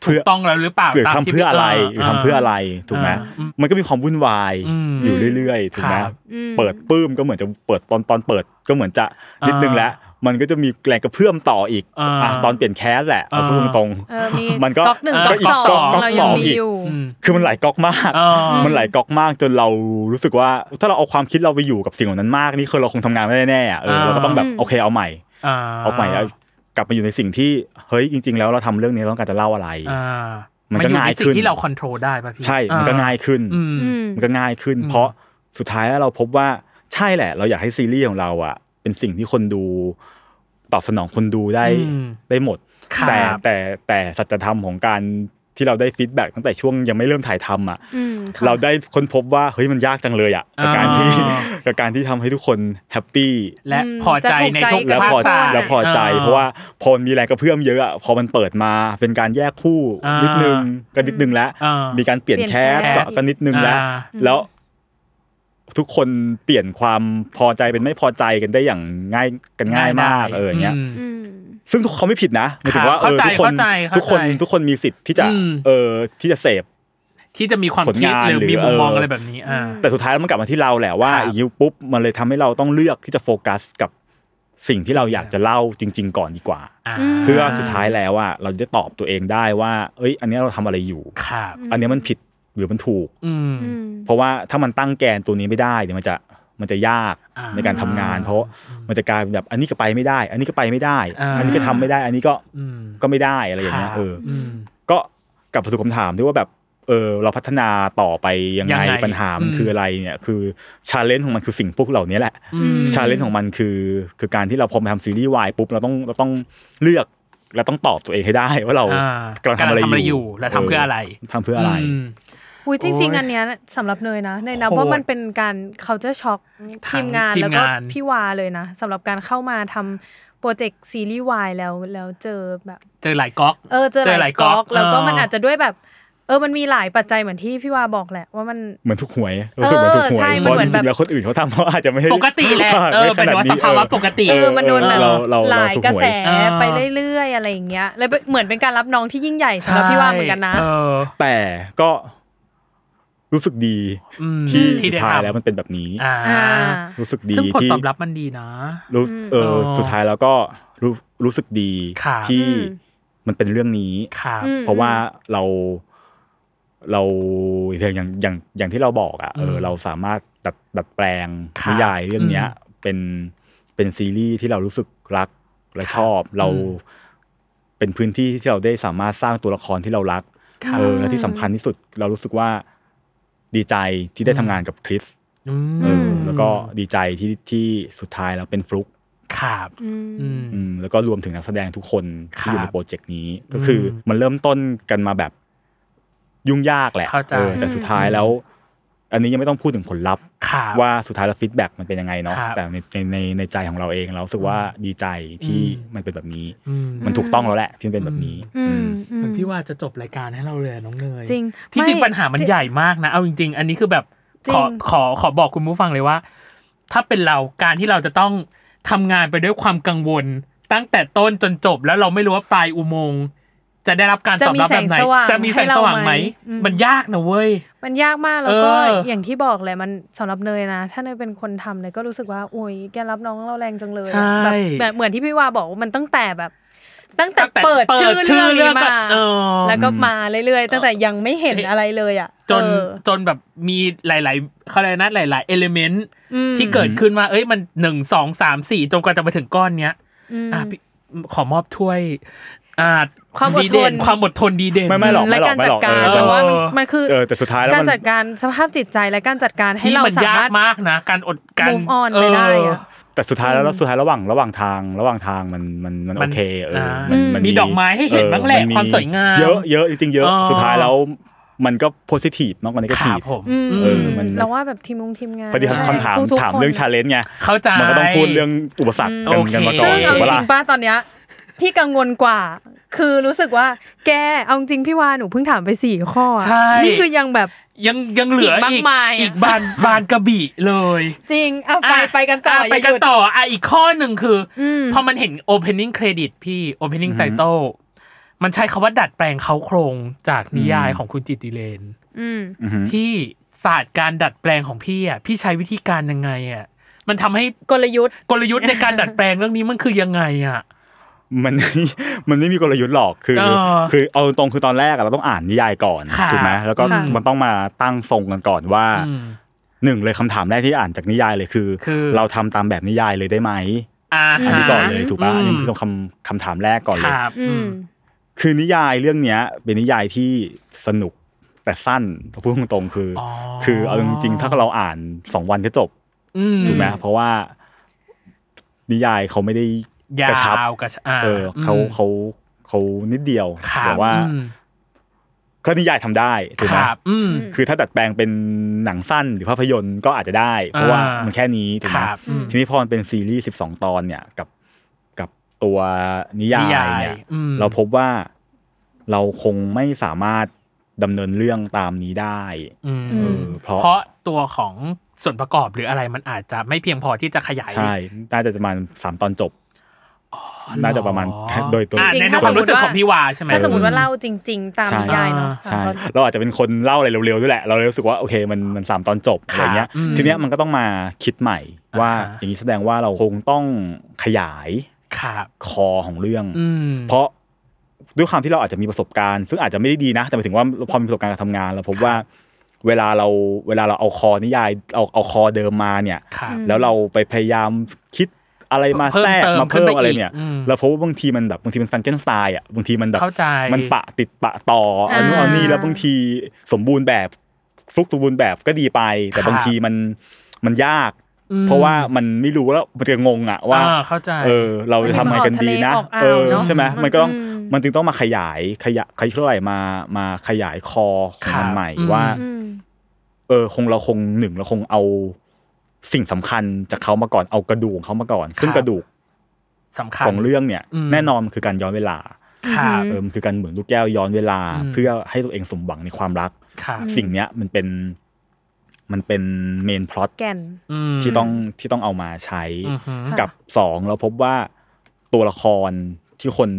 S3: เพื่
S2: ถู
S3: อ
S2: กต้องแล้วหรือเปล่า
S3: หรือ
S2: ตาม
S3: ทำเพื่ออะไรหรือทำเพื่ออะไรถูกไหม
S2: อื
S3: มันก็มีความวุ่นวาย
S2: อืม
S3: อยู่เรื่อยๆถูกไหม
S2: ครับ
S3: เปิดปื้มก็เหมือนจะเปิดตอนตอนเปิดก็เหมือนจะนิดนึงแล้ว มันก็จะมีแรงกระเพื่อมต่ออีก
S2: อ่า
S3: อ่ะตอนเปลี่ยนแคสแหละ
S2: อ่า
S3: เอาพูดตรง
S1: เออมี
S3: ๆมันก็
S1: ก๊อกหนึ่ง
S3: มัน
S1: ก๊อกสอง
S3: ก๊
S1: เรายัง
S3: ส
S1: มี
S3: อีก
S1: อยู่
S2: อืม
S3: คือมันหลายก๊อกมาก
S2: เออ
S3: มันหลายก๊อกมากจนเรารู้สึกว่า ถ้าเราเอาความคิดเราไปอยู่กับสิ่งเหล่านั้นมากนี่คือเราคงทำงานไม่ได้แน่ๆอ่ะเออเราก็ต้องแบบ
S1: อ่า
S3: โอเคเอาใหม่
S2: อ่า
S3: เอาใหม่แล้วกลับมาอยู่ในสิ่งที่เฮ้ยจริง ๆ แล้วเราทำเรื่องนี้เราต้องการจะเล่าอะไร
S2: อ่า
S3: มั
S2: มันน
S3: ก็
S2: อยู่
S3: ง่าย
S2: ในสิ่
S3: ขึ้
S2: ง
S3: น
S2: ที่เราควบคุมได้ป่ะพี่
S3: ใช่ มันก็ง่ายขึ้น
S2: อืม
S1: อืม
S3: มันก็ง่ายขึ้น เพราะสุดท้ายแล้วเราพบว่าใช่แหละ เราอยากให้ซีรีส์ของเราอ่ะ เป็นสิ่งที่คนดูตอบสนองคนดูได้
S2: อืม
S3: ได้หมด
S2: ครับ
S3: แต่แต่แต่สัจธรรมของการที่เราได้ฟีดแบ็กตั้งแต่ช่วงยังไม่เริ่มถ่ายทำอ่ะ
S1: อืมค่ะ
S3: เราได้ค้นพบว่าเฮ้ยมันยากจังเลยอ่ะกับการที่
S2: อ่า
S3: กับการที่ทำให้ทุกคนแฮปปี้
S2: และ
S1: อืม
S2: พอใจในทุก
S1: จะ
S3: แล้ว
S1: ถู
S2: ภาค
S3: พอ
S1: ใจ
S2: สา
S1: กั
S2: ย
S1: บภค
S3: แล้วพอใจ
S2: อ่า
S3: เพราะว่าพอมันมีแรงกระเพื่อมเยอะอะพอมันเปิดมาเป็นการแยกคู่
S2: อ่านิ
S3: นิดนึงก็นิดนึงแล้ว
S2: อ่ามี
S3: มีการเปลี่ยนแคส
S2: เปลี่ยนแคส
S3: ก็นิดนึงแล้ว
S2: อ่า
S3: แล้วทุกคนเปลี่ยนความพอใจเป็นไม่พอใจกันได้อย่างง่ายกันง่ายมากเอออย่างเงี้ย
S2: ม
S1: อืม
S3: ซึ่งเขาไม่ผิดนะหมายถึงว่า
S2: ครับ
S3: เออทุกคน
S2: เข้าใจเข้าใจ
S3: ทุกคน
S2: เข้าใจ
S3: ทุกคนมีสิทธิ์ที่จะ
S2: อืม
S3: เออที่จะเสพ
S2: ที่จะมีความ
S3: ผล
S2: คิด
S3: งาน
S2: หรือ
S3: หรือ
S2: มีมุมมอง
S3: เอออ
S2: อะไรแบบนี้ อ่า
S3: แต่สุดท้ายแล้วมันกลับมาที่เราแหละว่า
S2: ครับ
S3: อย่างนี้ปุ๊บมันเลยทำให้เราต้องเลือกที่จะโฟกัสกับสิ่งที่เราอยากจะเล่าจริง ๆ ก่อนดีกว่า
S2: อ่า
S3: เพื่อสุดท้ายแล้วอ่ะเราจะได้ตอบตัวเองได้ว่า เอ้ย อันเนี้ยเราทำอะไรอยู่
S2: ครับ
S3: อันเนี้ยมันผิดหรือมันถูก
S2: อืม
S1: อืม
S3: เพราะว่าถ้ามันตั้งแกนตัวนี้ไม่ได้เนี่ยมันจะมันจะยาก
S2: อ่า
S3: ในการทำงาน เพราะมันจะกลายเป็นแบบอันนี้ก็ไปไม่ได้ อันนี้ก็ไปไม่ได้
S2: อ่า
S3: อันนี้ก็ทำไม่ได้ อันนี้ก็
S2: อืม
S3: ก็ไม่ได้อะไรอย่างเงี้ย
S2: ครับ
S3: เอออ
S2: ม
S3: ก็กลับมาสู่คำถามที่ว่าแบบเออเราพัฒนาต่อไปยัง
S2: ยัง
S3: ไง
S2: ไง
S3: ปัญหามัน
S2: อืม
S3: คืออะไรเนี่ยคือชาเลนจ์ของมันคือสิ่งพวกเหล่านี้แหละ
S2: อืม
S3: ชาเลนจ์ของมันคือคือการที่เราพอมาทำซีรีส์วายปุ๊บเราต้องเราต้องเลือกเราต้องตอบตัวเองให้ได้ ว่าเรา
S2: อ่าก
S3: ำลังทำอะไร
S2: กำลังทำอะไร
S3: อ
S2: อยู่
S3: ยู่
S2: และทำเพื่ออะไร
S3: ทำเพื่ออะไร
S2: ม
S1: อุ้ยจริง
S2: โอ้
S1: ๆ
S2: ย
S1: อันเนี้ยสำหรับเนยนะเนยนับว่า
S2: โหด
S1: มันเป็นการ culture shock
S2: ทั้ง
S1: ทีมงาน
S2: ทีม
S1: แล้วก็
S2: งาน
S1: พี่วาเลยนะสำหรับการเข้ามาทำโปรเจกต์ซีรีส์วายแล้วแล้วเจอแบบ
S2: เจอหลายก๊อก
S1: เออเจอหลายก๊อกแล้วก็มันอาจจะด้วยแบบ เออมันมีหลายปัจจัยเหมือนที่พี่วาบอกแหละว่ามัน
S3: เหมือนทุกหวยรู้สึกเหมือนทุกหวย
S1: ใช่
S3: เพ
S1: มัน
S3: ราะ
S1: เหมือน
S3: จริ
S1: แบ
S3: งๆ
S1: บ
S3: แล้วคนอื่นเขาทำเขาอาจจะไม่
S2: ปกติแห ละเออ
S3: ไม่ขด
S2: เป็นว่าสภาวะปกติ
S1: เออมันโดนแบบ
S3: เราเรา
S1: ห
S3: เรา
S1: ลาย
S3: ถูก
S1: กระ
S3: หว
S1: แส
S3: ย
S2: อ่า
S1: ไปเรื่อยๆอะไรอย่างเงี้ยเลยเหมือนเป็นการรับน้องที่ยิ่งใหญ่สำหรับพี่วาเหมือนกันนะ
S2: ใช่เออ
S3: แต่ก็รู้สึกดี
S2: อืม
S3: ที่
S2: ที่
S3: สุด
S2: ได้
S3: ท้าย
S2: ทำ
S3: แล้วมันเป็นแบบนี้
S2: อ่า
S1: อ่า
S3: รู้สึกดี
S2: ซึ่งผล
S3: ที่
S2: ตอบรับมันดีนะ
S3: รู้เอออ
S2: ม
S3: สุดท้ายแล้วก็รู้รู้สึกดี
S2: ครับ
S3: ที่
S1: อืม
S3: มันเป็นเรื่องนี้
S2: ครับ
S1: อืม
S3: เพราะว่าเราเราอย่างอย่างอย่างอย่างที่เราบอกอ่ะเอออ
S2: ม
S3: เราสามารถดัดดัดแปลง
S2: ครับ
S3: นิยายเรื่องเนี้ย เป็นเป็นซีรีส์ที่เรารู้สึกรักและชอบเราเป็นพื้นที่ที่เราได้สามารถสร้างตัวละครที่เรารักเออและที่สำคัญที่สุดเรารู้สึกว่าดีใจที่ได้ทำงานกับคริส
S2: อื
S3: เอ
S2: ม
S3: อแล้วก็ดีใจที่ที่สุดท้ายแล้วเป็นฟลุก
S2: ครับอืม
S3: อืมแล้วก็รวมถึงนักแสดงทุกคนที่อยู่
S2: ครั
S3: ใน
S2: บ
S3: โปรเจกต์นี้ก็คืออมันเริ่มต้นกันมาแบบยุ่งยากแหละ
S2: เข้าใจ
S3: เออแต่สุดท้ายแล้ว อันนี้ยังไม่ต้องพูดถึงผลลัพธ์
S2: ครับ
S3: ว่าสุดท้ายแล้วฟีดแบ็กมันเป็นยังไงเนาะ
S2: ครับ
S3: แต่ในในในใจของเราเองเรารู้สึกว่าดีใจที่มันเป็นแบบนี้
S2: อืม
S3: มันถูกต้องแล้วแหละที่มันเป็นแบบนี้
S1: อืมอื
S2: เห
S1: ม
S2: มันพี่ว่าจะจบรายการให้เราเลยอะน้องเนย
S1: จริง
S2: ที่
S1: ไม่
S2: จริงปัญหามันใหญ่มากนะ เอาจริง ๆ อันนี้คือแบบ
S1: จริ
S2: ข
S1: ง
S2: อขอขอบอกคุณผู้ฟังเลยว่า ถ้าเป็นเราการที่เราจะต้องทำงานไปด้วยความกังวล ตั้งแต่ต้นจนจบ แล้วเราไม่รู้ว่าปลายอุโมงค์จะได้รับการตอบรับแบบไหน จะ
S1: จะมี
S2: มีแส
S1: แส
S2: งส
S1: งส
S2: ว่า
S1: ว่าง ง
S2: ไห
S1: ไห
S2: ม
S1: ม
S2: มันยากนะเว้ย
S1: มันยากมากแล้วก็
S2: เอออ
S1: อย่างที่บอกแหละมันสำหรับเนยนะ ถ้าเนยเป็นคนทำเลยก็รู้สึกว่าโอ้ยแกรับน้องเราแรงจังเลย
S2: ใช่
S1: แบบแบบเหมือนที่พี่วาบอกว่ามันตั้งแต่แบบ ตั้งแต่
S2: ตั้งแต่
S1: เปิดชื่อเรื่องนี้
S2: ก็
S1: มา
S2: เออ
S1: แล้วก็มาเรื่อยๆตั้งแต่ยังไม่เห็น
S2: เอ๊ะ
S1: อะไรเลยอ่ะ
S2: จน
S1: เออ
S2: จนแบบมีหลาย ๆเขาเรียกนะหลาย ๆ เอลิเมนต์ที่เกิดขึ้นว่า เอ้ยมันหนึ่งสองสามสี่จนกว่าจะมาถึงก้อนเนี้ยอ่ะพี่ขอมอบถ้วย อ่า
S1: ความอดทน
S2: เนความอดทนดีเด่น
S3: ไม่ไม่หรอกไม่หรอก
S1: และการ
S3: ไม่
S1: จั
S3: หรอก
S1: ดการ
S3: เอ
S1: แต่
S3: อแต่ว่า
S1: ว่า
S2: เออ
S1: มันมันคือ
S3: เออแต่สุดท้ายแล้วมัน
S1: การจัดการสภาพจิตใจและการจัดการให้
S2: ที่
S1: เรา
S2: มั
S1: สาย
S2: นาก
S1: มารถ
S2: มากนะ การอดการ
S1: move on ไปได้อะ
S3: แต่สุดท้ายแล้วแล้วสุดท้ายระหว่างระหว่างทางระหว่างทางมันมันมัน
S2: มั
S3: โอน เคเอออา
S2: มีดอกไม้ให้เห็น
S3: ออ
S2: บ้างแหละ
S3: น
S2: ความสวยงาม
S3: เยอะเยอะจริงๆเยอะ
S2: เออ
S3: สุดท้ายแล้วมันก็โพสิทีฟมากกว่านี้ก็
S2: ขา
S3: ที
S2: ผม
S1: อืม
S3: เออมัน
S1: เราว่าแบบทีมงทีมงาน
S3: พอดีคำถาม
S1: ทุกๆ
S3: ถาม
S1: คน
S3: เรื่องชาเลนจ์ไง
S2: เข้าใจ
S3: มันก็ต้องพูดเรื่องอุปสรรคกัน
S2: โอเค
S3: กันมาก่อ
S1: ซึ่
S3: น
S1: งเอาจ
S3: ถูกปะล่ะ
S1: ริงๆป้าตอนเนี้ยที่กังวลกว่า คือรู้สึกว่า แกเอาจริงพี่วาหนูเพิ่งถามไปสี่ข้ออะ
S2: ใช่
S1: นี่คือยังแบบ
S2: ยังยังเหลือ
S1: อีกมา
S2: อีก
S1: กมายอะ
S2: อีกบานบานกระบี่เลย
S1: จริงเอาไป
S2: อ่ะ
S1: ไปกันต่อ
S2: อ่ะ
S1: อย่า
S2: ไป
S1: ห
S2: กัน
S1: ยุด
S2: ต่ออ่ะอีกข้อหนึ่งคืออ
S1: ม
S2: พอมันเห็น opening credit พี่ opening title มันใช้คำว่าดัดแปลงเขาโครงจากนิยายของคุณจิตติเลน
S1: อืม
S2: พี่ศาสตร์การดัดแปลงของพี่อ่ะพี่ใช้วิธีการยังไงอ่ะมันทำให้
S1: กลยุทธ์
S2: กลยุทธ์ในการดัดแปลงเรื่องนี้มันคือยังไงอ่ะ
S3: มัน มันไม่มีกลยุทธ์หรอกคือ
S2: เออ
S3: คือเอาตรงๆคือตอนแรกอะเราต้องอ่านนิยายก่อน
S2: ค่ะ
S3: ถูกไหมแล้วก็
S1: ค่ะ
S3: มันต้องมาตั้งทรงกันก่อนว่าหนึ่งเลยคำถามแรกที่อ่านจากนิยายเลยคือ
S2: คือ
S3: เราทำตามแบบนิยายเลยได้ไหม
S2: อ่า
S3: อันนี้ก่อนเลยถูกปะ
S2: ม
S3: อันนี่คือคำคำถามแรกก่อน
S2: ค
S3: เลย
S2: รับ
S1: อืม
S3: คือนิยายเรื่องเนี้ย เป็นนิยายที่สนุกแต่สั้นถ้าพูดตรงๆคืออคือเอาจริงๆถ้าเราอ่านสองวันก็จบ
S2: อืม
S3: ถูกไหมเพราะว่า นิยายเขาไม่ได้
S2: ยาก
S3: ระชับ
S2: วกระชับอ่า
S3: เออเขาเขาเขานิดเดียว
S2: ครับ
S3: แต่ว่า
S2: อืม
S3: ก็นิยายทำได้ถูก
S2: ค
S3: ไหม
S2: รับอืม
S3: คือถ้าดัดแปลงเป็นหนังสั้นหรือภาพยนตร์ก็อาจจะได้ เพราะว่ามันแค่นี้ถูกไหม
S2: ครับอืม
S3: ทีนี้พอมันเป็นซีรีส์12 ตอนเนี่ยกับกับตัวนิยา
S2: นิยาย ย
S3: เนี่ย
S2: อืม
S3: เราพบว่าเราคงไม่สามารถดำเนินเรื่องตามนี้ได้
S2: อืม
S3: เออเพราะ
S2: เพราะตัวของส่วนประกอบหรืออะไรมันอาจจะไม่เพียงพอที่จะขยาย
S3: ใช่ น่าจะประมาณสามตอนจบ น่าจะประมาณโดยตัว
S2: อ่ะ
S1: จริง
S2: ใน
S1: ถ้า
S2: ความรู้สึก
S1: สมมุติว่า
S2: ของพี่วาใช่ไหม
S1: ถ้าสมมติว่าเล่าจริง ๆ ตาม
S3: ใช่
S1: นิยายเนาะ
S3: ใช่
S1: ตอน
S3: เราอาจจะเป็นคนเล่าอะไรเร็วๆด้วยแหละ เราเลยรู้สึกว่าโอเคมันมันสามตอนจบอะไรเงี้ย
S2: ค่ะอืม
S3: ทีเนี้ยมันก็ต้องมาคิดใหม่ว่า
S2: อ่าฮะ
S3: อย่างนี้แสดงว่าเราคงต้องขยาย
S2: ครับ
S3: คอของเรื่อง
S2: อืม
S3: เพราะด้วยความที่เราอาจจะมีประสบการณ์ ซึ่งอาจจะไม่ได้ดีนะ แต่หมายถึงว่าพอมีประสบการณ์การทำงาน เราพบว่าเวลาเราเวลาเราเอาคอนิยายเอาเอาคอเดิมมาเนี่ย
S2: ครับ
S3: แล้วเราไปพยายามคิดอะไรมา
S2: เพิ่ม
S3: แทรก
S2: เติม
S3: มาเพิ่
S2: ขึ้น
S3: ม
S2: ไป
S3: อะไร
S2: อีก
S3: เนี่ย
S2: อืม
S3: เราพบว่าบางทีมันแบบบางทีมันฟังเกนสไตล์อ่ะบางทีมันแบบ
S2: เข้าใจ
S3: มันปะติดปะต่ออันนู้น
S1: อ่า
S3: อันนี้แล้วบางทีสมบูรณ์แบบฟลุกสมบูรณ์แบบก็ดีไป แต่
S2: ครับ
S3: บางทีมันมันยาก
S2: อืม
S3: เพราะว่ามันไม่รู้แล้วมันจะงงอ่ะว่า
S2: อ่าเข้าใจ
S3: เออเราจะทำไงกันดีนะ
S1: ออกทะเล
S3: เอ
S1: ออกอ่าว
S3: อ
S1: เนอะ
S3: ใช่ไหม
S1: อืม
S3: มันก็ต้อง
S1: อืม
S3: มันจึงต้องมาขยายขยะขยายเท่าไหร่มามาขยายคอข
S2: ครั
S3: องมัน
S2: บ
S3: ใหม่
S2: อืม
S3: ว่า
S1: อืม
S3: เออคงเราคงหนึ่งเราคงเอาสิ่งสำคัญจากเขามาก่อนเอากระดูกของเขามาก่อน ซึ่งกระดูก
S2: สำคัญ
S3: ของเรื่องเนี่ย
S2: อืม
S3: แน่นอนมันคือการย้อนเวลา
S2: ครับ
S3: เออมันคือการเหมือนลูกแก้วย้อนเวลา
S2: อืม
S3: เพื่อให้ตัวเองสมหวังในความรัก
S2: ครับ
S3: สิ่งเนี้ยมันเป็นมันเป็นเมนพล็อต
S1: แก่น
S2: อืม
S3: ที่ต้องที่ต้องเอามาใช้
S2: อือหือ
S3: กับสองเราพบว่าตัวละครที่คน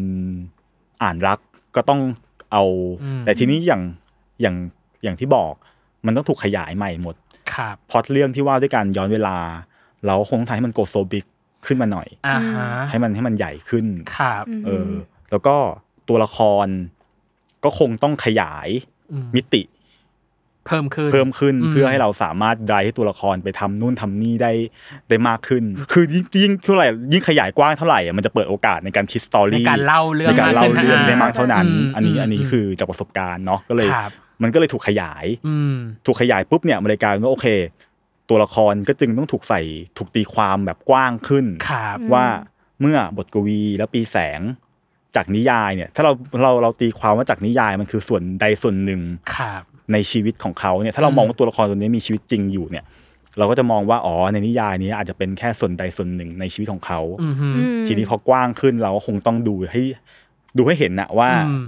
S3: อ่านรักก็ต้องเอา
S2: อืม
S3: แต่ทีนี้อย่างอย่างอย่างที่บอก มันต้องถูกขยายใหม่หมด
S2: ครับ
S3: พล็อตเรื่องที่ว่าด้วยการย้อนเวลา เราก็คงต้องทำให้มันโกโซบิกขึ้นมาหน่อย
S2: อ่าฮะ
S3: ให้มันให้มันใหญ่ขึ้น
S2: ครับ
S3: เออ แล้วก็ตัวละครก็คงต้องขยายมิติ
S2: เพิ่มขึ้น
S3: เพิ่มขึ้น
S2: อืม
S3: เพื่อให้เราสามารถไดให้ตัวละครไปทำนู่นทำนี่ได้ได้มากขึ้น คือยิ่งยิ่งเท่าไหร่ยิ่งขยายกว้างเท่าไหร่อะมันจะเปิดโอกาสในการคิดสตอ
S2: ใน
S3: รี่
S2: การเล่าเรื่อง
S3: ในการเล่า
S2: ขึ้น
S3: เรื่อง
S2: ะ
S3: ได้มากเท่านั้น
S2: อืม
S3: อันนี้
S2: อืม
S3: อันนี้
S2: อืม
S3: คือจากประสบการณ์เนาะก็เลย
S2: ครับ
S3: มันก็เลยถูกขยาย
S2: อืม
S3: ถูกขยายปุ๊บเนี่ยมันเลยกลายเป็นว่าโอเค ตัวละครก็จึงต้องถูกใส่ถูกตีความแบบกว้างขึ้น
S2: ครับ
S3: ว่าเมื่อบทกวีและปีแสงจากนิยายเนี่ย ถ้าเราเราเราตีความว่าจากนิยายมันคือส่วนใดส่วนหนึ่ง
S2: ครับ
S3: ในชีวิตของเขาเนี่ยถ้าเรามองว่าตัวละครตัวนี้มีชีวิตจริงอยู่เนี่ย เราก็จะมองว่าอ๋อในนิยายนี้อาจจะเป็นแค่ส่วนใดส่วนหนึ่งในชีวิตของเขา
S2: อือฮึ
S1: อืม
S3: ทีนี้พอกว้างขึ้นเราก็คงต้องดูให้ดูให้เห็นนะว่า
S2: อืม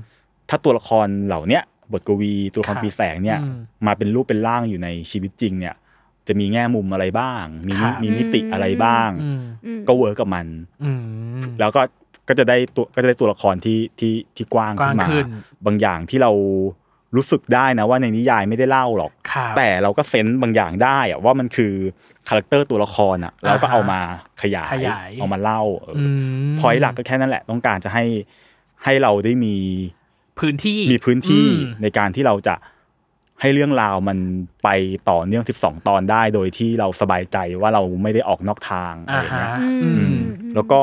S3: ถ้าตัวละครเหล่าเนี้ยบทกวีตัวละคร
S2: ครับ
S3: ปีแสงเนี่ย
S2: อืม
S3: มาเป็นรูปเป็นร่างอยู่ในชีวิตจริงเนี่ย จะมีแง่มุมอะไรบ้าง มี
S2: ครับ
S3: มีมิติอะไรบ้าง
S2: อืม
S3: ก็เวิร์กกับมัน
S2: อืม
S3: แล้วก็ก็จะได้ตัวก็จะได้ตัวละครที่ที่ที่กว้างขึ้
S2: กว้าม
S3: นาง
S2: ขึ้น
S3: บางอย่างที่เรารู้สึกได้นะว่าในนิยายไม่ได้เล่าหรอก
S2: ครับ
S3: แต่เราก็เซนส์บางอย่างได้อะว่ามันคือคาแรคเตอร์ตัวละครอะ
S2: อ่าฮะ
S3: เราก็เอามาขยาย
S2: ขยาย
S3: เอามาเล่าเอออ
S2: ม
S3: พอยต์หลักก็แค่นั้นแหละ ต้องการจะให้ให้เราได้มี
S2: พื้นที่
S3: มีพื้นที่
S2: อืม
S3: ในการที่เราจะให้เรื่องราวมันไปต่อเนื่อง 12 ตอนได้ โดยที่เราสบายใจว่าเราไม่ได้ออกนอกทางอะไร
S2: อ่า
S3: อย่าง
S2: ฮะ
S3: เงี้ย
S2: อื
S3: อื
S2: ม
S3: มแล้วก็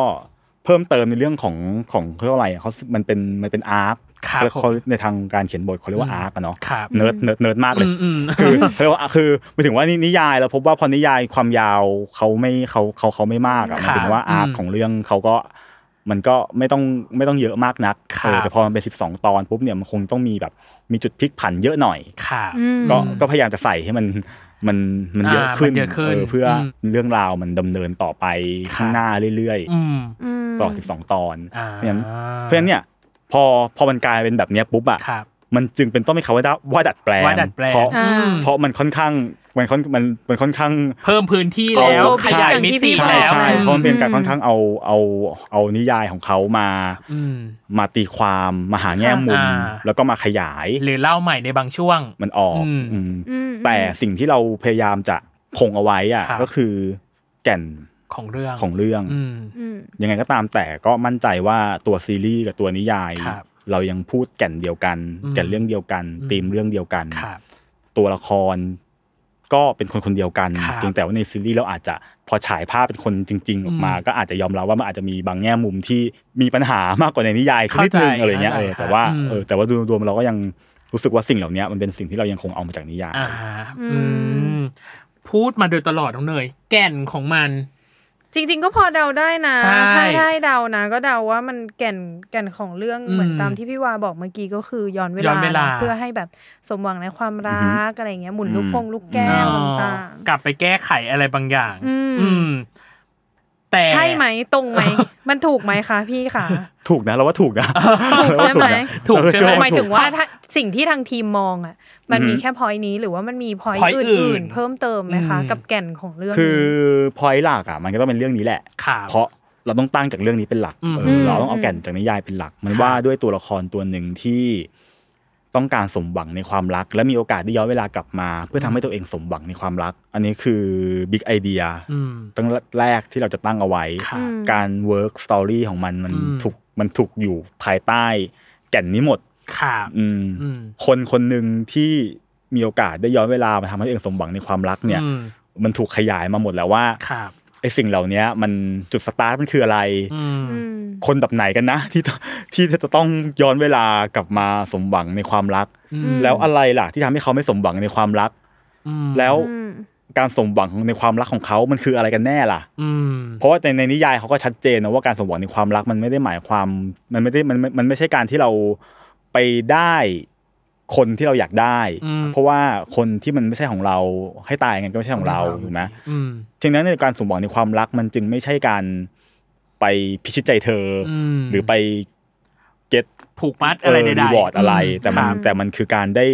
S3: เพิ่มเติมในเรื่องของของเขาเรียกว่าอะไรอะเขามันเป็นมันเป็นอาร์ค
S2: ครับ
S3: เขาเรียก
S2: ผม
S3: เขาในทางการเขียนบทเขาเรียกว่าอาร์คอะเนาะ
S2: ครับ
S3: เนิร์ดเนิร์ดเนิร์ดมากเลย
S2: อืม
S3: คือ เขาเรียกว่าคือหมายถึงว่านินิยายเราพบว่าพอนิยายความยาวเขาไม่เขาเขาเขาไม่มากอะห
S2: ค
S3: มา
S2: รับ
S3: ยถึงว่าอาร์ค
S2: อืม
S3: ของเรื่องเขาก็มันก็ไม่ต้องไม่ต้องเยอะมากนัก
S2: ครับ
S3: เออแต่พอมันเป็น 12 ตอนปุ๊บเนี่ยมันคงต้องมีแบบมีจุดพลิกผันเยอะหน่อย
S2: ครับ
S3: ก็ก็พยายามจะใส่ให้มันมันมันเยอะ
S2: อ่า
S3: ขึ้
S2: มันเยอะขึ้น
S3: เออเพื่ออ
S2: ม
S3: เรื่องราวมันดำเนินต่อไป
S2: ครับ
S3: ข้างหน้าเรื่อย
S2: อืม
S3: ๆตลอด12 ตอน
S2: อ่า
S3: เพราะฉะนั้นเพราะฉะนั้นเนี่ยพอพอมันกลายเป็นแบบเนี้ยปุ๊บอ่ะ
S2: ครับ
S3: มันจึงเป็นต้องมีคำว่าดัดว่าดัดแปลง
S2: ว่าดัดแปลง
S3: เพราะ
S2: อืม
S3: เพราะมันค่อนข้างมันค่อนมันมันค่อนข้าง
S2: เพิ่มพื้นที่แล้ว
S1: เอา
S2: ขยายมิติ
S1: ใช่
S2: แล้ว
S3: ใช่เพราะมันเป็นการ
S1: อืม
S3: ค่อนข้างเอาเอาเอานิยายของเขามา
S2: อืม
S3: มาตีความมาหาแง่มุม
S2: อ่า
S3: แล้วก็มาขยาย
S2: หรือเล่าใหม่ในบางช่วง
S3: มันออก
S2: อืม
S3: อืม
S1: อืม
S3: แต่สิ่งที่เราพยายามจะคงเอาไว้อะ
S2: ครับ
S3: ก็คือแก่น
S2: ของเรื่อง
S3: ของเรื่อง
S2: อืม
S3: ยังไงก็ตามแต่ก็มั่นใจว่าตัวซีรีส์กับตัวนิยาย
S2: ครับ
S3: เรายังพูดแก่นเดียวกัน
S2: อืม
S3: แก่นเรื่องเดียวกันธีมเรื่องเดียวกัน
S2: ครับ
S3: ตัวละครก็เป็นคนคนเดียวกัน
S2: ครับ
S3: เพียงแต่ว่าในซีรีส์เราอาจจะพอฉายภาพเป็นคนจริง ๆ ออกมา
S2: อืม
S3: ก็อาจจะยอมรับว่ามันอาจจะมีบางแง่มุมที่มีปัญหามากกว่าในนิยายสักนิดนึง
S2: เข้าใจ
S3: อะไรเงี้ยเออ
S2: เข้าใจ
S3: แต่ว่า
S2: อืม
S3: เออแต่ว่าดูรวมๆเราก็ยังรู้สึกว่าสิ่งเหล่านี้มันเป็นสิ่งที่เรายังคงเอามาจากนิยาย
S2: อ่าอืม พูดมาโดยตลอดน้องเนย แก่นของมัน
S1: จริงๆก็พอเดาได้นะ
S2: ใช่
S1: ถ้าได้เดานะ ก็เดาว่ามันแก่นแก่นของเรื่อง
S2: อืม
S1: เหมือนตามที่พี่วาบอกเมื่อกี้ก็คือย้อนเว
S2: ย้อ
S1: ลาน
S2: เวลา
S1: เพื่อให้แบบสมหวังในความรักอะไรเงี้ยหมุนลูก
S3: อืม
S1: พงลูกแก้ว
S2: เนาะ
S1: ต่างๆ
S2: กลับไปแก้ไขอะไรบางอย่าง
S1: อืม
S2: อืม แต่
S1: ใช่ไหมตรงไหม มันถูกไหมคะพี่คะ
S3: ถูกนะเราว่าถูกนะ
S1: ถูกใช่ไหม
S2: ถูกใช่ไห
S3: เราว่า
S1: หมาย
S3: ถู
S1: ถึ
S3: ก
S1: งว่าถ้าสิ่งที่ทางทีมมองอ่ะ มันมีแค่พอยนี้หรือว่ามันมีพอย
S2: point อื่
S1: อื่
S2: น
S1: นๆ เพิ่มเติมไหมคะ
S2: อืม
S1: กับแก่นของเรื่อง
S3: คือ
S1: นี้
S3: พอยหลักอ่ะมันก็ต้องเป็นเรื่องนี้แหละ
S2: ข่าว
S3: เพราะเราต้องตั้งจากเรื่องนี้เป็นหลัก
S2: อืม
S3: เออเราต้องเอาแก่นจากนิยายเป็นหลัก มันว่าด้วยตัวละครตัวหนึ่งที่ต้องการสมหวังในความรัก และมีโอกาสได้ย้อนเวลากลับมา เพื่อทำให้ตัวเองสมหวังในความรัก อันนี้คือบิ๊กไอเดีย
S2: อืม
S3: ตั้งแรกที่เราจะตั้งเอาไว้
S2: ครับ
S3: การเวิร์กสตอรี่ของมันมัน
S2: อืม
S3: ถูกมันถูกอยู่ภายใต้แก่นนี้หมด
S2: ข่าว
S3: อืม
S2: อืม
S3: คนคนหนึ่งที่มีโอกาสได้ย้อนเวลามาทำให้ตัวเองสมหวังในความรักเนี่ย
S2: อืม
S3: มันถูกขยายมาหมดแล้วว่า
S2: ข่าว
S3: ไอ้สิ่งเหล่านี้มันจุดสตาร์ทมันคืออะไร
S2: อืม
S3: คนแบบไหนกันนะ ที่ตที่จะต้องย้อนเวลากลับมาสมหวังในความรัก แล้วอะไรล่ะที่ทำให้เขาไม่สมหวังในความรัก
S2: อืม
S3: แล้วการสมหวังในความรักของเขา มันคืออะไรกันแน่ล่ะ
S2: อืม
S3: เพราะว่าในในนิยายเขาก็ชัดเจนนะว่าการสมหวังในความรักมันไม่ได้หมายความ มันไม่ได้มันมันมันไม่ใช่การที่เราไปได้คนที่เราอยากได้
S2: อืม
S3: เพราะว่าคนที่มันไม่ใช่ของเราให้ตายยังไงก็ไม่ใช่ของเราถูกไหม
S2: อืม
S3: ทีนั้นในการสมหวังในความรักมันจึงไม่ใช่การไปพิชิตใจเธออ
S2: ม
S3: หรือไปเก็ต
S2: ผูกมัดอะไรใดๆ
S3: รีวอร์ดอะไร แต่มั
S2: ค
S3: น
S2: รับ
S3: แต่มันคือการได้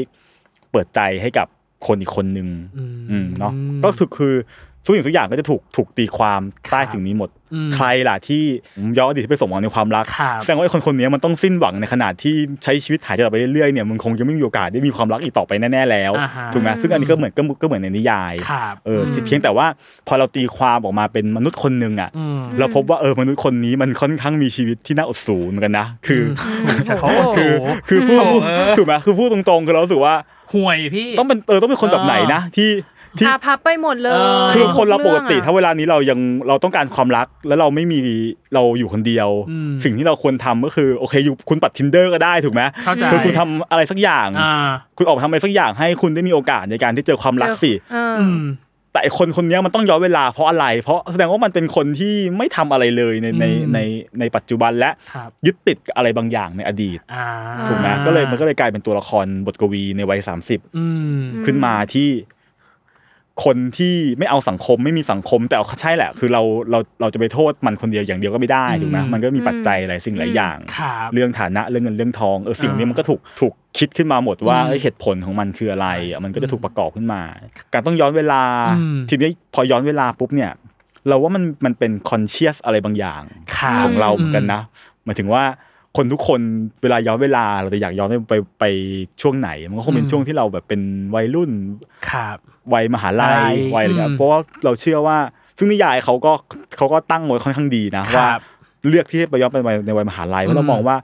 S3: เปิดใจให้กับคนอีกคนหนึ่ง
S2: อืม
S3: อืมเนาะก็คือคือทุกอย่างทุกอย่างก็จะถูกถูกตีความใต้สิ่งนี้หมด
S2: อืม
S3: ใครล่ะที่ย้อนอดีตไปสมหวังในความรัก
S2: ครับ
S3: แสดงว่าไอ้คนคนนี้มันต้องสิ้นหวังในขนาดที่ใช้ชีวิตหายใจไปเรื่อยๆเนี่ยมันคงจะไม่มีโอกาสได้มีความรักอีกต่อไปแน่ๆแล้ว
S2: อ่าฮะ
S3: ถูกไหมซึ่งอันนี้ก็เหมือนก็ก็เหมือนในนิยาย
S2: ข่าว
S3: เอออเพียงแต่ว่าพอเราตีความออกมาเป็นมนุษย์คนหนึ่งอ่ะ
S2: อืม
S3: เราพบว่าเออมนุษย์คนนี้มันค่อนข้างมีชีวิตที่น่าอดสูรเหมือนกันนะคือ
S2: ใช่เขาโอ้โห
S3: คือคือพูดถูกไหมคือพูดตรงๆคือเรารู้สึกว่า
S2: ห่วยพี่
S3: ต้องเป็นเออต้องเป็นคนแบบไหนนะที่ที่
S1: อาพับไปหมดเลย
S2: เออ
S3: คือคนเราป
S1: ทุ
S3: ก
S1: องอะ
S3: ติถ้าเวลานี้เรายังเราต้องการความรักแล้วเราไม่มีเราอยู่คนเดียว
S2: อืม
S3: สิ่งที่เราควรทำก็คือโอเคอยู่คุณปัด tinder ก็ได้ถูกไหม
S2: เข้าใจ
S3: คือคุณทำอะไรสักอย่าง
S2: อ่า
S3: คุณออกไปทำอะไรสักอย่างให้คุณได้มีโอกาสในการที่เจอความรักสิ
S1: เออ
S2: อืม
S3: แต่ไอ้คนคนเนี้ยมันต้องย้อนเวลาเพราะอะไร เพราะแสดงว่ามันเป็นคนที่ไม่ทำอะไรเลยในใน
S2: อืม
S3: ในในปัจจุบันและ
S2: ครับ
S3: ยึดติดกับอะไรบางอย่างในอดีต
S2: อ่า
S3: ถูกไหมก็เลยมันก็เลยกลายเป็นตัวละครบทกวีในวัยสามสิบ
S2: อืม
S3: ขึ้นมาที่คนที่ไม่เอาสังคมไม่มีสังคม แต่เอาใช่แหละ คือเราเราเราจะไปโทษมันคนเดียวอย่างเดียวก็ไม่ได้ถูกไหม
S2: อืม
S3: มันก็มีปัจจัยหลายสิ่งหลายอย่าง
S2: ครับ
S3: เรื่องฐานะเรื่องเงินเรื่องทองเออสิ่งนี้มันก็ถูกถูกคิดขึ้นมาหมดว่าเอ้ยเหตุผลของมันคืออะไรอ่ะมันก็จะถูกประกอบขึ้นมา การต้องย้อนเวลา
S2: อืม
S3: ทีนี้พอย้อนเวลาปุ๊บเนี่ย เราว่ามันมันเป็นคอนเชียสอะไรบางอย่าง
S2: คบ
S3: ของเราเหมือนกันนะหมายถึงว่าคนทุกคนเวลาย้อนเวลาเราจะอยากย้อนไปไปไปช่วงไหน มันก็คงเป็น
S2: อืม
S3: ช่วงที่เราแบบเป็นวัยรุ่น
S2: ครับ
S3: วัยมหาลั
S2: ใช่
S3: ยวัยอะไรเงี้
S2: อื
S3: ย
S2: ม
S3: เพราะว่าเราเชื่อว่า ซึ่งนิยายเขาก็เขาก็ตั้งไว้ค่อนข้างดีนะ
S2: ครั
S3: ว่า
S2: บ
S3: เลือกที่จะไปย้อนไปในวัยมหาลัยเพราะเรามองว่า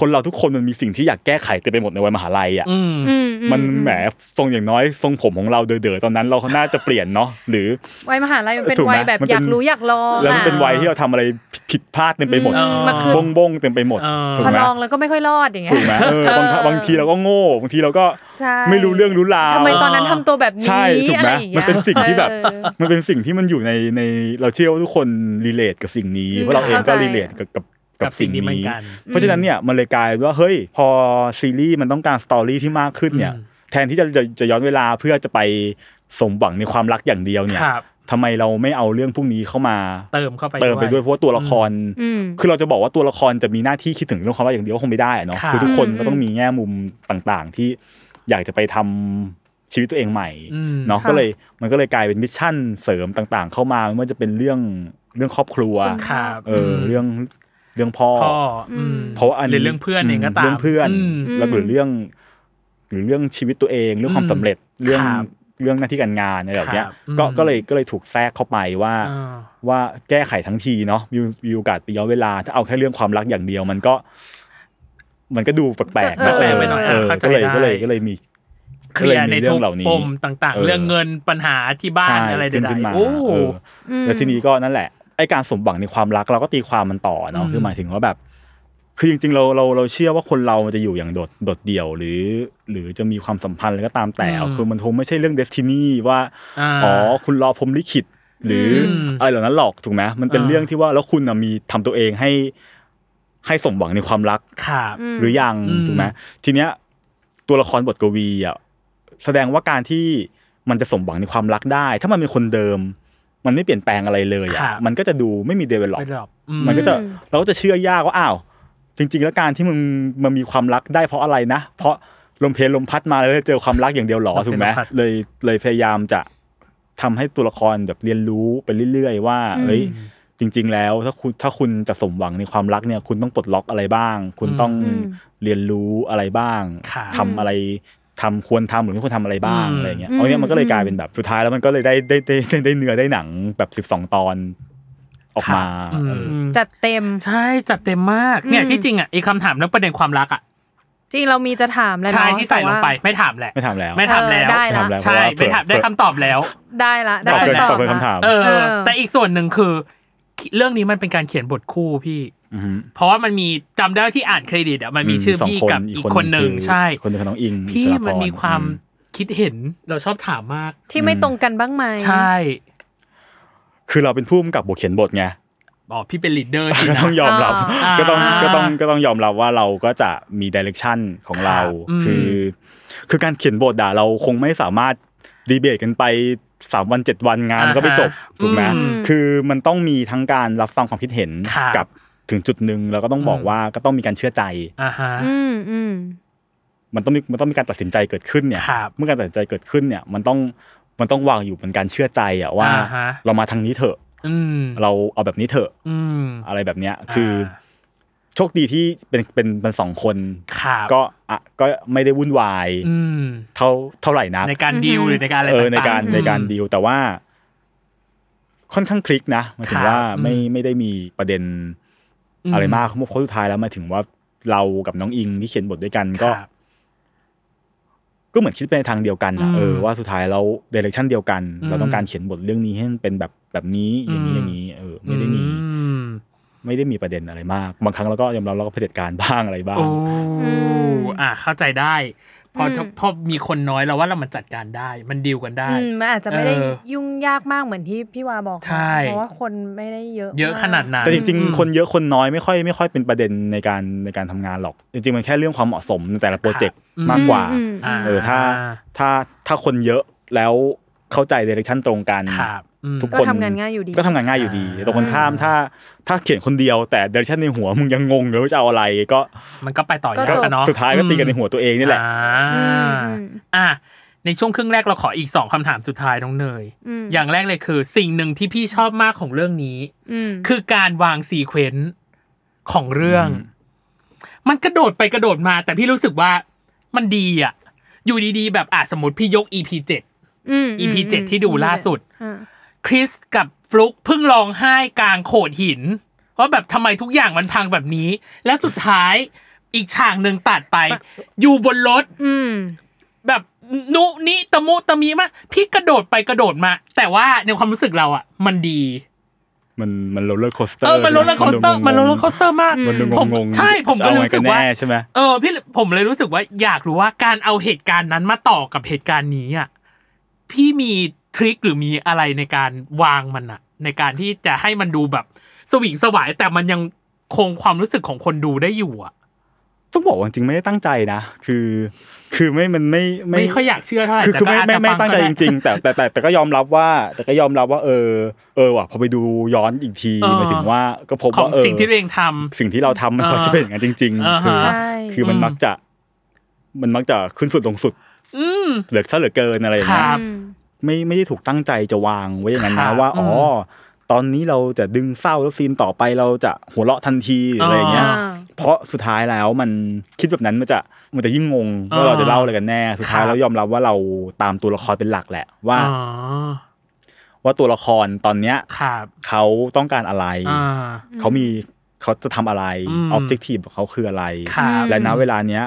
S3: คนเราทุกคนมันมีสิ่งที่อยากแก้ไขเต็มไปหมดในวัยมหาลัยอ่ะ
S2: อืม
S1: อือื
S3: มันแหมทรงอย่างน้อยทรงผมของเราเด๋อๆตอนนั้น เราน่าจะเปลี่ยนเนาะหรือ
S1: วัยมหาลัยมันเป็น
S3: ถูกไหม
S1: วัยแบบ
S3: มัน
S1: อ
S3: เป็น
S1: ยากรู้อยากลอง
S3: แล้วมัน
S1: อะ
S3: เป็นวัยที่เราทำอะไรผิดพลาดเต็มไปหมด
S2: เออ
S1: มันคือ
S3: บ้งบ้งๆเต็มไปหมด
S2: เออ
S3: ถูก
S1: พอ
S3: ไหม
S1: ลองแล้วก็ไม่ค่อยรอดอย่างเงี้
S3: ถู
S1: ย
S3: กไหมเออบางทีบางทีเราก็โง่บางทีเราก็
S1: ใช่
S3: ไม่รู้เรื่องรู้ราว
S1: ทำไมตอนนั้นทำตัวแบบนี้
S3: ใช่ถูกไหม
S1: อะรอย่างงี้ย
S3: มันเป็นสิ่งที่แบบ
S1: เออ
S3: มันเป็นสิ่งที่มันอยู่ในในเราเชื่อว่าทุกคนรีเลทกับสิ่งนี้
S1: อืม
S3: เพราะเราเองก็
S1: เข้าใจ
S3: รีเลทกับกับ
S2: กั
S3: กั
S2: บบ สิ่
S3: สิ่
S2: ง
S3: ง
S2: นี้เหมือน
S3: นี้
S2: กัน
S3: เพราะฉะนั้นเนี่ยมันเลยกลายเป็นว่าเฮ้ยพอซีรีส์มันต้องการสตอรี่ที่มากขึ้นเนี่ย
S2: อืม
S3: แทนที่จะจะจะย้อนเวลาเพื่อจะไปสมหวังในความรักอย่างเดียวเนี่ย
S2: ครับ
S3: ทำไมเราไม่เอาเรื่องพวกนี้เข้ามา
S2: เติมเข้าไป
S3: เติมไปด้วยเพราะว่าตัวละคร
S1: อืม
S3: คือเราจะบอกว่าตัวละครจะมีหน้าที่คิดถึงเรื่องความรักอย่างเดียวก็คงไม่ได้อะเนาะ
S2: ค่ะ
S3: คือทุกคน
S1: อืม
S3: ก็ต้องมีแง่มุมต่างๆ ที่อยากจะไปทำชีวิตตัวเองใหม่
S2: อืม
S3: เนาะ
S1: ค่ะ
S3: ก็เลยมันก็เลยกลายเป็นมิชชั่นเสริมต่างๆ เข้ามาไม่ว่าจะเป็นเรื่องเรื่องครอบครัว
S2: ครับ
S3: เอออเรื่องเรื่องพ่อ
S2: พ่ออืม
S3: เพราะว่าอัน
S2: หรือเรื่องเพื่อนเองก็ตาม
S3: เรื่องเพื่อน
S2: ม
S3: แล้วหรือเรื่อง หรือเรื่องชีวิตตัวเอง เรื่องความสำเร็จเรื่องเรื่องหน้าที่การงานอะไรแบบเนี้ย
S2: ครับอืม
S3: ก็ก็เลยก็เลยถูกแทรกเข้าไปว่า
S2: อ่า
S3: ว่าแก้ไขทั้งทีเนาะมีมีโอกาสไปย้อนเวลา ถ้าเอาแค่เรื่องความรักอย่างเดียวมันก็ มันก็ดูแปลกๆ
S1: เออแปลกไปหน่อย
S2: อ่ะเข้าใจ
S3: ก็
S2: ได้
S3: เลยก็เลยก็เลยมี
S2: เคลียร์ในทุกปมต่าง
S3: เอ
S2: ๆ
S3: อ
S2: เรื่องเงินปัญหาที่บ้าน
S3: ใช่
S2: อะไรใด
S3: ขึ้น
S2: ๆ
S3: มา
S2: โอ้
S3: เอออแล้วทีนี้ก็นั่นแหละไอการสมหวังในความรักเราก็ตีความมันต่อเนาะ
S2: อืม
S3: คือหมายถึงว่าแบบ คือจริงๆเราเราเราเชื่อว่าคนเรามันจะอยู่อย่างโดดโดดเดี่ยวหรือ หรือจะมีความสัมพันธ์อะไรก็ตามแต่คือมันคงไม่ใช่เรื่องเดสตินีว่า
S2: อ่า
S3: อ๋อ คุณรอพรหมลิขิต หรือ
S2: ม
S3: อะไรเหล่านั้นหรอกถูกไหมมันเป็น
S2: อ่า
S3: เรื่องที่ว่าแล้วคุณน่ะมีทำตัวเองให้ให้สมหวังในความรัก
S2: ครับ
S3: หรือยัง
S2: อืม
S3: ถูกไหมทีเนี้ยตัวละครบทกวีอ่ะแสดงว่าการที่มันจะสมหวังในความรักได้ ถ้ามันเป็นคนเดิม มันไม่เปลี่ยนแปลงอะไรเลยอ่ะมันก็จะดูไม่มีเดเวลลอ
S2: ไป
S3: ป
S2: หรอกอืม
S3: มันก็จะเราก็จะเชื่อยากว่าอ้าว จริง ๆ แล้วการที่มึงมันมีความรักได้เพราะอะไรนะ เพราะลมเพลลมพัดมาแล้วเจอความรักอย่างเดียวหรอ
S2: ลมเพล
S3: ถูกไหม
S2: ลมพัด
S3: เลยเลยพยายามจะทำให้ตัวละครแบบเรียนรู้ไปเรื่อยๆว่าเอ้ยจริง ๆ แล้วถ้าคุณถ้าคุณจะสมหวังในความรักเนี่ย คุณต้องปลดล็อกอะไรบ้าง คุณต้อง
S1: อืม
S3: เรียนรู้อะไรบ้าง
S2: ครับ
S3: ทำอะไรทำควรทำหรือไม่ควรทำอะไรบ้าง
S2: อืม
S3: อะไรเงี้ยเอาเนี้ยมันก็เลยกลายเป็นแบบสุดท้ายแล้วมันก็เลยได้ได้ได้ได้ได้เนื้อได้หนังแบบ12ตอนออกมา
S2: อืม
S3: เออ
S1: จัดเต็ม
S2: ใช่จัดเต็มมากเนี่ยที่จริงอ่ะไอ้คำถามเรื่องประเด็นความรักอ่ะ
S1: จริงเรามีจะถามแล้วเนอะ
S2: ใช่ที่ใส่ลงไปไม่ถามแหละ
S3: ไม่ถามแล้ว
S2: ไม่ถามแล้ว
S1: เออได้
S3: ไม่
S1: ละ
S3: ถามแล้ว
S2: ใช่ไม่ถามได้คำตอบแล้ว
S1: ได้ละ
S2: ต
S1: ได้
S2: อบเลย
S1: ละ
S3: ตอบเป็น
S1: ละ
S3: คำถาม
S2: เออ
S1: เออ
S2: แต่อีกส่วนหนึ่งคือ เรื่องนี้มันเป็นการเขียนบทคู่พี่
S3: อฮึ
S2: เพราะว่ามันมีจำได้ที่อ่านเครดิตอ่ะมันมีชื่อ
S3: สง
S2: พี่
S3: คน
S2: กับอีกคนหนึ่ง
S3: คือ
S2: ใช่
S3: คนหนึ่งคือน้องอิง
S2: พี่
S3: อิสรพร
S2: มันมีความ
S3: อื
S2: คิดเห็นเราชอบถามมาก
S1: ที่ไม่ตรงกันบ้างไหม
S2: ใช่
S3: คือเราเป็นผู้กำกับบทเขียนบทไง
S2: บอกพี่เป็นลีดเดอร์ที่
S3: ก็
S2: นะ
S3: ต้องยอมรับ
S2: อ่า
S3: ก็ต้องก็ต้องก็ต้องยอมรับว่าเราก็จะมีดิเรกชันของเรา
S2: อืม
S3: คือ คือการเขียนบทด่าเราคงไม่สามารถดีเบตกันไปสามวันเจ็ดวันงานก็ไม่จบถูกไหมคือมันต้องมีทั้งการรับฟังความคิดเห็น
S2: ครับ
S3: กับถึงจุดหนึ่งเราก็ต้องบอก
S2: อืม
S3: ว่าก็ต้องมีการเชื่อใจ
S2: อ่าฮะ
S1: อืมอืม
S3: มันต้องมีมันต้องมีการตัดสินใจเกิดขึ้นเนี่ย
S2: ครับ
S3: เมื่อการตัดสินใจเกิดขึ้นเนี่ย มันต้องมันต้องวางอยู่บนการเชื่อใจอะว่า
S2: อ่าฮะ
S3: เรามาทางนี้เถอะ
S2: อืม
S3: เราเอาแบบนี้เถอะ
S2: อืม
S3: อะไรแบบเนี้ย คืออา โชคดีที่เป็นเป็นเป็นสองคน
S2: ครับ
S3: ก็อ่ะก็ไม่ได้วุ่นวาย
S2: อืม
S3: เท่าเท่าไหร่นัก
S2: ในการดีลหรือในการอะไร
S3: เอ
S2: ต่า
S3: อง
S2: ๆ
S3: ในการในการดีลแต่ว่า ค่อนข้างคลิกนะหมายถึ
S2: ครั
S3: ง
S2: บ
S3: ว่า
S2: อืม
S3: ไม่ไม่ได้มีประเด็น
S2: ม
S3: อะไรมากเพราะสุดท้ายแล้วหมายถึงว่าเรากับน้องอิงที่เขียนบทด้วยกันก็
S2: ครับ
S3: ก็เหมือนคิดไปในทางเดียวกันนะ
S2: อืม
S3: เออว่าสุดท้ายเราเดเรคชั่นเดียวกัน
S2: อืม
S3: เราต้องการเขียนบทเรื่องนี้ให้มันเป็นแบบแบบนี้อย่างนี้
S2: อืม
S3: อย่างนี้เออไม่ได้มี
S2: อืม
S3: ไม่ได้มีประเด็นอะไรมาก บางครั้งเราก็ยอมรับเราก็เผด็จการบ้างอะไรบ้าง
S2: โอ้
S1: อืม
S2: อ่ะเข้าใจได้พออ
S1: ม
S2: ถ้าพอมีคนน้อยเราว่าเรามันจัดการได้ มันดีลกันได้
S1: อืมมันอาจจะไม่ได้
S2: เออ
S1: ยุ่งยากมากเหมือนที่พี่วาบอกนะ
S2: ใช่
S1: เพราะว่าคนไม่ได้เยอะ
S2: เยอะ
S1: มก
S2: ขนาดนั้น
S3: แต่จริง
S2: อืม
S3: ๆ คนเยอะคนน้อยไม่ค่อยไม่ค่อยเป็นประเด็นในการในการทำงานหรอก จริงๆ มันแค่เรื่องความเหมาะสมในแต่ละโปรเจกต์
S2: ค่ะ
S3: มากกว่า
S1: อืม
S2: อ่า
S3: เออถ้าถ้าถ้าคนเยอะแล้วเข้าใจเดเรคชั่นตรงกัน
S2: ครับอืม
S3: ทุก
S1: ก็
S3: คน
S1: ทำงานง่ายอยู่ดี
S3: ก็ทำงานง่ายอยู่ดี
S2: อ่า
S3: ตรงกันข้ามถ้าถ้าเขียนคนเดียวแต่เดเรคชั่นในหัวมึงยังงงเลยว่าจะเอาอะไรก็
S2: มันก็ไปต่อยา
S1: ก็
S2: ก
S1: จบ
S2: กันเนาะ
S3: สุดท้ายก็ตีกันในหัวตัวเองนี่แหละ
S2: อ่า
S1: อืมอืม
S2: อ่ะในช่วงครึ่งแรกเราขออีกสองคำถามสุดท้ายน้องเนย
S1: อืม
S2: อย่างแรกเลยคือสิ่งหนึ่งที่พี่ชอบมากของเรื่องนี้
S1: อืม
S2: คือการวางซีเควนต์ของเรื่อง
S3: อืม
S2: มันกระโดดไปกระโดดมา แต่พี่รู้สึกว่ามันดีอะอยู่ดีๆ แบบอ่ะสมมติพี่ยก EP 7 EP 7ที่ดูล่าสุด
S1: อ่า
S2: คริสกับฟลุกเพิ่งร้องไห้กลางโขดหินว่าแบบทำไมทุกอย่างมันพังแบบนี้ และสุดท้ายอีกฉากหนึ่งตัดไป อยู่บนรถ
S1: อืม
S2: แบบนุนิตะมุตะมีมากพี่กระโดดไปกระโดดมา แต่ว่าในความรู้สึกเราอะมันดี
S3: มันมันโรลเลอร์โคสเตอ
S2: เอ
S3: ร์
S2: อมันโรลเลอร์โคสเตอร์มันโรลเลอร์โคสเตอร์มาก
S3: มันดู
S2: ผม
S3: งงๆ
S2: ใช่ผม
S3: จะ
S2: ก็
S3: เอา
S2: เลย
S3: ไง
S2: รู้
S3: กั
S2: สึ
S3: น
S2: กว่า
S3: แน่ใช่ไหม
S2: เออพี่ผมเลยรู้สึกว่าอยากรู้ว่าการเอาเหตุการณ์นั้นมาต่อกับเหตุการณ์นี้อ่ะพี่มีทริคหรือมีอะไรในการวางมันอ่ะ ในการที่จะให้มันดูแบบสวิงสวายแต่มันยังคงความรู้สึกของคนดูได้อยู่อ่ะ
S3: ต้องบอกว่าจริงๆไม่ได้ตั้งใจนะ คือ คือไม่มันไม่
S2: ไม่ค่อยอยากเชื่อเท่าไหร่
S3: คือ
S2: แต่
S3: คือ
S2: ก็
S3: ไม่
S2: อาจ
S3: ไม่
S2: จะ
S3: ไม่
S2: ฟัง
S3: ตั้งใจ
S2: ก็ได้
S3: จริง ๆ แต่แต่แต่แต่ก็ยอมรับว่า แต่ก็ยอมรับว่า เออ เออว่ะพอไปดูย้อนอีกที
S2: เออ
S3: หมายถึงว่าก็พบ
S2: ของ
S3: ว่าเออ
S2: สิ่งที่ตัวเองทำ
S3: สิ่งที่เราทำมัน
S2: เออ
S3: มักจะเป็นอย่างนั้นจริง
S2: อ่าฮะ
S3: ๆคือ
S1: ใช่
S3: คือมันมักจะ มันมักจะขึ้นสุดลงสุด
S2: อืม
S3: เหลือซะเหลือเกินอะไรอย่าง
S2: ค
S3: เงี้
S2: รั
S3: ย
S2: บ
S3: ไม่ไม่ได้ถูกตั้งใจจะวางไว้อย่างนั้น
S2: ครั
S3: นะ
S2: บ
S3: ว่าอ๋ออ
S2: ม
S3: ตอนนี้เราจะดึงเศร้าแล้วซีนต่อไปเราจะหัวเราะทันทีหรืออะไรอย่างเงี้ย
S2: อ่า
S3: เพราะสุดท้ายแล้วมันคิดแบบนั้นมันจะมันจะยิ่งงง
S2: อ่า
S3: ว่าเราจะเล่าอะไรกันแน่สุดท้า
S2: ค
S3: ย
S2: รับ
S3: แล้วยอมรับว่าเราตามตัวละครเป็นหลักแหละ ว่า
S2: อ๋อ
S3: ว่าตัวละครตอนเนี้ย
S2: ครับ
S3: เขาต้องการอะไร
S2: อ่า
S3: เขามีเขาจะทำอะไร
S2: อืม
S3: ออบเจกตีฟของเขาคืออะไร
S2: ครับ
S3: และณเวลาเนี้ย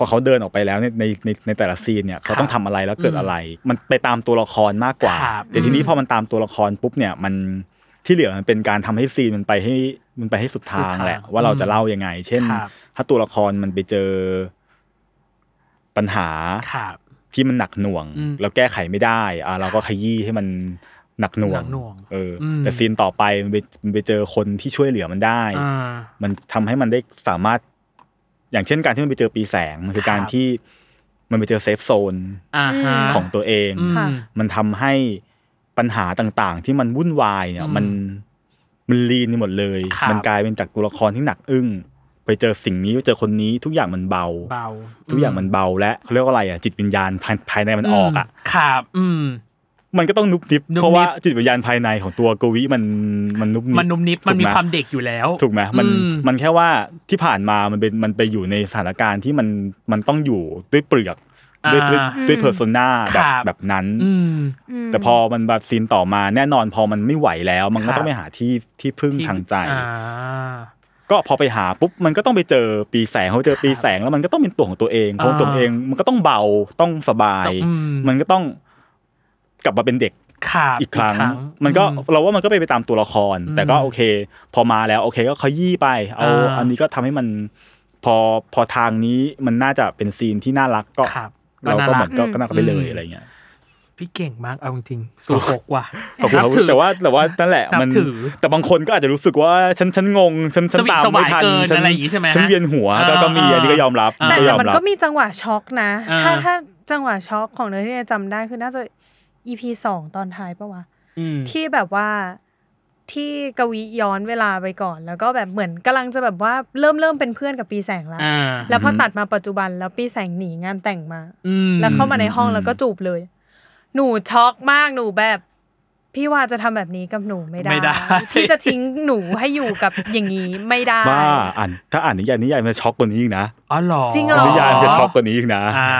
S3: พอเขาเดินออกไปแล้วในในในในแต่ละซีนเนี่ยเขาต้อง
S2: ครั
S3: ทำ
S2: บ
S3: อะไรแล้วเกิดอะไร มันไปตามตัวละครมากกว่า
S2: ครับ
S3: แต่ทีนี้พอมันตามตัวละครปุ๊บเนี่ยมันที่เหลือมันเป็นการทำให้ซีนมันไปให้มันไปให้สุดทางแหละ
S2: สุดทาง
S3: ว่าเราจะเล่ายังไง เช่น
S2: ครับ
S3: ถ้าตัวละครมันไปเจอปัญหา
S2: ครับ
S3: ที่มันหนักหน่วง
S2: อืม
S3: เราแก้ไขไม่ได้อ่ะเราก็ขยี้ให้มันหนักหน่ว
S2: หนั
S3: ง
S2: กหน่วง
S3: เอออ
S2: ม
S3: แต่ซีนต่อไปมันไปมันไปเจอคนที่ช่วยเหลือมันได้
S2: อ่า
S3: มันทำให้มันได้สามารถ อย่างเช่นการที่มันไปเจอปีแสง มันคือการ
S2: ครับ
S3: ที่มันไปเจอเซฟโซน
S2: อ่าฮะ
S3: ของตัวเอง
S2: อืม
S1: ค่ะ
S3: มันทำให้ปัญหาต่างๆ ที่มันวุ่นวายเนี่ย
S2: อืม
S3: มันมันลีนไปหมดเลย
S2: ครับ
S3: มันกลายเป็นจากตัวละครที่หนักอึ้ง ไปเจอสิ่งนี้ไปเจอคนนี้ทุกอย่างมันเบา
S2: เบา
S3: ทุกอย่างมันเบาและเขาเรียกว่าอะไรอ่ะจิตวิญญาณภายภายในมันออกอ่ะ
S2: ครับ อืม
S3: มันก็ต้องนุบนิบ
S2: นุบนิบ
S3: เพราะว่าจิตวิญญาณภายในของตัวโกวิมันมันนุบนิบ
S2: มันนุ่มนิบมันมี
S3: ถูกไห
S2: ความเด็กอยู่แล้ว
S3: ถูกไหมมัน
S2: อื
S3: มันแค่ว่าที่ผ่านมามันเป็นมันไปอยู่ในสถานการณ์ที่มันมันต้องอยู่ด้วยเปลือกด้วยด้วย
S2: อ่า
S3: ด้วยเพอร์โซนาแบบ
S2: ครับ
S3: แบบนั้น
S2: อืม
S3: แต่พอมันแบบซีนต่อมาแน่นอนพอมันไม่ไหวแล้ว มัน
S2: ครั
S3: ก็
S2: บ
S3: ต้องไปหาที่ที่พึ่งทางใจ
S2: อ่า
S3: ก็พอไปหาปุ๊บมันก็ต้องไปเจอปีแสงเขาเจอปีแสงแล้วมันก็ต้องเป็นตัวของตัวเองเพราะ
S2: อ่า
S3: ตัวเองมันก็ต้องเบาต้องสบาย
S2: ต้องอืม
S3: มันก็ต้องกลับมาเป็นเด็ก
S2: ครับ
S3: อีกครั้ง
S2: มั
S3: มัน น
S2: ก็
S3: ก็เราว่ามันก็ไปนไปตามตัวละคร แต่ก็โอเค พอมาแล้วโอเคก็ขยี้ไป เอา
S2: อ่า
S3: อันนี้ก็ทำให้มันพอพอทางนี้มันน่าจะเป็นซีนที่น่ารักก็
S2: ครับ
S3: เราก็เหมือนก็
S2: รั
S3: ก็น่ารักไปเล
S2: อื
S3: ย
S2: ม
S3: อะไรเงี้ย
S2: พี่เก่งมากเอาจริงๆสูหกว่ะ
S3: ขอบคุณครับ
S2: นัถือ
S3: แต่ว่าแต่ว่านั่นแหละ
S2: นับ
S3: มัน
S2: ถือ
S3: แต่บางคนก็อาจจะรู้สึกว่าฉันฉันงงฉันฉัน
S2: สวิง
S3: ตามไม่ทั
S2: สวาย
S3: น
S2: เกิน
S3: ฉั
S2: อะไรอย่างงี้ใช่ไหมฮะ
S3: ฉันเวียนหัวก็
S2: อ่า
S3: ก็มี
S2: อ่า
S3: อันนี้ก็ยอมรับ
S1: แต่
S3: ก็ย
S1: แต่
S3: อม
S1: มัน
S3: รับ
S1: ก็มีจังหวะช็อกนะ
S2: อ่า
S1: ถ้าถ้าจังหวะช็อกของเรื่องที่จำได้คือน่าจะ EP สองตอนท้ายปะวะ
S2: อืม
S1: ที่แบบว่าที่กวีย้อนเวลาไปก่อน แล้วก็แบบเหมือนกำลังจะแบบว่าเริ่มเริ่มเป็นเพื่อนกับปีแสงแล้ว
S2: อ่า
S1: แล้วพอตัดมาปัจจุบันแล้วปีแสงหนีงานแต่งมา
S2: อืม
S1: แล้วเข้ามาในห้องแล้วก็จูบเลย หนูช็อกมากหนูแบบ พ พี่วาจะทำแบบนี้กับหนูไม่ได้
S2: ไม่ได้
S1: พี่จะทิ้งหนูให้อยู่กับอย่างนี้ไม่ได้
S3: ว่าอ่านถ้าอ่านนิยายนิยายมันจะช็อกกว่านี้อีกนะ
S2: อ๋อเหรอ
S1: จริงเหรอ
S3: นิยายมันจะช็อกกว่านี้อีกนะ
S2: อ่า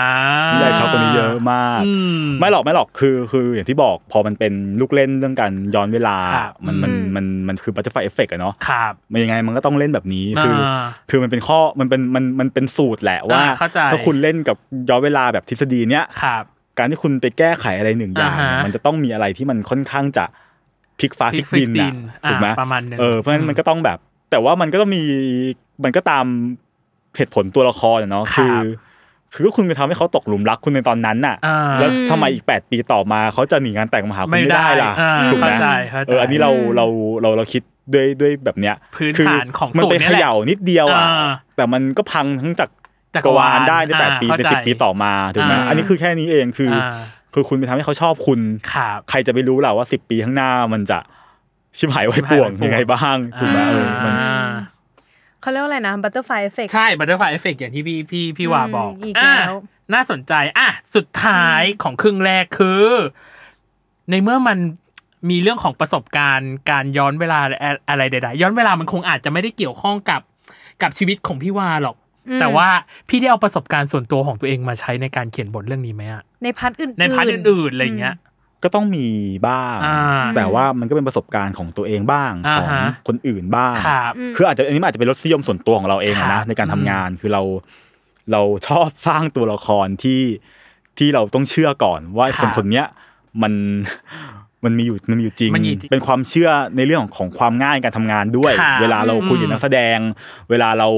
S3: นิยายช็อกกว่านี้เยอะมาก
S2: อืม
S3: ไม่หรอกไม่หรอกคือคืออย่างที่บอกพอมันเป็นลูกเล่นเรื่องการย้อนเวลา
S2: ครับ
S3: มันมัน
S1: อืม
S3: มันมันคือบัตเตอร์ไฟเอฟเฟกอะเนาะ
S2: ครับ
S3: มันยังไงมันก็ต้องเล่นแบบนี้คืออา คือมันเป็นข้อมันเป็นมันมันเป็นสูตรแหละว่า
S2: อ่าเข้าใจ
S3: ถ้าคุณเล่นกับย้อนเวลาแบบทฤษฎีเนี้ย
S2: ครับ
S3: การที่คุณไปแก้ไขอะไรหนึ่งอย่างเนี่ย
S2: อ่าฮะ
S3: มันจะต้องมีอะไรที่มันค่อนข้างจะพลิกฟ้าพ
S2: พลิ
S3: ลิ
S2: ก
S3: กดิน
S2: พลิกดิ
S3: นะ
S2: น
S3: ถูกไหม
S2: อ่าประมาณหนึ่ง
S3: เออเพราะฉะนั้น
S2: อืม
S3: มันก็ต้องแบบ แต่ว่ามันก็ต้องมีมันก็ตามเหตุผลตัวละครอะเนาะ
S2: ครับ
S3: คือ คือคุณไปทำให้เขาตกหลุมรักคุณในตอนนั้นน่ะ
S2: อ่า
S3: แล้วทำไมอีก 8 ปีต่อมาเขาจะหนีงานแต่งมาหาคุณไม่ได้ล่ะ
S2: อ่า
S3: ถูกไหม
S2: เข้าใจเข้าใจ
S3: เอออันนี้เรา
S1: อืม
S3: เราเราเราคิดด้วยด้วยแบบเนี้ย
S2: พื้น
S3: คื
S2: ฐานของ
S3: มัน
S2: สูตร
S3: ไป
S2: เนี่ย
S3: เขย่านิดเดียวอ่ะ
S2: อ่า
S3: แต่มันก็พังทั้งจาก
S2: จัก
S3: กวาว
S2: รา
S3: ล
S2: ล
S3: ได้ในแปด
S2: อ่า
S3: ปี
S2: เข้า
S3: ใน
S2: ใจ
S3: สิบปีต่อมาถูกไหม
S2: อ่า
S3: อันนี้คือแค่นี้เองคือ คือคุณไปทำให้เขาชอบคุณ
S2: ครับ
S3: ใครจะไปรู้ล่ะว่าสิบปีข้างหน้ามันจะชิบหายไว้ป่วง
S2: ชิบหายไว้ป่วง
S3: ยังไงบ้างถูกไหมเออมัน
S2: อ่า
S1: เขาเรียกว่าอะไรนะบัตเตอร์ไฟเอฟเฟก
S2: ใช่บัตเตอร์ไฟเอฟเฟกอย่างที่พี่พี่พี่วาบอก
S1: อืมอีกแล้ว
S2: ะน่าสนใจอ่ะสุดท้ายของครึ่งแรกคือ ในเมื่อมันมีเรื่องของประสบการณ์การย้อนเวลาอะอะไรใดๆย้อนเวลามันคงอาจจะไม่ได้เกี่ยวข้องกับกับชีวิตของพี่วาหรอก แต่ว่าพี่ได้เอาประสบการณ์ส่วนตัวของตัวเองมาใช้ในการเขียนบทเรื่องนี้ไหมอะ
S1: ในพาร์ทอื่นๆ
S2: ในพาร์ทอื่นๆอะไรอย่างเงี้ย
S3: ก็ต้องมีบ้าง
S2: อ่า
S3: แต่ว่ามันก็เป็นประสบการณ์ของตัวเองบ้าง
S2: อ่า
S3: ของ
S2: ฮะ
S3: คนอื่นบ้าง
S2: ครับ
S3: คืออาจจะอันนี้มันอาจจะเป็นรสนิยมส่วนตัวของเราเองอะ
S2: ครั
S3: นะ
S2: บ
S3: ในการทำงานคือเราเราชอบสร้างตัวละครที่ที่เราต้องเชื่อก่อนว่า
S2: ค
S3: ค
S2: รั
S3: น
S2: บ
S3: คนเนี้ยมันมันมีอยู่มันมีอยู่จริง
S2: มันมีอยู่จริง
S3: เป็นความเชื่อในเรื่องของของความง่ายในการทำงานด้วย
S2: ครับ
S3: เวลาเราคุยกับนักแสดง เวลาเรา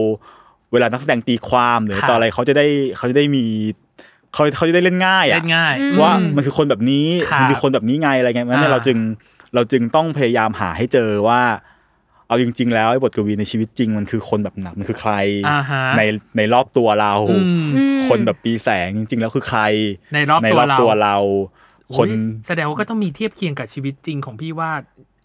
S3: เวลานักแสดงตีความหรือ
S2: ครับ
S3: ตอนอะไรเขาจะได้เขาจะได้มีเขาเขาจะได้เล่นง่าย
S2: เล่
S3: อะ
S2: นง่าย
S3: ว่ามันคือคนแบบนี้
S2: ครับ
S3: มันคือคนแบบนี้ไงอะไรเงี้ยงั้นเนี่ย
S2: อ่า
S3: เราจึงเราจึงต้องพยายามหาให้เจอว่า เอาจริง ๆ แล้วไอ้บทกวีในชีวิตจริงมันคือคนแบบหนักมันคือใคร
S2: อ่าฮะ
S3: ในในรอบตัวเรา
S2: อืม
S3: คนแบบปีแสงจริง ๆ แล้วคือใคร
S2: ในรอบตัวเรา
S3: ตัวเรา คน
S2: อุ๊ยแสดงว่าก็ต้องมีเทียบเคียงกับชีวิตจริงของพี่ว่า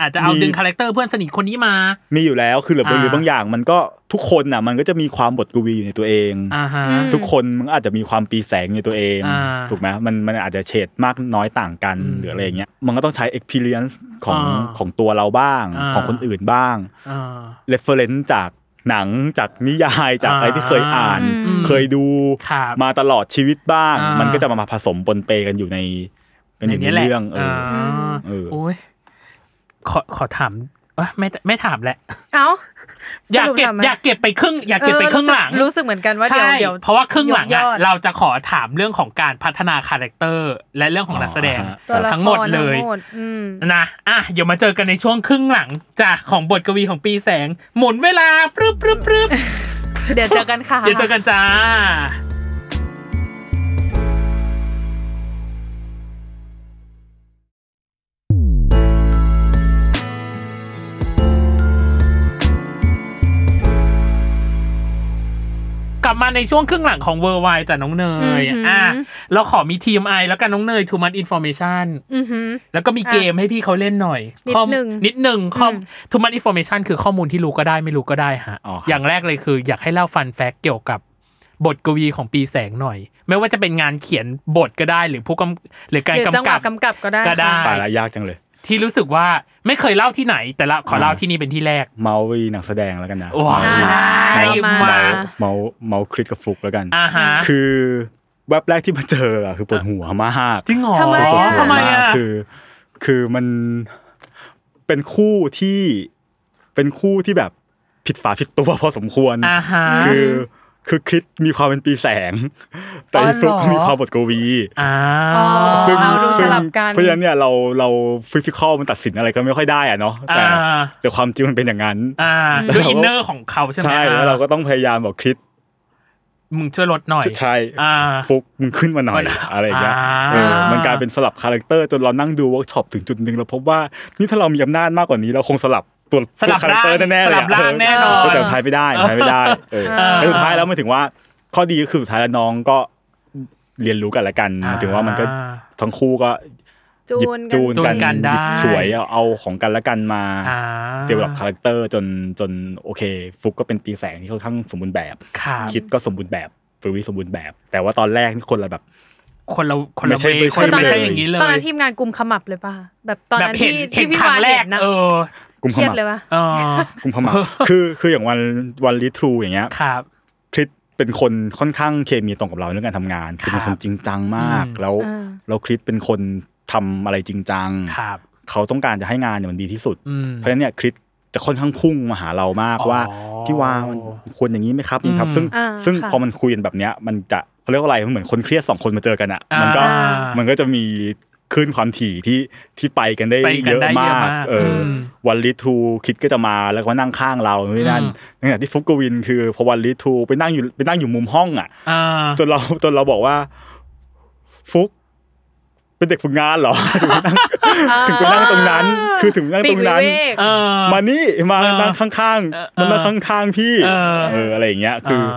S2: อาจจะเอา
S3: มี
S2: ดึงคาแรคเตอร์เพื่อนสนิทคนนี้มา
S3: มีอยู่แล้วคือหรือ
S2: อ่า
S3: หรือบางอย่าง มันก็ทุกคนน่ะ มันก็จะมีความบทกวีอยู่ในตัวเอง
S2: อ่าฮะ
S3: ทุกคนมันก็อาจจะมีความปีแสงในตัวเอง
S2: อ่า
S3: ถูกไหมมันมันอาจจะเฉดมากน้อยต่างกัน
S2: อืม
S3: หรืออะไรอย่างเงี้ยมันก็ต้องใช้ experience ของ
S2: อ่า
S3: ของตัวเราบ้าง
S2: อ่า
S3: ของคนอื่นบ้าง
S2: อ่า
S3: reference จากหนังจากนิยายจากอะไรที่เคยอ่าน
S2: อืม
S3: เคยดู
S2: ครับ
S3: มาตลอดชีวิตบ้าง
S2: อ่ามั
S3: มันก็จะมาผสมปนเปกันอยู่ในกันอยู่ในเรื่องเอ
S2: ในนี้
S3: อ
S2: แหละา
S3: เออ
S2: โอ้ยขอขอถามเอ้ยไม่ไม่ถามแหละ
S1: เอ้า
S2: อยากเก็บ
S1: สรุปทำไม
S2: อยากเก็บไปครึ่ง อยากเก็บไปครึ่งหลัง
S1: เออรู้สึกรู้สึกเหมือนกันว่าเดี๋ยว
S2: ใช่
S1: เดี๋ยว
S2: เพราะว่าครึ่งหลัง
S1: ย
S2: อะ
S1: อด
S2: เราจะขอถามเรื่องของการพัฒนาคาแรคเตอร์ และเรื่องของนักแสดง
S3: อ๋อฮะ
S1: ตัวละคร
S2: ทั้งหมดเลย
S1: ทั้งหมดอืม
S2: นะ อ่ะ เดี๋ยวมาเจอกันในช่วงครึ่งหลังจากของบทกวีของปีแสง หมุนเวลาปรึบปรึบปรึบ
S1: เดี๋ยวเจอกันค่ะ
S2: เดี๋ยวเจอกันจ้า กลับมาในช่วงครึ่งหลังของเวอร์ไวจากน้องเนย
S1: อือหืออ่
S2: อ่ะ เราขอมี TMI แล้วกันน้องเนย Too Much Information
S1: อือหือ
S2: แล้วก็มีเกมให้พี่เขาเล่นหน่อย
S1: นิด
S2: ข้อม
S1: หนึ่ง
S2: นิดหนึ่งข้อม
S1: อืม
S2: ทุมันอินโฟเมชันคือข้อมูลที่รู้ก็ได้ไม่รู้ก็ได้ฮะ
S3: อ๋อครับ
S2: อย่างแรกเลยคือ อยากให้เล่าฟันแฟกเกี่ยวกับบทกวีของปีแสงหน่อย ไม่ว่าจะเป็นงานเขียนบทก็ได้หรือผู้กำหรือการ
S1: หรือจังห
S2: กำ
S1: วะ
S2: กับ
S1: กำกับก็ได้
S2: ก็ได้
S1: ค่ะ
S3: ตายละยากจังเลย
S2: ที่รู้สึกว่าไม่เคยเล่าที่ไหน แต่ละขอเล่าที่นี่เป็นที่แรก
S3: เมาวีหนังแสดงแล้วกันนะ
S2: ว้าย
S3: เมา
S1: มา
S3: เมาเมาเมาคริสกับฟลุกแล้วกัน
S2: อ่าฮะ
S3: คือแว็บแรกที่มาเจออะคือปวดหัวมาก
S2: จริงเหรอ
S1: ทำไม
S3: ปวด
S1: อะ
S3: หัว
S2: ทำไม
S3: มาก
S2: อ่ะ
S3: คือ คือมันเป็นคู่ที่เป็นคู่ที่แบบผิดฝาผิดตัวพอสมควร
S2: อ่าฮะ
S3: คือคือคริสมีความเป็นปีแสง แต่
S2: อ๋อ
S3: ฟลุก
S2: เหรอ
S3: มีความบทกวี
S2: อ่า
S3: ซึ่ง
S1: เอาดูส
S3: ซึ่ง
S1: ลับกัน
S3: เพราะฉะนั้นเนี่ยเราเราฟิสิกอลมันตัดสินอะไรก็ไม่ค่อยได้อะเนาะแต่
S2: อ่า
S3: แต่ความจริงมันเป็นอย่างนั้น
S2: อ่าด้วยอินเนอร์ของเขาใช่ไหม
S3: ใช่แล้วเราก็ต้องพยายามบอกคริส
S2: มึงช่วยลดหน่อย
S3: ใช่
S2: อ่า
S3: ฟุกมึงขึ้นมาหน่อย
S2: มัน
S3: อะไรอย่างเงี้ย
S2: อ่า
S3: เออมันกลายเป็นสลับคาแรคเตอร์จนเรานั่งดูเวิร์กช็อปถึงจุดหนึ่งเราพบว่านี่ถ้าเรามีอำนาจมากกว่านี้เราคงสลับตัว
S2: สลับ
S3: ตัวคาแร
S2: ร่า
S3: ค
S2: ง
S3: เตอร์แน่ๆ
S2: ส
S3: เลย
S2: ลับ
S3: อะ
S2: ร่างแน่นอน
S3: เออแต่ท้ายไม่ได้ท้ายไม่ได้เออแต่สุดท้ายแล้วมันถึงว่าข้อดีก็คือสุดท้ายแล้วน้องก็เรียนรู้กันละกันหมายถึงว่ามันก็
S2: อ่า
S3: ทั้งคู่ก็
S1: จู
S3: หยิบ
S1: น
S3: จูน
S1: กัน
S2: จูนกั
S3: กัน
S2: นได้
S3: หยิบฉวยเอาเอาของกันละกันมา
S2: อ่า
S3: เดเวลลอปคาแรคเตอร์จนจนโอเคฟุกก็เป็นปีแสงที่ค่อนข้างสมบูรณ์แบบ
S2: ครับ
S3: คิดก็สมบูรณ์แบบฟรุวิสมบูรณ์แบบ แต่ว่าตอนแรกนี่คนละแบบ
S2: คนละคนละ
S3: ไม่ใช่
S2: เว
S3: ไม่ใช่
S2: คนละไม่ใช่
S3: เลย
S2: อย่างนี้เลย
S1: ตอนนั้นทีมงานกลุ่มขมับเลยป่ะแบบตอน
S2: แบบ
S1: นั้น
S2: เห็น
S1: ที่
S2: เห็
S1: ที่
S2: น
S1: พี่
S2: ครั้
S1: วาง
S2: แร
S1: เห็
S2: ก
S1: นนะ
S2: เออ
S3: กุม
S1: เค
S3: ข
S1: รียด
S3: มับ
S1: เลยป่ะ
S2: เออ
S3: กุมขมับ คือคืออย่างวันวันลิทรูอย่างเงี้ย
S2: ครับ
S3: คริสเป็นคนค่อนข้างเคมีตรงกับเราเรื่องการทำงานคือเป็น
S2: ค
S3: ครับ นจริงจังมาก
S2: อืม
S3: แล้วแล้วคริสเป็นคนทำอะไรจริงจัง
S2: ครับ
S3: เขาต้องการจะให้งานเนี่ยมันดีที่สุด
S2: อืม
S3: เพราะฉะนั้นเนี่ยคริสจะค่อนข้างพุ่งมาหาเรามาก
S2: อ๋อ
S3: ว่าพี่วามันควรอย่างนี้ไหมครับนี่ครับ
S2: อืม
S3: ซึ่ง
S1: อ่า
S3: ซึ่ง
S1: ค่ะ
S3: พอมันคุยกันแบบเนี้ย มันจะเขาเรียกว่าอะไรมันเหมือนคนเครียดสองคนมาเจอกันอ่ะ
S2: อ่ามั
S3: มันก็
S2: อ่ามั
S3: มันก็จะมีคลื่นความถี่ที่ที่ไปกันได้
S2: ไปกัน
S3: เยอะ
S2: ได้เยอะ
S3: มาม
S2: ากก
S3: เอออ
S2: ม
S3: วันลิทูคิดก็จะมาแล้วก็นั่งข้างเรานี่นั่น
S2: อืม
S3: ในขณะที่ฟุกกวินคือพอวันลิทูไปนั่งอยู่ไปนั่งอยู่มุมห้องอ่ะ
S2: อ่า
S3: จนเราจนเราบอกว่า ฟุก เป็นเด็กฝึกงานเหรอ ถึงไปนั่งตรงนั้น คือถึงไปนั่ง
S1: ปี
S3: ต
S1: ก
S3: รง
S1: วิ
S3: นั้น
S1: เวก
S2: เออ
S3: มานี่มา
S2: เออ
S3: นั่งข้าง
S2: เออ
S3: ๆมานั่งข้างๆพี่
S2: เออ
S3: เอออะไรอย่างเงี้ย คืออ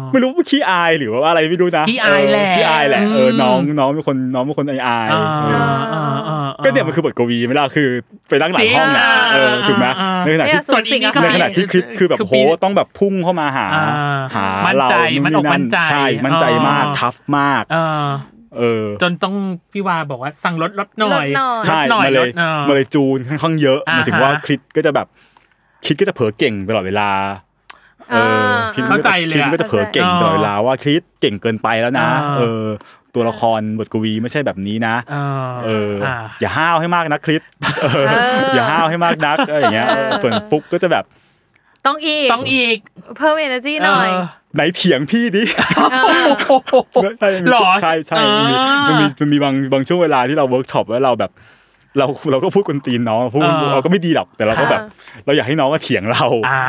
S2: อ
S3: ไม่รู้ว่าขี้อายหรือว่าอะไรไม่รู้นะ
S2: ขี้อายแหละ
S3: เขี้อายแหละเออ
S2: ม
S3: น้องน้องเป็นคนน้องเป็นคนอายอายๆ
S2: อ่า
S3: เออ
S2: อ่าอ่าอ่า
S3: ก็เนี่ยมันคือบทกวีไม่ล่ะคือ ไปนั่งหลังห้องนะ
S2: จริง
S3: เออถูกไหม
S2: อ่า
S3: ในขณะที่
S1: เนี่ย
S2: ส่วนอีกนี่ก็
S3: ใน
S2: มี
S3: ขณะที่คลิปคือแบบโหต้องแบบพุ่งเข้ามาหา
S2: อ่า
S3: หา
S2: มั่น
S3: เรา
S2: ใจมันออก
S3: นี่
S2: มั่นใจ
S3: ใช่มั่นใจมาก
S2: อ่า
S3: ทัฟมาก
S2: เออ
S3: เออ
S2: จนต้องพี่วาบอกว่าสั่งลดลดหน่อย
S1: ลดหน่อย
S3: ใช่
S2: หน่อย
S3: มาเลย
S2: ลดเออ
S3: มาเลยจูนค่อนข้างเยอะ
S2: อ่า
S3: หมายถึงว่า
S2: ฮะ
S3: คริสก็จะแบบคริสก็จะเผลอเก่งตลอดเวลา เออคริสก็
S2: เข้าใจเลยอะ
S3: คริสก็จะเผลอเก่งตลอดเวลาว่าคริสเก่งเกินไปแล้วนะ
S2: อ่า
S3: เออ ตัวละครบทกวีไม่ใช่แบบนี้นะ
S2: เออ
S3: เอออา อย่าห้าวให้มากนะคริส เออ อย่าห้าวให้มากนักอะไรอย่างเงี้ย ส่วนฟุกก็จะแบบ
S1: ต้องอีก
S2: ต้องอีก
S1: เพิ่ม energy หน่อย
S2: เ
S3: ไหนเถียงพี่ดิ
S2: โอ้โห
S3: ใช่มันมี
S2: หรอ
S3: ใช่ใช่
S2: อ่ามั
S3: มันมีมันมีบางบางช่วงเวลาที่เราเวิร์กช็อปแล้วเราแบบ เราเราก็พูดกวนตีนน้องพูด
S2: อ่า
S3: เราก็ไม่ดีหรอกแต่เราก็
S1: ค่ะ
S3: แบบ เราอยากให้น้องก็เถียงเรา
S2: อ่า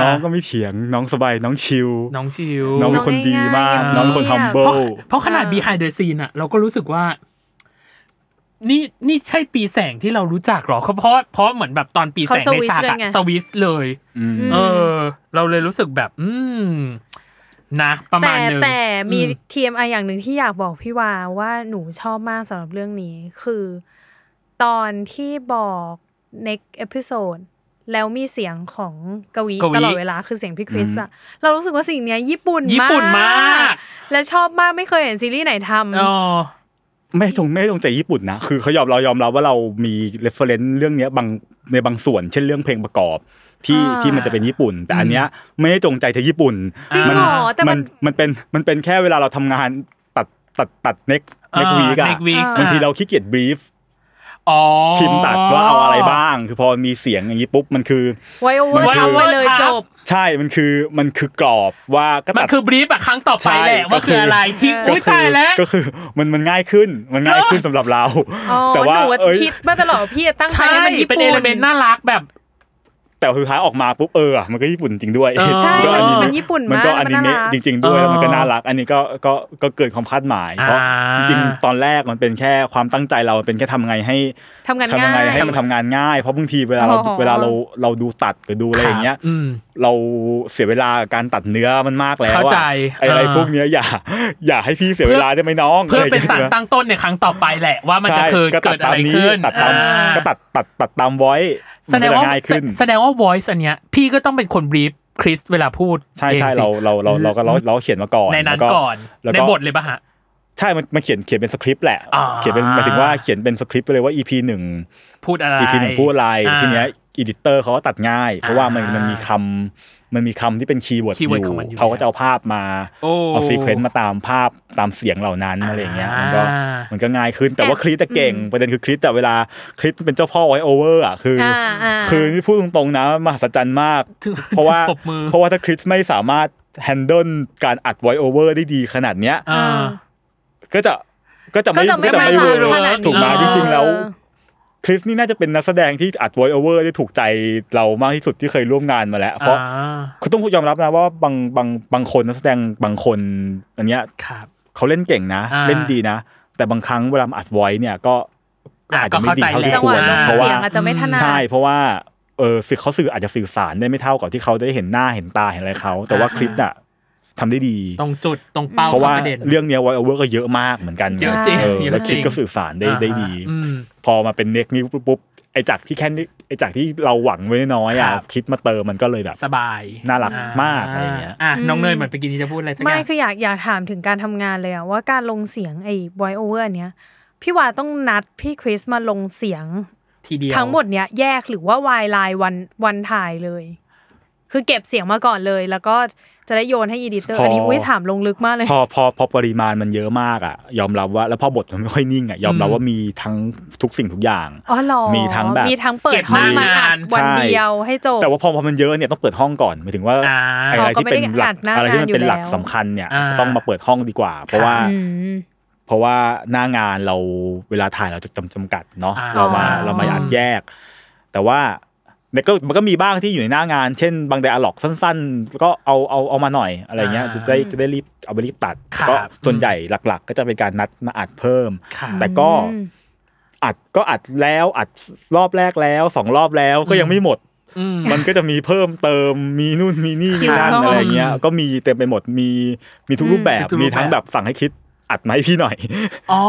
S3: น้องก็ไม่เถียงน้องสบายน้องชิล
S2: น้องชิว
S3: น้องเป็นคนดีมาก
S1: น้
S3: น้
S1: อ
S3: อ
S1: งง
S3: เป็น
S1: ง่ายๆ
S3: คน
S2: เพ
S1: เงียบ
S2: ราะ
S3: humble
S2: เพราะขนาด behind the scene อะเราก็รู้สึกว่า นี่นี่ใช่ปีแสงที่เรารู้จักหรอเพราะเพราะเพราะเหมือนแบบตอนปีแสง
S1: เขา
S2: ในฉาก
S1: สวิต
S2: อะสวิส
S1: ช์เลยไง
S2: เลย
S3: อืม
S2: เออ เราเลยรู้สึกแบบ อืม นะ ประมาณ
S1: แต่
S2: หนึง
S1: แต่มี
S2: อืม
S1: TMI อย่างหนึ่งที่อยากบอกพี่วาว่าหนูชอบมากสำหรับเรื่องนี้คือ ตอนที่บอก next episode แล้วมีเสียงของกวี
S2: กวี
S1: ตลอดเวลาคือเสียงพี่คริสอะเรารู้สึกว่าสิ่งเนี้ยญี่ปุ่น
S2: ญี่ปุ่นมาก
S1: และชอบมากไม่เคยเห็นซีรีส์ไหนทำ
S2: อ๋อ
S3: ไม่ตรงไม่ตรงใจญี่ปุ่นนะ คือเขายอมเรายอมรับว่าเรามี reference เรื่องเนี้ยบางในบางส่วน เช่นเรื่องเพลงประกอบที่
S1: อ่า
S3: ที่มันจะเป็นญี่ปุ่น แต่อันเนี้ยไม่ได้จงใจจะญี่ปุ่น
S1: จริง
S3: มั
S1: เหรอแต่มั
S3: มัน
S1: น
S3: มันเป็นมันเป็นแค่เวลาเราทำงานตัดตัดตัดเน็กเน็ก
S2: อ่า
S3: วีกอะ
S2: next week
S3: บางทีเราขี้เกียจ brief
S2: อ๋อ
S3: ทีมตัดว่าเอาอะไรบ้าง คือพอมีเสียงอย่างนี้ปุ๊บมันคือ
S1: ไวโอเวอ
S3: มั
S1: ร์
S3: น
S1: ทำไปเลย
S2: คือ
S1: จบ
S3: ใช่มันคือมันคือกรอบว่าก็
S2: มัน
S3: ตัด
S2: คือบรีฟอะครั้งต่อไป
S3: ใช่
S2: แหละ ว่า
S3: ก็คื
S2: คื
S3: อ
S2: ออะไรที่
S1: ก็
S2: อุ้ยตายแล้ว
S3: ก็คือมันมันง่ายขึ้นมันง่ายขึ้นสำหรับเรา
S1: อ๋อ
S3: แต่ว่า
S1: หนู
S3: เอ้ย
S1: คิดมาตลอดว่าพี่จะตั้งใจ
S2: ใช่
S1: ให้มันญี่
S2: เป็นเอ
S1: ปุ่
S2: ล
S1: น
S2: เมนต์น่ารักแบบ
S3: แต่สุดท้ายออกมาปุ๊บเออ มันก็ญี่ปุ่นจริงด้วย
S2: เออใช่
S3: ก็
S2: มัน
S3: อนิเะ
S1: มันญี่ปุ่น
S3: มันก็
S1: มา
S3: อกนิ
S1: มันน่า
S3: เมะ
S1: รัก
S3: จริง ๆ ด้วย
S2: เออ
S3: แล้วมันก็น่ารัก อันนี้ก็ก็ก็เกินความคาดหมาย เพราะ
S2: อ่า
S3: จริงๆ ตอนแรกมันเป็นแค่ความตั้งใจเรามันเป็นแค่ทำไงให้
S1: ทำงาน
S3: ทำ
S1: ง่า
S3: ไง
S1: ย
S3: ให้มันทำงานง่าย เพราะบางทีเวลาเรา
S1: อ๋อ
S3: เวลาเราเราดูตัดหรือดูอะไรอย่างเงี้ย
S2: อืม
S3: เราเสียเวลากับการตัดเนื้อมันมากแล้วอะ
S2: เข้าใจ
S3: ไออะไร
S2: เออ
S3: พวกเนี้ยอย่า อย่าให้พี่เสียเวลาได้ไหมน้อง
S2: เพื่อเป็นสาร
S3: อะไรอย่างงี้ย
S2: ตั้งต้นในครั้งต่อไปแหละ ว่ามันจะ
S3: ใช่
S2: เกิด
S3: ก็ตั
S2: เกิ
S3: ด
S2: ด
S3: ตา
S2: อะ
S3: ม
S2: ไร
S3: นี้
S2: ขึ้น
S3: ตัดตาม
S2: อ่
S3: ก็ตัดตัดตัดตามไว้
S2: แสดงว่า
S3: ง่ายขึ้น
S2: แสดงว่า voice อันเนี้ย พี่ก็ต้องเป็นคนบรีฟคริสเวลาพูด
S3: ใช่
S2: อง
S3: ใช่
S2: สิ
S3: เราเราเราเราก็เราเราเขียนมาก่อน
S2: ในนั้น
S3: แล้ว
S2: ก่อน
S3: แล้วก็
S2: ในบทเลยปะฮะ
S3: ใช่มันมันเขียนเขียนเป็นสคริปต์แหละ
S2: อ่า
S3: เขียนเป็นหมายถึงว่าเขียนเป็นสคริปต์ไปเลยว่า EP หนึ่ง
S2: พูดอะไร
S3: EP หนึ่งพูดอะไร
S2: า
S3: ทีเนี้ยอีดิเตอร์เขาก็ตัดง่าย เพราะว่ามัน
S2: อ่ามั
S3: มันมีคำมันมีคำที่เป็นคีย์เวิร์ดอ
S2: keyword ของ
S3: ยู่
S2: มันอยู่
S3: เขาก็จะเอาภาพมา
S2: โอ้
S3: เอาซีเควนต์มาตามภาพตามเสียงเหล่านั้นอะไรอย่างเงี้ยมันก็
S2: อ่ามั
S3: มันก็ง่ายขึ้นแต่ว่าคริสแต่เก่ง ประเด็นคือคริสแต่เวลาคริสเป็นเจ้าพ่อไวโอเวอร์อ่ะคืออา
S1: อ่า
S3: คือนี่พูดตรงๆนะมหัศจรรย์มาก
S2: ถึง
S3: เพราะว่า
S2: ปรบมือ
S3: เพราะว่าถ้าคริสไม่สามารถแฮนเดิลการอัดไวโอเวอร์ได้ดีขนาดเนี้ย
S2: อ่า
S3: ก็จะก็จะไม่
S1: ก็
S3: ก็
S1: จะ
S3: จะ
S1: ไม่
S3: ไม่
S1: มา
S3: เวิร์
S2: ขนาด
S3: ก
S2: นี้
S3: ถูกไหม
S2: อ่า
S3: จริงๆ แล้วคริสนี่น่าจะเป็นนักแสดงที่อัดไวโอเวอร์ได้ถูกใจเรามากที่สุดที่เคยร่วมงานมาแล้ว เพราะ
S2: อ่า
S3: คือต้องยอมรับนะว่าบางบางบางคนนักแสดงบางคนอันเนี้ย
S2: ครับ
S3: เขาเล่นเก่งนะ
S2: อ่า
S3: เล่นดีนะ แต่บางครั้งเวลามาอัดไวเนี่ยก็ก็
S2: อ่ะ
S3: อาจจะไม่ดี
S2: ก็เข้า
S3: เท่า
S2: ใจ
S3: ที่
S2: แล้
S1: จัง
S2: ว
S3: ค
S1: ห
S3: ว
S1: วะ
S3: ร
S2: อ่า
S3: เพราะ
S1: เสี
S3: ว่าย
S1: งอาจจะไม่ถนัด
S3: ใช่เพราะว่าเออสื่อเขาสื่ออาจจะสื่อสารได้ไม่เท่ากับที่เขาได้เห็นหน้าเห็นตาเห็นอะไรเขา แต่ว่าคริสอะทำได้ดี
S2: ตรงจุดตรงเป้า
S3: เพราะว่า
S2: ข้ปด็น
S3: เรื่องเนี้ยไวโอเวอร์ก็เยอะมากเหมือนกัน
S2: เยอะจริง
S3: เออ
S2: เยอะจริง
S3: แล้วคิดก็สื่อสารได้ได้ดี
S2: อืม
S3: พอมาเป็นเน็กนี่ปุ๊บ ไอจากที่แค่นี้ไอจากที่เราหวังไว้น้อยๆอ่ะ
S2: ครับ
S3: คิดมาเติมมันก็เลยแบบ
S2: สบาย
S3: น่ารัก
S2: อ่
S3: มากอะไรอย่างเงี้ย
S2: อ่ะน้องเนยเหมือนไปกินนี้จะพูดอะไรสักอ
S1: ไม่
S2: ย่าง
S1: คืออยากอยากถามถึงการทำงานเลยอะว่าการลงเสียงไอ้ไวโอเวอร์เนี้ยพี่วาต้องนัดพี่คริสมาลงเสียง
S2: ทีเดียว
S1: ทั้งหมดเนี้ยแยกหรือว่าวายไลน์วันวันถ่ายเลย คือเก็บเสียงมาก่อนเลย แล้วก็จะได้โยนให้อีดิเตอร์
S3: พอ
S1: อั
S3: อั
S1: นนี้อุ้ยถามลงลึกมากเลย
S3: พอพอพอปริมาณมันเยอะมากอ่ะ ยอมรับว่าแล้วพอบทมันไม่ค่อยนิ่งอ่ะยอมรับว่ามีทั้งทุกสิ่งทุกอย่าง
S1: อ๋อเหรอ
S3: มีทั้งแบบ
S1: มีทั้งเปิดห้องมาอัดวัน
S3: ใช่
S1: เดียวให้จบ
S3: แต่ว่าพอพอมันเยอะเนี่ยต้องเปิดห้องก่อนหมายถึงว่า
S2: อ่า
S3: ไอ้อะไรที่เป็นหลั
S1: เราก็ไม่ได้อัดหน้างาน
S3: กอะไรที่มันเป็นหลั
S1: อ
S3: ก
S1: ยู่แล้ว
S3: สำคัญเนี่ย
S2: อ่า
S3: ต้องมาเปิดห้องดีกว่า เพราะว่า
S1: อืม
S3: เพราะว่าหน้างานเราเวลาถ่ายเราจะจำจำกัดเนาะ
S2: อ่า
S3: เรามา
S1: อ๋อ
S3: เรามาอัดแยก แต่ว่าเนี่ยก็มันก็มีบ้างที่อยู่ในหน้างาน เช่น บางไดอะล็อกสั้นๆ ก็เอาเอาเอามาหน่อยอะไรเงี้ยจะได้จะได้รีบเอาไปรีบตัด
S2: ครับ
S3: ก็ส่วนใหญ่หลัก ๆ ก็จะเป็นการนัดมาอัดเพิ่ม
S2: ครับ
S3: แต่ก็อัดก็อัดแล้วอัดรอบแรกแล้วสองรอบแล้วก็ยังไม่หมด
S2: อืม
S3: มันก็จะมีเพิ่มเติมมีนู่นมีนี่มีนั่น
S1: คิวเพิ่ม
S3: อะไรเงี้ย ก็มีเต็มไปหมดมีมีทุกรูปแบบ
S2: มีทุกรูป
S3: มีทั้ง
S2: แบ
S3: แบบ บสั่งให้คิดอัดไหมาให้พี่หน่อย
S2: อ๋อ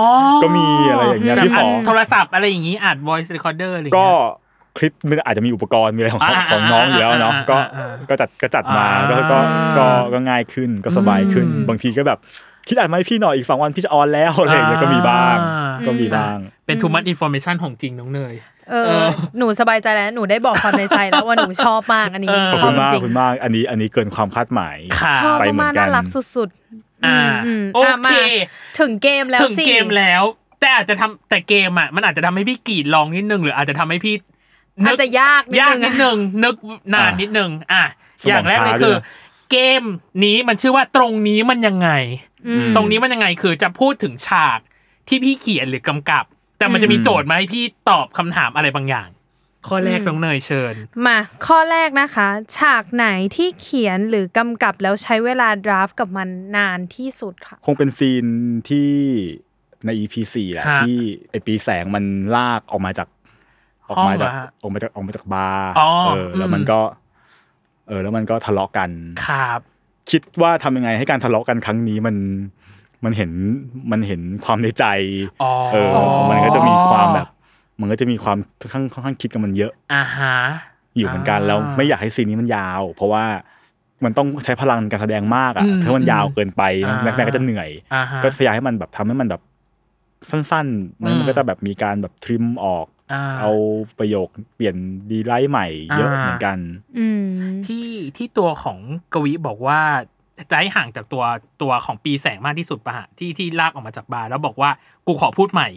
S3: ก็มีอะไรอย่างเงี้ย
S2: แบบ
S3: พี่ขอ
S2: ดโทรศัพท์อะไรอย่างงี้อัด voice recorder อะไรอย่าง
S3: ก็
S2: เงี้ย
S3: คลิปมันอาจจะมีอุปกรณ์มีอะไรของ
S2: อ่า
S3: ของน้องอยู่แล้วเนาะ
S2: อ่า
S3: ก็
S2: อ่า
S3: ก็จัดก็จัดมา
S2: อ่า
S3: ก็ก็ก็ก็ง่ายขึ้นก็สบายขึ้น
S2: อืม
S3: บางทีก็แบบคิดอัดไหมาให้พี่หน่อยอีกสองวันพี่จะออนแล้วอะไรอย่างเงี้ยก็มีบ้าง
S2: อ่
S3: ก็มีบ้าง
S2: เป็น too much information ของจริงน้องเนย
S1: เอ
S2: เอ
S1: อ
S2: อ
S1: หนูสบายใจแล้ว หนูได้บอกความในใจแล้วว่าหนูชอบมากอันนี้
S2: เออ
S3: ขอบ
S1: ชอ
S3: คุ
S1: บจ
S3: ณมากข
S1: ริ
S3: อบ
S1: ง
S3: คุณมากอันนี้อันนี้เกินความคาดหมาย
S2: ค่ะ
S1: ๆชอบ
S3: ไปเหมือ
S1: มาน กๆ
S3: กัน
S1: น่ารักสุดๆ
S2: อ่าม โอ
S1: อ่ะมา
S2: เค
S1: ถึงเกมแล้ว
S2: ถึง
S1: สิ
S2: เกมแล้ว แต่อาจจะทำแต่เกมอ่ะ มันอาจจะทำให้พี่กรีดลองนิดนึง หรืออาจจะทำให้พี่นึ
S1: อาจจะยากนิด
S2: ยาก
S1: นึง
S2: นิ
S1: อะ
S2: ดนึง นึกนาน
S3: อ่ะ
S2: นิดนึง อ่ะ
S3: สมอง
S2: อย่างแรกเลย
S3: ช้าด้วย
S2: คือ
S3: นะ
S2: เกมนี้มันชื่อว่าตรงนี้มันยังไง ตรงนี้มันยังไงคือจะพูดถึงฉากที่พี่เขียนหรือกำกับ แต่มันจะมีโจทย์มาให้พี่ตอบคำถามอะไรบางอย่าง ข้อแรกน้องเนยเชิญ
S1: มาข้อแรกนะคะ ฉากไหนที่เขียนหรือกำกับแล้วใช้เวลาดราฟกับมันนานที่สุดค่ะ
S3: คงเป็นซีนที่ใน EP สี่แหละ
S2: ฮะ
S3: ที่ไอปีแสงมันลากออกมาจาก ออกมาจา
S2: ห้องเหร
S3: ก
S2: อฮะ
S3: ออกมาจากออกมาจากบาร์
S2: อ๋อ
S3: เออแล้วมัน
S2: อืม
S3: ก็ เออ แล้วมันก็ทะเลาะกัน
S2: ครับ
S3: คิดว่าทำยังไงให้การทะเลาะกันครั้งนี้มันมันเห็นมันเห็นความในใจ
S2: อ๋อ
S3: เออ มันก็จะมีความแบบ มันก็จะมีความค่อนข้างค่อนข้างคิดกันมันเยอะ
S2: อ่าฮะ
S3: อยู่เหมือนกัน
S2: อ่า
S3: แล้วไม่อยากให้ซีนนี้มันยาว เพราะว่ามันต้องใช้พลังการแสดงมากอ่ะ
S2: อืม
S3: ถ้ามันยาวเกินไป
S2: อ่า
S3: แม่ก็จะเหนื่อย
S2: อ่าฮะ
S3: ก็พยายามให้มันแบบทำให้มันแบบสั้นๆแล้วมันก็จะแบบมีการแบบทริมออก
S2: อ่า
S3: เอาประโยคเปลี่ยนดีไลท์ใหม่เยอะ
S2: อ่า
S3: เหมือนกัน
S1: อืม
S2: ที่ที่ตัวของกวิบอกว่าจะให้ห่างจากตัวตัวของปีแสงมากที่สุดปะฮะที่ที่ลากออกมาจากบาร์แล้วบอกว่ากูขอพูดใหม่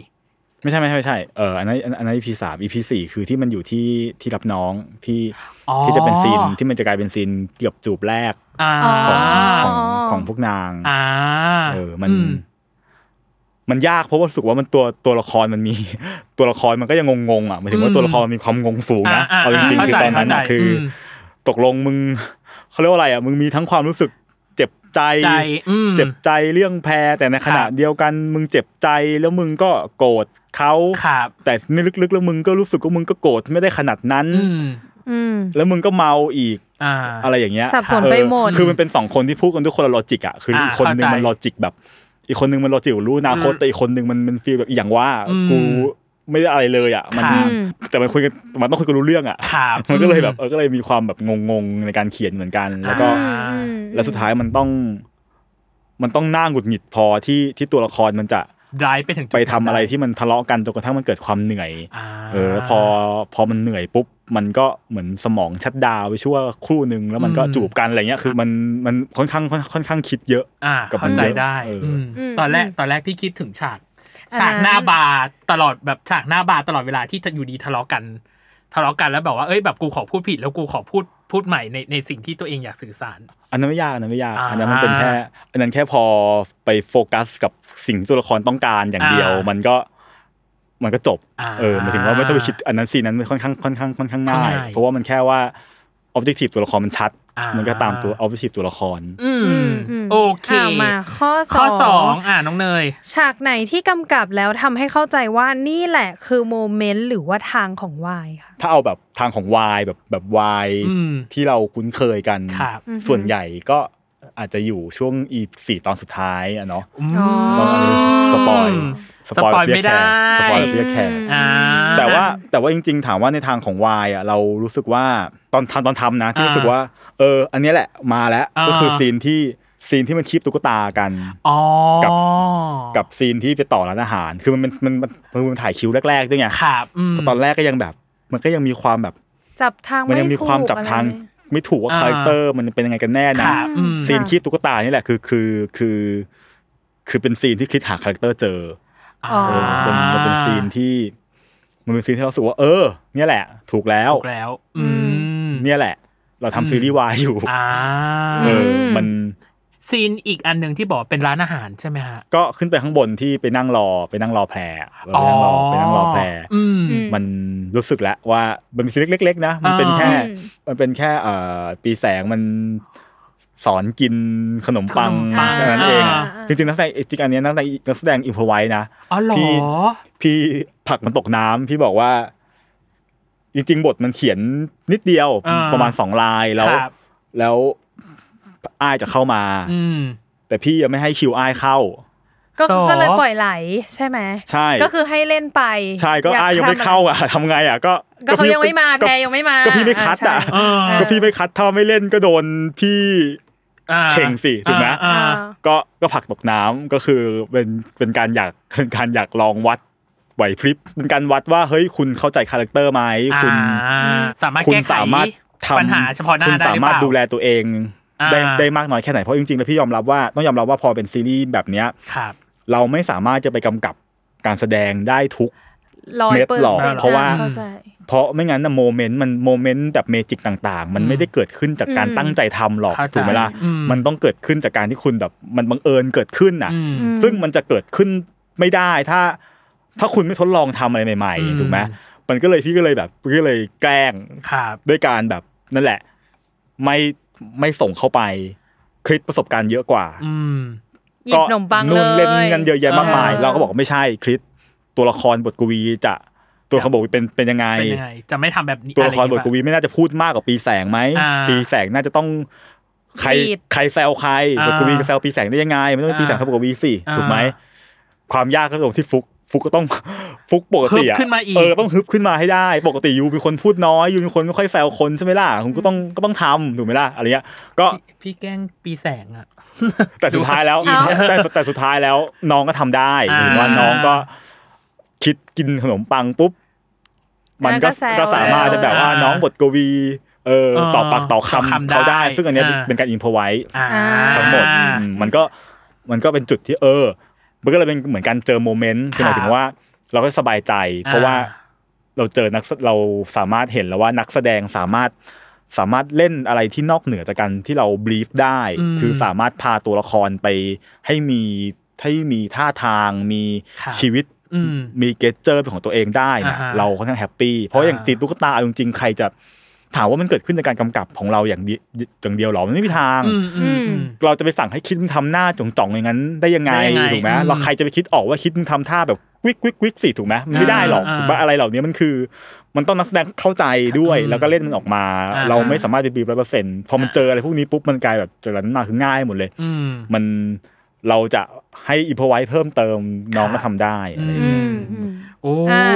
S3: ไม่ใช่ไม่ใช่ไม่ใช่เอออันนั้นอันนั้น EP สาม EP สี่คือที่มันอยู่ที่ที่รับน้องที่
S2: อ๋อ
S3: ที่จะเป็นซีนที่มันจะกลายเป็นซีนเกือบจูบแรก
S2: อ่า
S3: ของ
S1: า
S3: ของของพวกนาง
S2: อ่า
S3: เออ มัน
S2: ม
S3: มันยากเพราะว่ารู้สึกว่ามันตัวตัวละครมันมี ตัวละครมันก็ยังงงๆอ่ะหมายถึงว่า
S2: อืม
S3: ตัวละครมันมีความงงสูงนะ
S2: อ่าอ่า
S3: เอาจริงๆ
S2: เข้า
S3: คือ
S2: ใจ
S3: ตอนนั้นอ่ะ
S2: เข้าใจ
S3: คืออ
S2: ม
S3: ตกลงมึง เขาเรียกว่าอะไรอ่ะ มึงมีทั้งความรู้สึกเจ็บใจ
S2: ใจอืม
S3: เจ็บใจเรื่องแพรแต่ในขณะ
S2: ครับ
S3: เดียวกันมึงเจ็บใจแล้วมึงก็โกรธเขา
S2: ครับ
S3: แต่ในลึกๆแล้วมึงก็รู้สึกว่ามึงก็โกรธไม่ได้ขนาดนั้น
S2: อืม
S1: อืม
S3: แล้วมึงก็เมาอีก
S2: อ่า
S3: อะไรอย่างเงี้ย
S1: สับสน
S3: เออ
S1: ไปหมด
S3: คือมันเป็นสองคนที่พูดกันด้วยคนละลอจิกอ่ะคืออาอีกคนนึง
S2: เข้าใจ
S3: มันลอจิกแบบ อีกคนนึงมันลอจิกรู้อนาคต
S2: อืม
S3: แต่อีกคนนึงมันมันฟีลแบบอหย่างว่า
S2: อืม
S3: กูไม่ได้อะไรเลยอ่ะมัน
S2: ครับ
S3: แต่มันคุยกันมันต้องคุยกันรู้เรื่องอ่ะ
S2: ครับ
S3: มันก็เลยแบบเออก็เลยมีความแบบงงๆในการเขียนเหมือนกัน แล้วก็
S2: อ่า
S1: อืม
S3: แล้วสุดท้ายมันต้อง มันต้องหน่าหงุดหงิดพอที่ที่ตัวละครมันจะ
S2: ร้ายไปถึงจุด
S3: ไปทำ
S2: นั้น
S3: อะไรที่มันทะเลาะกันจนกระทั่งมันเกิดความเหนื่อย
S2: า
S3: เออแล้วพอพอมันเหนื่อยปุ๊บ มันก็เหมือนสมองชัดดาวน์ไปชั่วครู่หนึ่งแล้วมันก็จูบกันอะไรเงี้ยคือมันมันค่อนข้างค่อนค่อนข้างคิดเยอะ
S2: อ่า
S3: กับมั
S2: เข้าน ใจ
S3: เยอะ
S2: ได้
S3: เอออื
S2: มตอนแรกตอนแรกพี่คิดถึงฉาก
S1: า
S2: ฉากหน้าบาร์ตลอดแบบฉากหน้าบาร์ตลอดเวลาที่อยู่ดีทะเลาะกัน ทะเลาะกันแล้วแบบว่าเอ้ยแบบกูขอพูดผิดแล้วกูขอพูดพูดใหม่ในในสิ่งที่ตัวเองอยากสื่อสาร
S3: อันนั้นไม่ยากอันนั้นไม่ยาก
S2: อ่า
S3: อันนั้นมันเป็นแค่อันนั้นแค่พอไปโฟกัสกับสิ่งที่ตัวละครต้องการอย่างเดียว
S2: อ่ามั
S3: มันก็มันก็จบ
S2: อ่า
S3: เออหมายถึงว่าไม่ต้องไปคิดอันนั้นซีนนั้นมันค่อนข้างค่อนข้างค่อนข้างง่าย
S2: ง่าย
S3: เพราะว่ามันแค่ว่าออบเจกตีฟตัวละครมันชัด
S2: อ่ามั
S3: มันก็ตามตัวออบเจกตีฟตัวละคร
S2: อืม
S1: ม
S2: โอเค
S1: อ่ะมาข้อ
S2: ข้อสองอ่าน้องเนย
S1: ฉากไหนที่กำกับแล้วทำให้เข้าใจว่านี่แหละคือโมเมนต์หรือว่าทางของวายค่ะ
S3: ถ้าเอาแบบทางของวายแบบแบบวาย
S2: อืม
S3: ที่เราคุ้นเคยกัน
S2: ครับ
S3: ส่วนใหญ่ก็ อาจจะอยู่ช่วงอีสี่ตอนสุดท้ายอะเนาะ
S2: อืม
S3: ตอนนี้สปอย
S2: สปอยไม่ได้
S3: สปอยแบบเบี้ยแขก
S2: อ่า
S3: แต่ว่าแต่ว่าจริง ๆ ถามว่าในทางของวายอ่ะเรารู้สึกว่าตอนทำตอนทำนะที่
S2: อ่า
S3: รู้สึกว่า เออ อันเนี้ยแหละมาแล้ว
S2: อ่า
S3: ก็คือซีนที่ซีนที่มันคีบตุ๊กตากัน
S2: อ๋อ
S3: กับ กับซีนที่ไปต่อร้านอาหาร คือมันมันมันมันมันถ่ายคิวแรกๆด้วยไง
S2: ครับอืม
S3: ตอนแรกก็ยังแบบ มันก็ยังมีความแบบ
S1: จับทาง
S3: มัน
S1: ไม่
S3: ยังมี
S1: ถูก
S3: ความจับทาง
S1: อะไร
S3: ไม่ถูกว่า
S2: อ่า
S3: คาแรคเตอร์มันเป็นยังไงกันแน่
S2: ค
S3: นะ
S2: รับอืม
S3: ซีนคีบตุ๊กตานี่แหละคือคือคือ คือเป็นซีนที่คิดหาคาแรคเตอร์เจอ
S1: อ๋อ
S3: เออมันเป็นมันเป็นซีนที่ มันเป็นซีนที่เรารู้สึกว่า เออ เนี่ยแหละ ถูกแล้ว
S2: ถูกแล้ว อืม
S3: เนี่ยแหละ เราทำ
S2: อืม
S3: ซีรีส์วายอยู่
S2: อ่า
S3: เอออ
S1: ม
S3: มัน
S2: ซีนอีกอันหนึ่งที่บอกเป็นร้านอาหารใช่ไหมฮะ
S3: ก็ขึ้นไปข้างบนที่ไปนั่งรอไปนั่งรอแพรเออไปนั่งรอไปนั่งรอแพร
S2: อืม
S1: อืม
S3: มันรู้สึกแล้วว่ามันเป็นซีรีส์เล็ก ๆ นะ มันเป็น
S2: อ่า
S3: แค่ มันเป็นแค่เอ่อปีแสงมันสอนกินขนมปัง
S1: ขนมปัง
S3: แค่นั้นเอง
S1: อ่า
S3: จริงๆนักแสดงจริงๆอันเนี้ยนักแสดงนักแสดงอิมพอไว้นะ
S2: อ๋อเหรอ
S3: พี่ พี่ผลักมันตกน้ำพี่บอกว่า จริง ๆ บทมันเขียนนิดเดียว
S2: อ่า
S3: ประมาณสองลายแล้ว
S2: ครับ
S3: แล้วอ้ายจะเข้ามา
S2: อืม
S3: แต่พี่ยังไม่ให้คิวอ้ายเข้า
S1: ก็
S2: ต่
S1: คือ
S2: อ
S1: ก็เลยปล่อยไหลใช่ไหม
S3: ใช่
S1: ก็คือให้เล่นไป
S3: ใช่ก็
S1: ก
S3: อ้ายยังไม่เข้าอ่ะ ทำไงอ่ะ ก็
S1: ก็เขา
S3: พี่
S1: ยังไม่มา
S3: ก็
S1: แพรยังไม่มา
S3: ก็พี่ไม่คัด
S1: า
S3: อ่ะ
S1: ใช่
S2: เออ
S3: ก็พี่ไม่คัดถ้าไม่เล่นก็โดนพี่
S2: อ่า
S3: เชงสิถูกไหม
S2: อ่าอ่า
S3: ก็ก็ผลักตกน้ำก็คือเป็นเป็นการอยากเป็นการอยากลองวัดไหวพริบเป็นการวัดว่าเฮ้ยคุณเข้าใจคาแรคเตอร์ไหมคุณ
S2: อ่าสามารถ
S3: คุณ
S2: แก้ไข
S3: สามารถทำ
S2: ปัญหาเฉพาะหน้า
S3: คุณ
S2: ได้
S3: สา
S2: หรือ
S3: มาร
S2: เปล่า
S3: ถดูแลตัวเอง
S2: อ่า
S3: ได้ได้มากน้อยแค่ไหน เพราะจริงๆแล้วพี่ยอมรับว่าต้องยอมรับว่าพอเป็นซีรีส์แบบเนี้ย
S2: ครับ
S3: เราไม่สามารถจะไปกำกับการแสดงได้ทุก
S1: ร้อย
S3: เม็ด
S1: เปอร์
S3: หลอก
S1: เซ็นต์
S3: เพราะว่า
S1: ข้ใจ
S3: เพราะไม่งั้นนะโมเมนต์มันโมเมนต์แบบเมจิกต่าง ๆ มัน
S2: อืม
S3: ไม่ได้เกิดขึ้นจากการ
S1: อืม
S3: ตั้งใจทำหรอก
S2: เข้าใจ
S3: ถูกไหมล่ะ
S2: อืม
S3: มันต้องเกิดขึ้นจากการที่คุณแบบมันบังเอิญเกิดขึ้นน่ะ
S2: อืม
S1: อืม
S3: ซึ่งมันจะเกิดขึ้นไม่ได้ถ้า ถ้าคุณไม่ทดลองทำอะไรใหม่
S2: อืม
S3: ๆ ถูกไหมมันก็เลยพี่ก็เลยแบบก็เลยแกล้ง
S2: ครับ
S3: ด้วยการแบบนั่นแหละ ไม่ไม่ส่งเข้าไปคลิปประสบการณ์เยอะกว่า
S2: อืม
S1: หยิบขนมปัง
S3: นู่นเล่น
S1: ย
S3: นี่นั่นเยอะแยะมากมาย
S1: เออ
S3: เราก็บอกไม่ใช่คลิปตัวละครบทกวีจะตัวละครบทกวีเป็นเป็นยังไง
S2: เป็นยังไง จะไม่ทำแบบนี้
S3: ตัวละคร
S2: อบ ไอ
S3: ท
S2: ย่าง
S3: ก
S2: งี้
S3: วีไม่น่าจะพูดมากกว่าปีแสงไหม
S2: อ่า
S3: ปีแสงน่าจะต้องใคร
S1: บีบ
S3: ใครแซวใคร
S2: อ่า
S3: บทกวีจะแซวปีแสงได้ยังไงมันต้องเป็นปีแสง
S2: อ่า
S3: เท่าบทกวีสิ
S2: อ่า
S3: ถูกไหมความยากก็ตรงที่ฟุกฟุกก็ต้อง ฟุกปกติ
S2: ฮึ
S3: อะ
S2: บขึ้นมาอีก
S3: เออต้องฮึบขึ้นมาให้ได้ ปกติยูเป็นคนพูดน้อยยูเป็นคนไม่ค่อยแซวคนใช่ไหมล่ะคุณก็ต้องก็ต้องทำถูกไหมล่ะอะไรเงี้ยก็
S2: พี่พี่แกล้งปีแสงอ่ะ
S3: แต่สุดท้ายแล้ว
S2: เอา
S3: แต่แต่แต่สุดท้ายแล้วน้องก็ทำได้
S2: อ่า
S3: ถึงว่าน้องก็คิดกินขนมปังปุ๊บ มัน
S1: แล้ว
S3: ก็
S1: ก็แซว
S3: ก็สามารถจะแบบว่า
S2: อ่า
S3: น้องบทกวีเออ
S2: เออ
S3: ต่อปากต่อ
S2: ต่อ
S3: คำ
S2: คำ
S3: เขา
S2: ได้
S3: ได้ ซึ่งอันเนี้ย
S2: อ่า
S3: เป็นการอินพอไว้
S2: อ่า
S3: ทั้งหมดอืมมันก็มันก็เป็นจุดที่เออ มันก็เลยเป็นเหมือนการเจอโมเมนต์คือหมายถึงว่า เราก็สบายใจ เพราะว่าเราเจอนักแสเราสามารถเห็นแล้วว่านักแสดงสามารถสามารถเล่นอะไรที่นอกเหนือจากกันที่เราบลีฟได้
S2: อืม
S3: คือสามารถพาตัวละครไปให้มีให้มีท่าทางมี
S2: ครับ
S3: ชีวิต
S2: อืม
S3: มีเกจเจอร์เป็นของตัวเองได้เนย
S2: อ่าฮะ
S3: เราค่อนข้างแฮปปี้เพราะอย่าง
S2: อ่า
S3: ตีตุ๊กตาเอาจริงๆใครจะถามว่ามันเกิดขึ้นจากการกำกับของเราอย่างเดียอย่างเดียวหรอมันไม่มีทาง
S2: อืมอืมอืม
S3: เราจะไปสั่งให้คิดมึงทำหน้าจ่องๆอย่างนั้นได้ยังไง
S2: ได้ยังไง
S3: ถูกไหม
S2: อืม
S3: เราใครจะไปคิดออกว่าคิดมึงทำท่าแบบวิกวิกวิกสิถูกไหมมันไม่ได้หรอก
S2: อ่า
S3: ถูกปะอะไรเหล่านี้มันคือ มันต้องนักแสดงเข้าใจด้วย
S2: อืม
S3: แล้วก็เล่นมันออกมา
S2: อ่าฮะ
S3: เราไม่สามารถไปบีบร้อยเปอร์เซ็นต์พอมันเจออะไรพวกนี้ปุ๊บมันกลายแบบจากนั้นมาคือง่ายหมดเลย
S2: อืม
S3: มันเราจะให้อิพไว้เพิ่มเติมน้องก็ทำได้อะไรอย่าง
S1: อื
S3: เงี้ย
S1: มอืม
S2: โอ้
S1: อ่ะ
S2: ย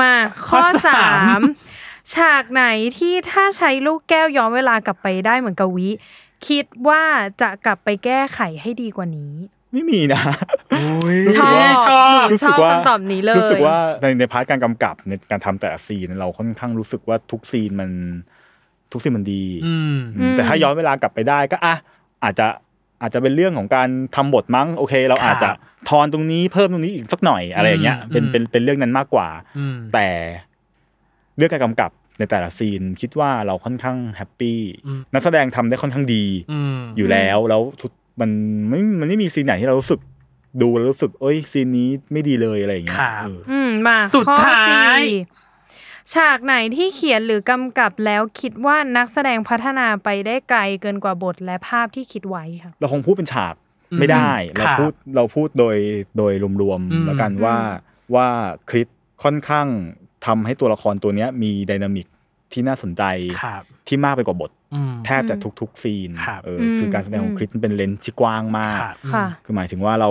S1: มาข้อ
S2: ข้อสา
S1: สาม มฉากไหนที่ถ้าใช้ลูกแก้วย้อนเวลากลับไปได้เหมือนกบวิ คิดว่าจะกลับไปแก้ไขให้ดีกว่านี้
S3: ไม่มีนะ
S2: รู้สึกว่าชอบ
S1: หนูชอบคำตอบนี้เลย
S3: รู้สึกว่าในในพาร์ทการกำกับในการทำแต่ละซีน เราค่อนข้างรู้สึกว่าทุกซีนมันทุกซีนมันดี
S2: อืม
S3: อืมแต่ถ้าย้อนเวลากลับไปได้ก็อ่ะอาจจะอาจจะเป็นเรื่องของการทำบทมั้งโอเค เรา
S2: ค่ะ
S3: อาจจะทอนตรงนี้เพิ่มตรงนี้อีกสักหน่อยอะไรอย่างเงี้ย
S2: อืม
S3: เป็น
S2: อืม
S3: เป็นเป็นเรื่องนั้นมากกว่า
S2: อืม
S3: แต่เรื่องการกำกับในแต่ละซีนคิดว่าเราค่อนข้างแฮปปี้
S2: อืม
S3: นักแสดงทำได้ค่อนข้างดี
S2: อืม
S3: อยู่แล้วแล้วทุกมันไม่มันไม่มีซีนไหนที่เรารู้สึกดูแล้วรู้สึก เอ้ยซีนนี้ไม่ดีเลยอะไรอย่างเงี้ย
S2: ครับ
S3: เออ
S1: อืมมา
S2: สุด
S1: ข้อ
S2: ท้าย
S1: สี่ฉากไหนที่เขียนหรือกำกับแล้วคิดว่านักแสดงพัฒนาไปได้ไกลเกินกว่าบทและภาพที่คิดไว้ค่ะ
S3: เราคงพูดเป็นฉากไม่ได้
S2: อืม
S3: เรา
S2: ครับ
S3: พูดเราพูดโดยโดยรวม
S2: อืม
S3: ๆแล้วกันว่าว่าคริสค่อนข้างทำให้ตัวละครตัวเนี้ยมีไดินามิก ที่น่าสนใจ
S2: ครับ
S3: ที่มากไปกว่าบท
S2: อืม
S3: แทบจะทุก ๆ ซีน
S2: ครับ
S3: เอออ
S1: ม
S3: คือการแสดงของคริสมันเป็นเลนส์ที่กว้างมาก
S2: ครับ
S1: ค่ะ
S3: คือหมายถึงว่าเรา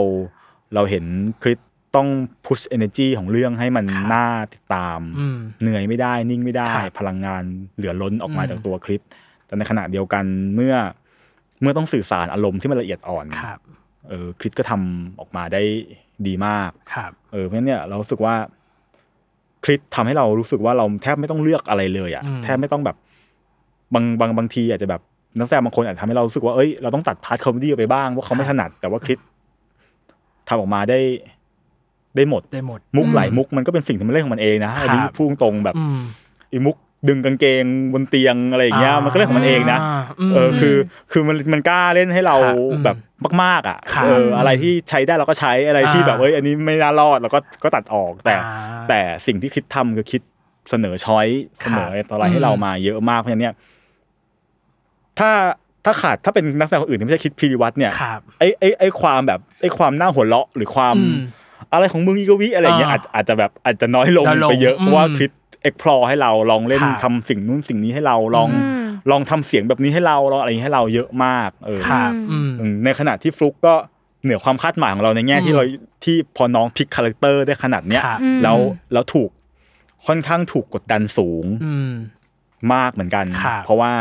S3: เราเห็นคริสต้องพุช energy ของเรื่องให้มันน่าติดตาม
S2: อืม
S3: เหนื่อยไม่ได้นิ่งไม่ได้
S2: ครับ
S3: พลังงานเหลือล้นออกมา
S2: อืม
S3: จากตัวคลิป แต่ในขณะเดียวกันเมื่อเมื่อต้องสื่อสารอารมณ์ที่มันละเอียดอ่อน
S2: ครับ
S3: เออคลิปก็ทำออกมาได้ดีมาก
S2: ครับ
S3: เออเพราะฉะนั้นเนี่ยเรารู้สึกว่าคลิปทำให้เรารู้สึกว่าเราแทบไม่ต้องเลือกอะไรเลยอะ
S2: อืม
S3: แทบไม่ต้องแบบบางบางบางทีอาจจะแบบนักแสดงบางคนอาจจะทำให้เรารู้สึกว่าเอ้ยเราต้องตัดพาร์ทคอมเมดี้ออกไปบ้างว่าะเขาไม่ถนัด แต่ว่าคลิปทำออกมาได้ได้หมด
S2: ได้หมด
S3: มุกหลายมุกมันก็เป็นสิ่งที่มันเล่นของมันเองนะอันนี้
S2: ครับ
S3: พูดตรงแบบ
S2: อืม
S3: ไอีมุกดึงกางเกงบนเตียงอะไรอย่างเงี้ย
S2: อ่ามั
S3: มันก็เรื่องของมันเองนะ
S2: อืม
S3: เออคือคือมันมันกล้าเล่นให้เรา
S2: ครับอืม
S3: แบบมากๆอ่ะ
S2: ครับ
S3: เอออะไรที่ใช้ได้เราก็ใช้อะไรที่
S2: อ่า
S3: แบบเอ้ยอันนี้ไม่น่ารอดเราก็ก็ตัดออกแต่
S2: อ่า
S3: แต่สิ่งที่คิดทำคือคิดเสนอช้อย
S2: ค
S3: เส
S2: รับ
S3: นอต่ออะไร
S2: อืม
S3: ให้เรามาเยอะมากเพราะฉะนั้นเนี่ยถ้าถ้าขาดถ้าเป็นนักแสดงคนอื่นที่ไม่ใช่คิดพีริวัตรเนี่ย
S2: ครับ
S3: ไอ้ไอ้ไอ้ความแบบไอ้ความหน้าหัวเราะหรือความ
S2: อืม
S3: อะไรของมึงอีกวิอะไรอย่างเงี้ย
S2: อ่า
S3: อาจอาจจะแบบอาจจะน้อยลง
S2: น้อยลง
S3: ไปเยอะเพราะว่า
S2: อืม
S3: คิด explore ให้เราลองเล่น
S2: ครับ
S3: ทำสิ่งนู้นสิ่งนี้ให้เราลอง
S1: อืม
S3: ลองทำเสียงแบบนี้ให้เราลองอะไรอย่างนี้ให้เราเยอะมากเออ
S2: ครับอืม
S3: อืมในขณะที่ฟลุกก็เหนือความคาดหมายของเราในแง่
S2: อืม
S3: ที่เราที่พอน้องพลิกคาแรคเตอร์ได้ขนาดเนี้ย
S2: ครับ
S3: แล้วแล้วถูกค่อนข้างถูกกดดันสูง
S2: อืม
S3: มากเหมือนกัน
S2: ครับ
S3: เพราะว่า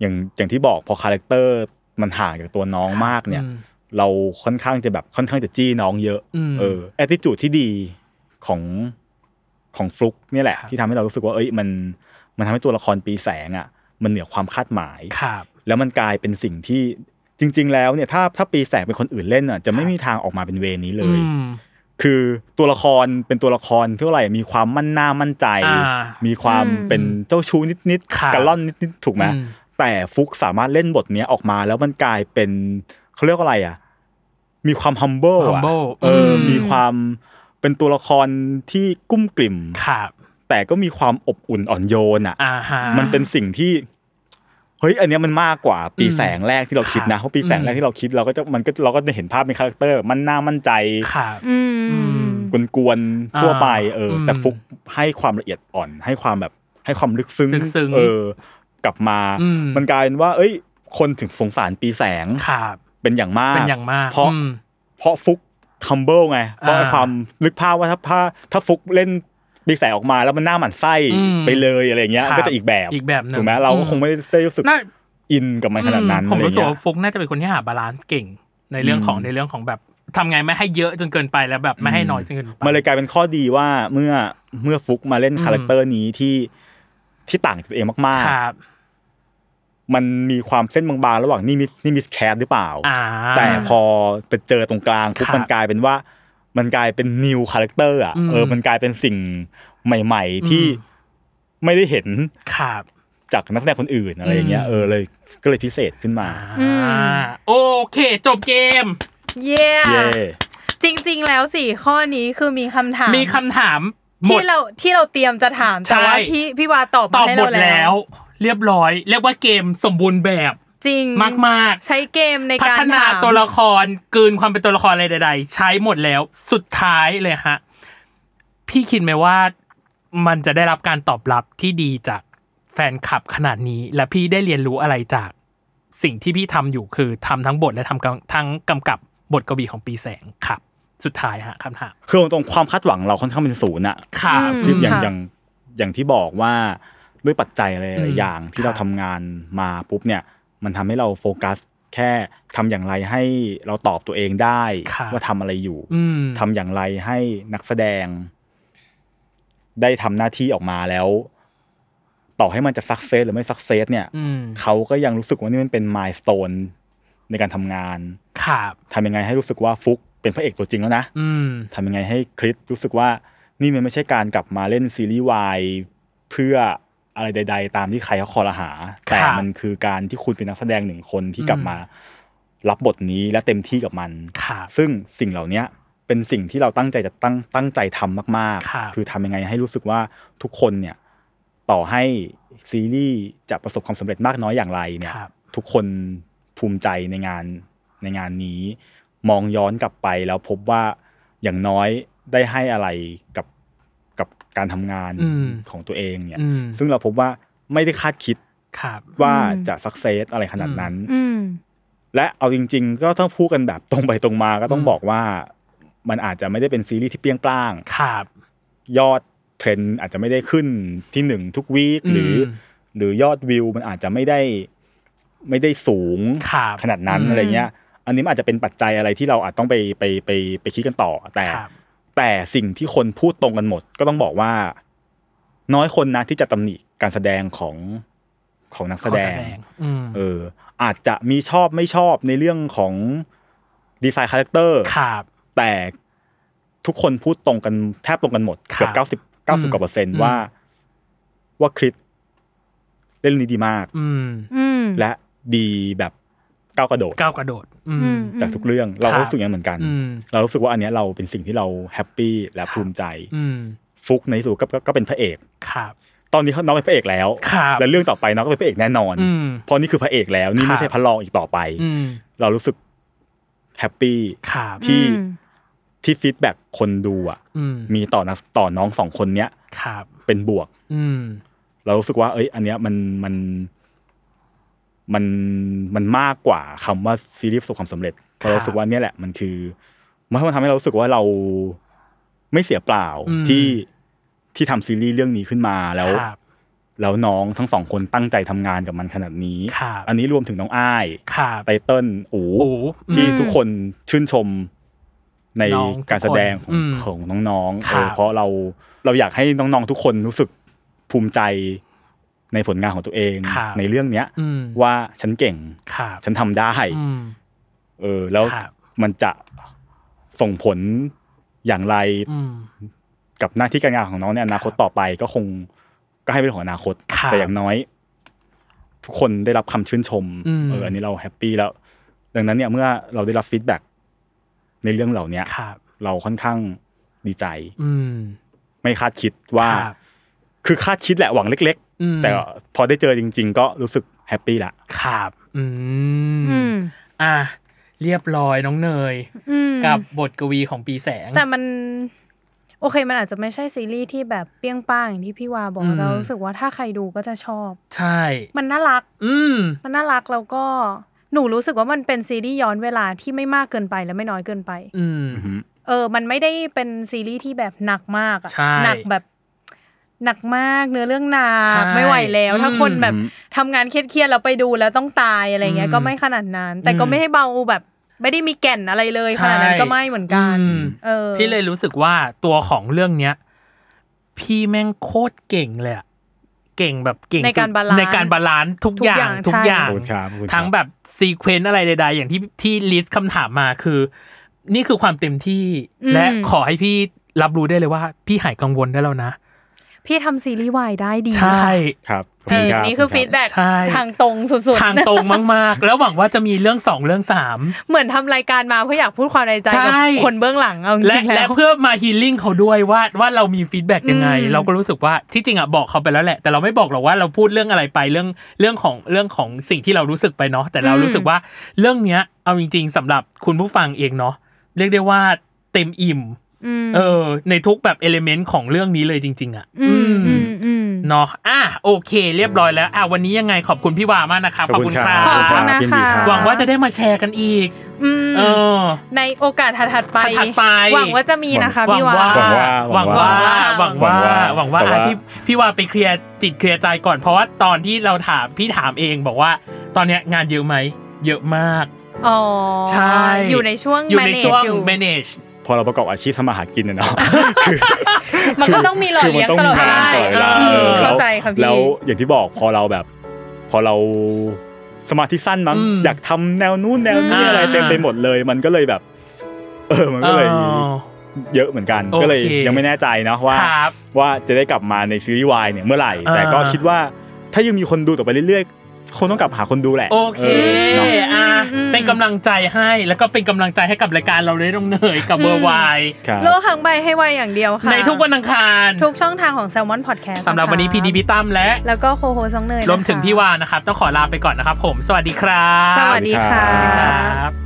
S3: อย่างอย่างที่บอกพอคาแรคเตอร์มันห่างจากตัวน้องมากเนี่ย
S2: อืม
S3: เราค่อนข้างจะแบบค่อนข้างจะจี้น้องเยอะ
S2: อืม
S3: เออ แอติจูดที่ดีของของฟลุกเนี่ยแหละ
S2: ครับ
S3: ที่ทำให้เรารู้สึกว่า เอ้ยมันมันทำให้ตัวละครปีแสงอ่ะ มันเหนือความคาดหมาย
S2: ครับ
S3: แล้วมันกลายเป็นสิ่งที่จริง ๆ แล้วเนี่ยถ้าถ้าปีแสงเป็นคนอื่นเล่นอ่ะจะไม่มีทางออกมาเป็นเวนี้เลย
S2: อืม
S3: คือตัวละครเป็นตัวละครที่เท่าไหร่มีความมั่นหน้ามั่นใจ
S2: อ่า
S3: มีความเป็นเจ้าชู้นิด
S2: ครับ
S3: ๆกระล่อนนิดๆถูกไหม
S2: อืม
S3: แต่ฟุกสามารถเล่นบทเนี้ยออกมา แล้วมันกลายเป็นเขาเรียกว่าอะไรอ่ะ มีความ humble อ่ะ
S2: humble
S3: เอออ
S2: ม
S3: มีความเป็นตัวละครที่กุ้มกลิ่ม
S2: ครับ
S3: แต่ก็มีความอบอุ่นอ่อนโยนอ่ะ
S2: อ่าฮะ
S3: มันเป็นสิ่งที่ เฮ้ย อันเนี้ยมันมากกว่าปี
S2: อืม
S3: แสงแรกที่เราคิด
S2: ครั
S3: นะ
S2: บ
S3: เพราะปีแสงแรกที่เราคิดเราก็จะมันก็เราก็จะเห็นภาพเป็นคาแรคเตอร์ มันหน้ามั่นใจ
S2: ครับ
S1: อืม
S3: กวนๆทั่วไป
S2: อ่า
S3: เอออ
S2: ม
S3: แต่ฟุกให้ความละเอียดอ่อน ให้ความแบบให้ความลึกซึ้ง
S2: ลึกซึ้ง
S3: เออ กลับมา
S2: อืม
S3: นกลายเป็นว่า เอ้ย คนถึงสงสารปีแสง
S2: ครับ
S3: เป็นอย่างมาก
S2: เป็นอย่างมาก
S3: เพราะ
S2: อืม
S3: เพราะฟุกทัมเบิลไง เพราะ
S2: อ่า
S3: ความลึกภาพว่าถ้าถ้าถ้าฟุกเล่นปีแสงออกมาแล้วมันหน้าหมันไส้
S2: อืม
S3: ไปเลยอะไรอย่างเงี้ย
S2: ครับ
S3: ก็จะอีกแบบ
S2: อีกแบบหนึ่ง
S3: ถูกไหมเรา
S2: อื
S3: ก็
S2: ม
S3: คงไม่ได้รู้สึก
S2: น่า
S3: อินกับมันขนาดนั้น
S2: อืมผม
S3: อะไร
S2: รู้สึก
S3: เงี้ย
S2: ว่าฟุกน่าจะเป็นคนที่หาบาลานซ์เก่ง ในเรื่องของ
S3: อืม
S2: ในเรื่องของแบบทำไงไม่ให้เยอะจนเกินไปแล้วแบบไม่ให้น้อยจนเกินไป
S3: มันเลยกลายเป็นข้อดีว่าเมื่อเมื่อฟุกมาเล่นคาแรคเตอร์นี้ที่ที่ต่างจากตัวเองมาก
S2: ค
S3: ๆ
S2: รับ
S3: มันมีความเส้นบางๆ ระหว่างนี่มิสนี่มิสแคสหรือเปล่า
S2: อ่า
S3: แต่พอไปเจอตรงกลางปุ๊บ
S2: ครับ
S3: มันกลายเป็นว่า มันกลายเป็นนิวคาแรคเตอร์อ่ะ
S2: อืม
S3: เออมันกลายเป็นสิ่งใหม่ ๆ ที่
S2: อืม
S3: ไม่ได้เห็น
S2: ครับ
S3: จากนักแสดงคนอื่นอะไรอย่างเงี้ย
S2: อืม
S3: เออเลยก็เลยพิเศษขึ้นมา
S1: อืม
S2: อ่าโอเค จบเกม
S1: เย่
S3: เย่
S1: จริง ๆ แล้วสี่ข้อนี้คือมีคำถาม
S2: มีคำถามหม
S1: ที่
S2: ด
S1: เราที่เราเตรียมจะถาม
S2: ใช่
S1: แต่ว่าพี่พี่วาตอบ
S2: ต
S1: มา
S2: อบ
S1: ให้
S2: หม
S1: เรา
S2: ด
S1: แล้
S2: แล้ว ว เรียบร้อย เรียกว่าเกมสมบูรณ์แบบ
S1: จริง
S2: มากๆ
S1: ใช้เกมใน
S2: พั
S1: การ
S2: ฒนา
S1: ถาม
S2: ตัวละครกลืนความเป็นตัวละครอะไรใด ๆ ใช้หมดแล้วสุดท้ายเลยฮะ พี่คิดไหมว่ามันจะได้รับการตอบรับที่ดีจากแฟนคลับขนาดนี้ และพี่ได้เรียนรู้อะไรจากสิ่งที่พี่ทำอยู่คือทำทั้งบทและทำกำทั้งกำกับบทกวีของปีแสงครับ สุดท้ายฮะคำถาม
S3: คือตรงๆความคาดหวังเราค่อนข้างเป็นศูนย์อ่ะ
S2: ค่ะ
S3: คืออย่าง
S2: ค่ะ
S3: อย่างอย่างที่บอกว่าด้วยปัจจัยอะไรหลายๆอย่าง
S2: ครั
S3: ที่
S2: บ
S3: เราทำงานมาปุ๊บเนี่ย มันทำให้เราโฟกัส แค่ทำอย่างไรให้เราตอบตัวเองได้
S2: ครับ
S3: ว่าทำอะไรอยู่
S2: อืม
S3: ทำอย่างไรให้นักแสดง ได้ทำหน้าที่ออกมาแล้ว ต่อให้มันจะสักเซสหรือไม่สักเซสเนี่ย
S2: อืม
S3: เขาก็ยังรู้สึกว่านี่มันเป็นมายสเตนในการทำงาน
S2: ค่ะ
S3: ทำยังไงให้รู้สึกว่าฟุกเป็นพระเอกตัวจริงแล้วนะ
S2: อืม
S3: ทำยังไงให้คริสรู้สึกว่านี่มันไม่ใช่การกลับมาเล่นซีรีส์วายเพื่ออะไรใด ๆ ตามที่ใครเขาคอรหา แต่มันคือการที่คุณเป็นนักแสดงหนึ่งคนที่กลับมารับบทนี้และเต็มที่กับมัน
S2: ครับ
S3: ซึ่งสิ่งเหล่านี้เป็นสิ่งที่เราตั้งใจจะตั้งตั้งใจทำมาก
S2: ครับ
S3: คือทำยังไงให้รู้สึกว่าทุกคนเนี่ยต่อให้ซีรีส์จะประสบความสำเร็จมากน้อยอย่างไรเนี่ย
S2: ครับ
S3: ทุกคนภูมิใจในงานในงานนี้ มองย้อนกลับไปแล้วพบว่าอย่างน้อยได้ให้อะไรกับกับการทำงาน
S2: อืม
S3: ของตัวเองเนี่ย
S2: อืม
S3: ซึ่งเราพบว่า ไม่ได้คาดคิด
S2: ครับ
S3: ว่า
S1: อืม
S3: จะสักเซสอะไรขนาดนั้น
S1: อืม
S3: และเอาจริง ๆ ก็ถ้าพูดกันแบบตรงไปตรงมาก็ต้อง
S2: อืม
S3: บอกว่า มันอาจจะไม่ได้เป็นซีรีส์ที่เปรี้ยงปร้าง
S2: ครับ
S3: ยอดเทรนด์อาจจะไม่ได้ขึ้นที่หนึ่งทุกวีคหรืออ
S2: ม
S3: หรือยอดวิวมันอาจจะไม่ได้ไม่ได้สูง
S2: ครับ
S3: ขนาดนั้น
S1: อืม
S3: อะไรเงี้ย อันนี้มันอาจจะเป็นปัจจัยอะไรที่เราอาจต้องไปไปไปไปคิดกันต่อ แต่
S2: ครับ
S3: แต่สิ่งที่คนพูดตรงกันหมด ก็ต้องบอกว่า น้อยคนนะที่จะตำหนิการแสดงของของนักแสดง
S2: อืม
S3: เออ อาจจะมีชอบไม่ชอบในเรื่องของดีไซน์คาแรคเตอร์
S2: ครับ
S3: แต่ทุกคนพูดตรงกันแทบตรงกันหมด
S2: ครับ
S3: เกือบเก้าสิบเก้าสิบกว่าเปอร์เซ็นต์
S2: อืม
S3: ว่า ว่าคริสเล่นเรื่องนี้ดีมาก
S2: อืม
S1: อืม
S3: และดีแบบก้าวกระโดด
S2: ก้าวกระโดด อื
S1: อื
S2: ม
S1: ม
S3: จากทุกเรื่อง เราก็รู้สึกอย่างนั้นเหมือนกัน
S2: อืม
S3: เรารู้สึกว่าอันเนี้ยเราเป็นสิ่งที่เราแฮปปี้และภูมิใจ
S2: อืม
S3: ฟุกในที่สุดก็ก็ก็เป็นพระเอก
S2: ครับ
S3: ตอนนี้เขาน้องเป็นพระเอกแล้ว
S2: ครับ
S3: และเรื่องต่อไปน้องก็เป็นพระเอกแน่นอน
S2: อืม
S3: เพราะนี่คือพระเอกแล้ว นี่
S2: ครั
S3: ไม่
S2: บ
S3: ใช่พระรองอีกต่อไป
S2: อืม
S3: เรารู้สึกแฮปปี้
S2: ครับ
S3: ที่
S1: อืม
S3: ที่ฟีดแบ็กคนดูอ่ะ
S2: อืม
S3: มีต่อนักต่อน้องสองคนเนี้ย
S2: ครับ
S3: เป็นบวก
S2: อืม
S3: เรารู้สึกว่า เอ้ย อันเนี้ยมันมันมันมันมากกว่าคำว่าซีรีส์ประสบความสำเร็จเพราะเรารู้สึกว่าเนี่ยแหละมันคือมันทำให้เรารู้สึกว่าเราไม่เสียเปล่า
S2: อืม
S3: ที่ที่ทำซีรีส์เรื่องนี้ขึ้นมาแล้ว
S2: ครับ
S3: แล้วน้องทั้งสองคนตั้งใจทำงานกับมันขนาดนี้
S2: ครับ
S3: อันนี้รวมถึงน้องอ้าย
S2: ครับ
S3: ไตเติ้ลอู
S2: โอ้
S3: ที่ทุกคนชื่นชมใน
S2: น้องทุก
S3: การแสดง
S2: คน
S3: ของ
S2: อืม
S3: ของน้องๆ
S2: ค
S3: เอ
S2: รับ
S3: อเพราะเราเราอยากให้น้องๆทุกคนรู้สึกภูมิใจในผลงานของตัวเอง
S2: ครับ
S3: ในเรื่องเนี้ย
S2: อืม
S3: ว่าฉันเก่ง
S2: ครับ
S3: ฉันทำได้
S2: อืม
S3: เออแล้ว
S2: ครับ
S3: มันจะส่งผลอย่างไร
S2: อืม
S3: กับหน้าที่การงานของน้องในอนาคตต่อไปก็คงก็ให้เป็นของอนาคต
S2: ครับ
S3: แต่อย่างน้อย ทุกคนได้รับคำชื่นชม
S2: อืม
S3: เอออันนี้เราแฮปปี้แล้ว ดังนั้นเนี่ยเมื่อเราได้รับฟีดแบ็กในเรื่องเหล่าเนี้ย
S2: ครับ
S3: เราค่อนข้างดีใจ
S2: อืม
S3: ไม่คาดคิดว่า
S2: ครับ
S3: คือคาดคิดแหละหวังเล็ก
S2: อืม
S3: ๆ แต่พอได้เจอจริง ๆ ก็รู้สึกแฮปปี้ละ
S2: ครับอื
S1: อื
S2: ม
S1: ม
S2: อ่ะเรียบร้อยน้องเนย
S1: อืม
S2: กับบทกวีของปีแสง
S1: แต่มัน โอเคมันอาจจะไม่ใช่ซีรีส์ที่แบบเปรี้ยงป้างอย่างที่พี่วาบอก
S2: อืม
S1: เรารู้สึกว่าถ้าใครดูก็จะชอบ
S2: ใช่
S1: มันน่ารัก
S2: อืม
S1: มันน่ารักแล้วก็หนูรู้สึกว่ามันเป็นซีรีส์ย้อนเวลาที่ไม่มากเกินไปและไม่น้อยเกินไป
S2: อืม
S1: เออ มันไม่ได้เป็นซีรีส์ที่แบบหนักมากอะ
S2: ใช่
S1: หนักแบบหนักมากเนื้อเรื่องหนั
S2: ใช่
S1: กไม่ไหวแล้ว ถ้าคนแบบ
S3: อืม
S1: ทำงานเครียดๆแล้วไปดูแล้วต้องตายอะไรเงี้
S2: อื
S1: ย
S2: ม
S1: ก็ไม่ขนาดนั้น แต่ก็
S2: อืม
S1: ไม่ให้เบาแบบ ไม่ได้มีแก่นอะไรเลย
S2: ใช่
S1: ขนาดนั้นก็ไม่เหมือนกัน
S2: อืม
S1: เออ
S2: พี่เลยรู้สึกว่าตัวของเรื่องเนี้ย พี่แม่งโคตรเก่งเลยอะเก่งแบบเก่ง
S1: ในการ
S2: สุด
S1: บาลานซ์
S2: ในการบาลานซ์ทุก
S1: ทุก
S2: อย่าง
S1: อย่าง
S2: ทุก
S1: ใช่
S2: อย่าง
S3: ขอบคุณครับขอบคุณครับ
S2: ทั้งแบบซีเควนต์อะไรใด ๆ อย่างที่ที่ลิสต์คำถามมาคือ นี่คือความเต็มที่
S1: อืม
S2: และขอให้พี่รับรู้ได้เลยว่า พี่หายกังวลได้แล้วนะ
S1: พี่ทำซีรีส์วายได้ดี
S2: ใช่
S1: ค่ะ
S3: ครับขบ
S1: เอ
S3: ณ
S1: อ
S3: รับ
S1: นี่คือ
S3: ขบณรับ
S1: ฟีดแบ็
S2: ใช่
S1: ทางตรงสุด
S2: ทางตรงมาก ๆ แล้วหวังว่าจะมีเรื่องสองเรื่องสาม
S1: ๆ เหมือนทำรายการมาเพื่ออยากพูดความในใจกับ
S2: ใช่
S1: คนเบื้องหลังเอาจ
S2: และ
S1: ริงๆ
S2: และ
S1: แล้ว
S2: เพื่อมาฮีลิ่งเขาด้วยว่าว่าเรามีฟีดแบ็กยังไง
S1: อืม
S2: เราก็รู้สึกว่าที่จริงอ่ะบอกเขาไปแล้วแหละ แต่เราไม่บอกหรอกว่าเราพูดเรื่องอะไรไปเรื่องเรื่องของเรื่องของสิ่งที่เรารู้สึกไปเนาะแต่เรารู้สึกว่าเรื่องเนี้ยเอาจริง ๆสำหรับคุณผู้ฟังเองเนาะเรียกได้ว่าเต็มอิ่ม
S1: ม
S2: เออ ในทุกแบบเอลิเมนต์ของเรื่องนี้เลยจริง ๆ อ่ะ
S1: อืม
S2: อื
S1: อื
S2: ม
S1: มอืม
S2: เนาะอ่ะโอเค เรียบร้อยแล้วอ่ะวันนี้ยังไงขอบคุณพี่วามากนะคะขอบคุณครับ
S1: ขอบคุณนะ
S3: ยิดีรับ
S2: หวังว่าจะได้มาแชร์กันอีก
S1: อืม
S2: เออ
S1: ในโอกาสถัดๆไป
S2: ถัดๆไป
S1: หวังว่าจะมีนะคะ
S2: หวั
S1: พี่
S2: ง
S1: วา
S2: ว่า ห
S3: หวั
S2: วัง
S3: ง
S2: ว่า
S3: ว่า
S2: หวังว่า ห
S3: หวั
S2: วัง
S3: ง
S2: ว่าอ่ะ
S3: ว่าแต่ว่า
S2: พี่พี่ว่าไปเคลียร์จิตเคลียร์ใจก่อน เพราะว่าตอนที่เราถามพี่ถามเองบอกว่า ตอนเนี้ยงานเยอะไหม เยอะมาก
S1: อ๋อ
S2: ใช่
S1: อยู่ในช่วง
S2: อยู่ใน
S1: manage
S2: ช่วง
S1: อยู่
S2: manage
S3: พอเราประกอบอาชีพทำมาหากินเนี่ยเนาะ
S1: มันก็ต้องมีหล่อ
S3: คือมั
S1: เลี้ยง
S3: ต้อง
S1: ตลอดเวลา
S3: มีงานตลอดเวลา
S2: เออ
S3: เออ
S1: เข้าใจค่ะพี่
S3: แล้วอย่างที่บอกพอเราแบบ พอเราสมาธิสั้นมั้ง
S2: อืม
S3: อยากทำแนวนู้นแนวนี้
S2: อ่า
S3: อะไรเต็มไปหมดเลย มันก็เลยแบบ เออมันก็เลย
S2: อ๋อ
S3: เยอะเหมือนกัน
S2: โอเค
S3: ก็เลยยังไม่แน่ใจเนาะว่า
S2: ครับ
S3: ว่าจะได้กลับมาในซีรีส์วายเนี่ยเมื่อไหร่
S2: อ่า
S3: แต่ก็คิดว่าถ้ายังมีคนดูต่อไปเรื่อยๆคงต้องกลับหาคนดูแหละ
S2: โอเค
S3: เออเนาะ
S2: อ่ะ
S1: อืม
S2: เป็นกำลังใจให้แล้วก็เป็นกำลังใจให้กับรายการเราด้วยน้องเนยกับเบอร์วาย
S3: ครับ
S1: โลกหางใบให้ไวอย่างเดียวค่ะ
S2: ในทุกวันอังคาร
S1: ทุกช่องทางของ Salmon Podcast
S2: สำหรับวันนี้พีดีพี่ตั้มและ
S1: แล้วก็โคโฮซองเนยนะคะ
S2: รวมถึงพี่วานะครับ ต้องขอลาไปก่อนนะครับผม สวัสดีครับ
S1: สวัสดีค่ะ
S2: สวัสดีครับ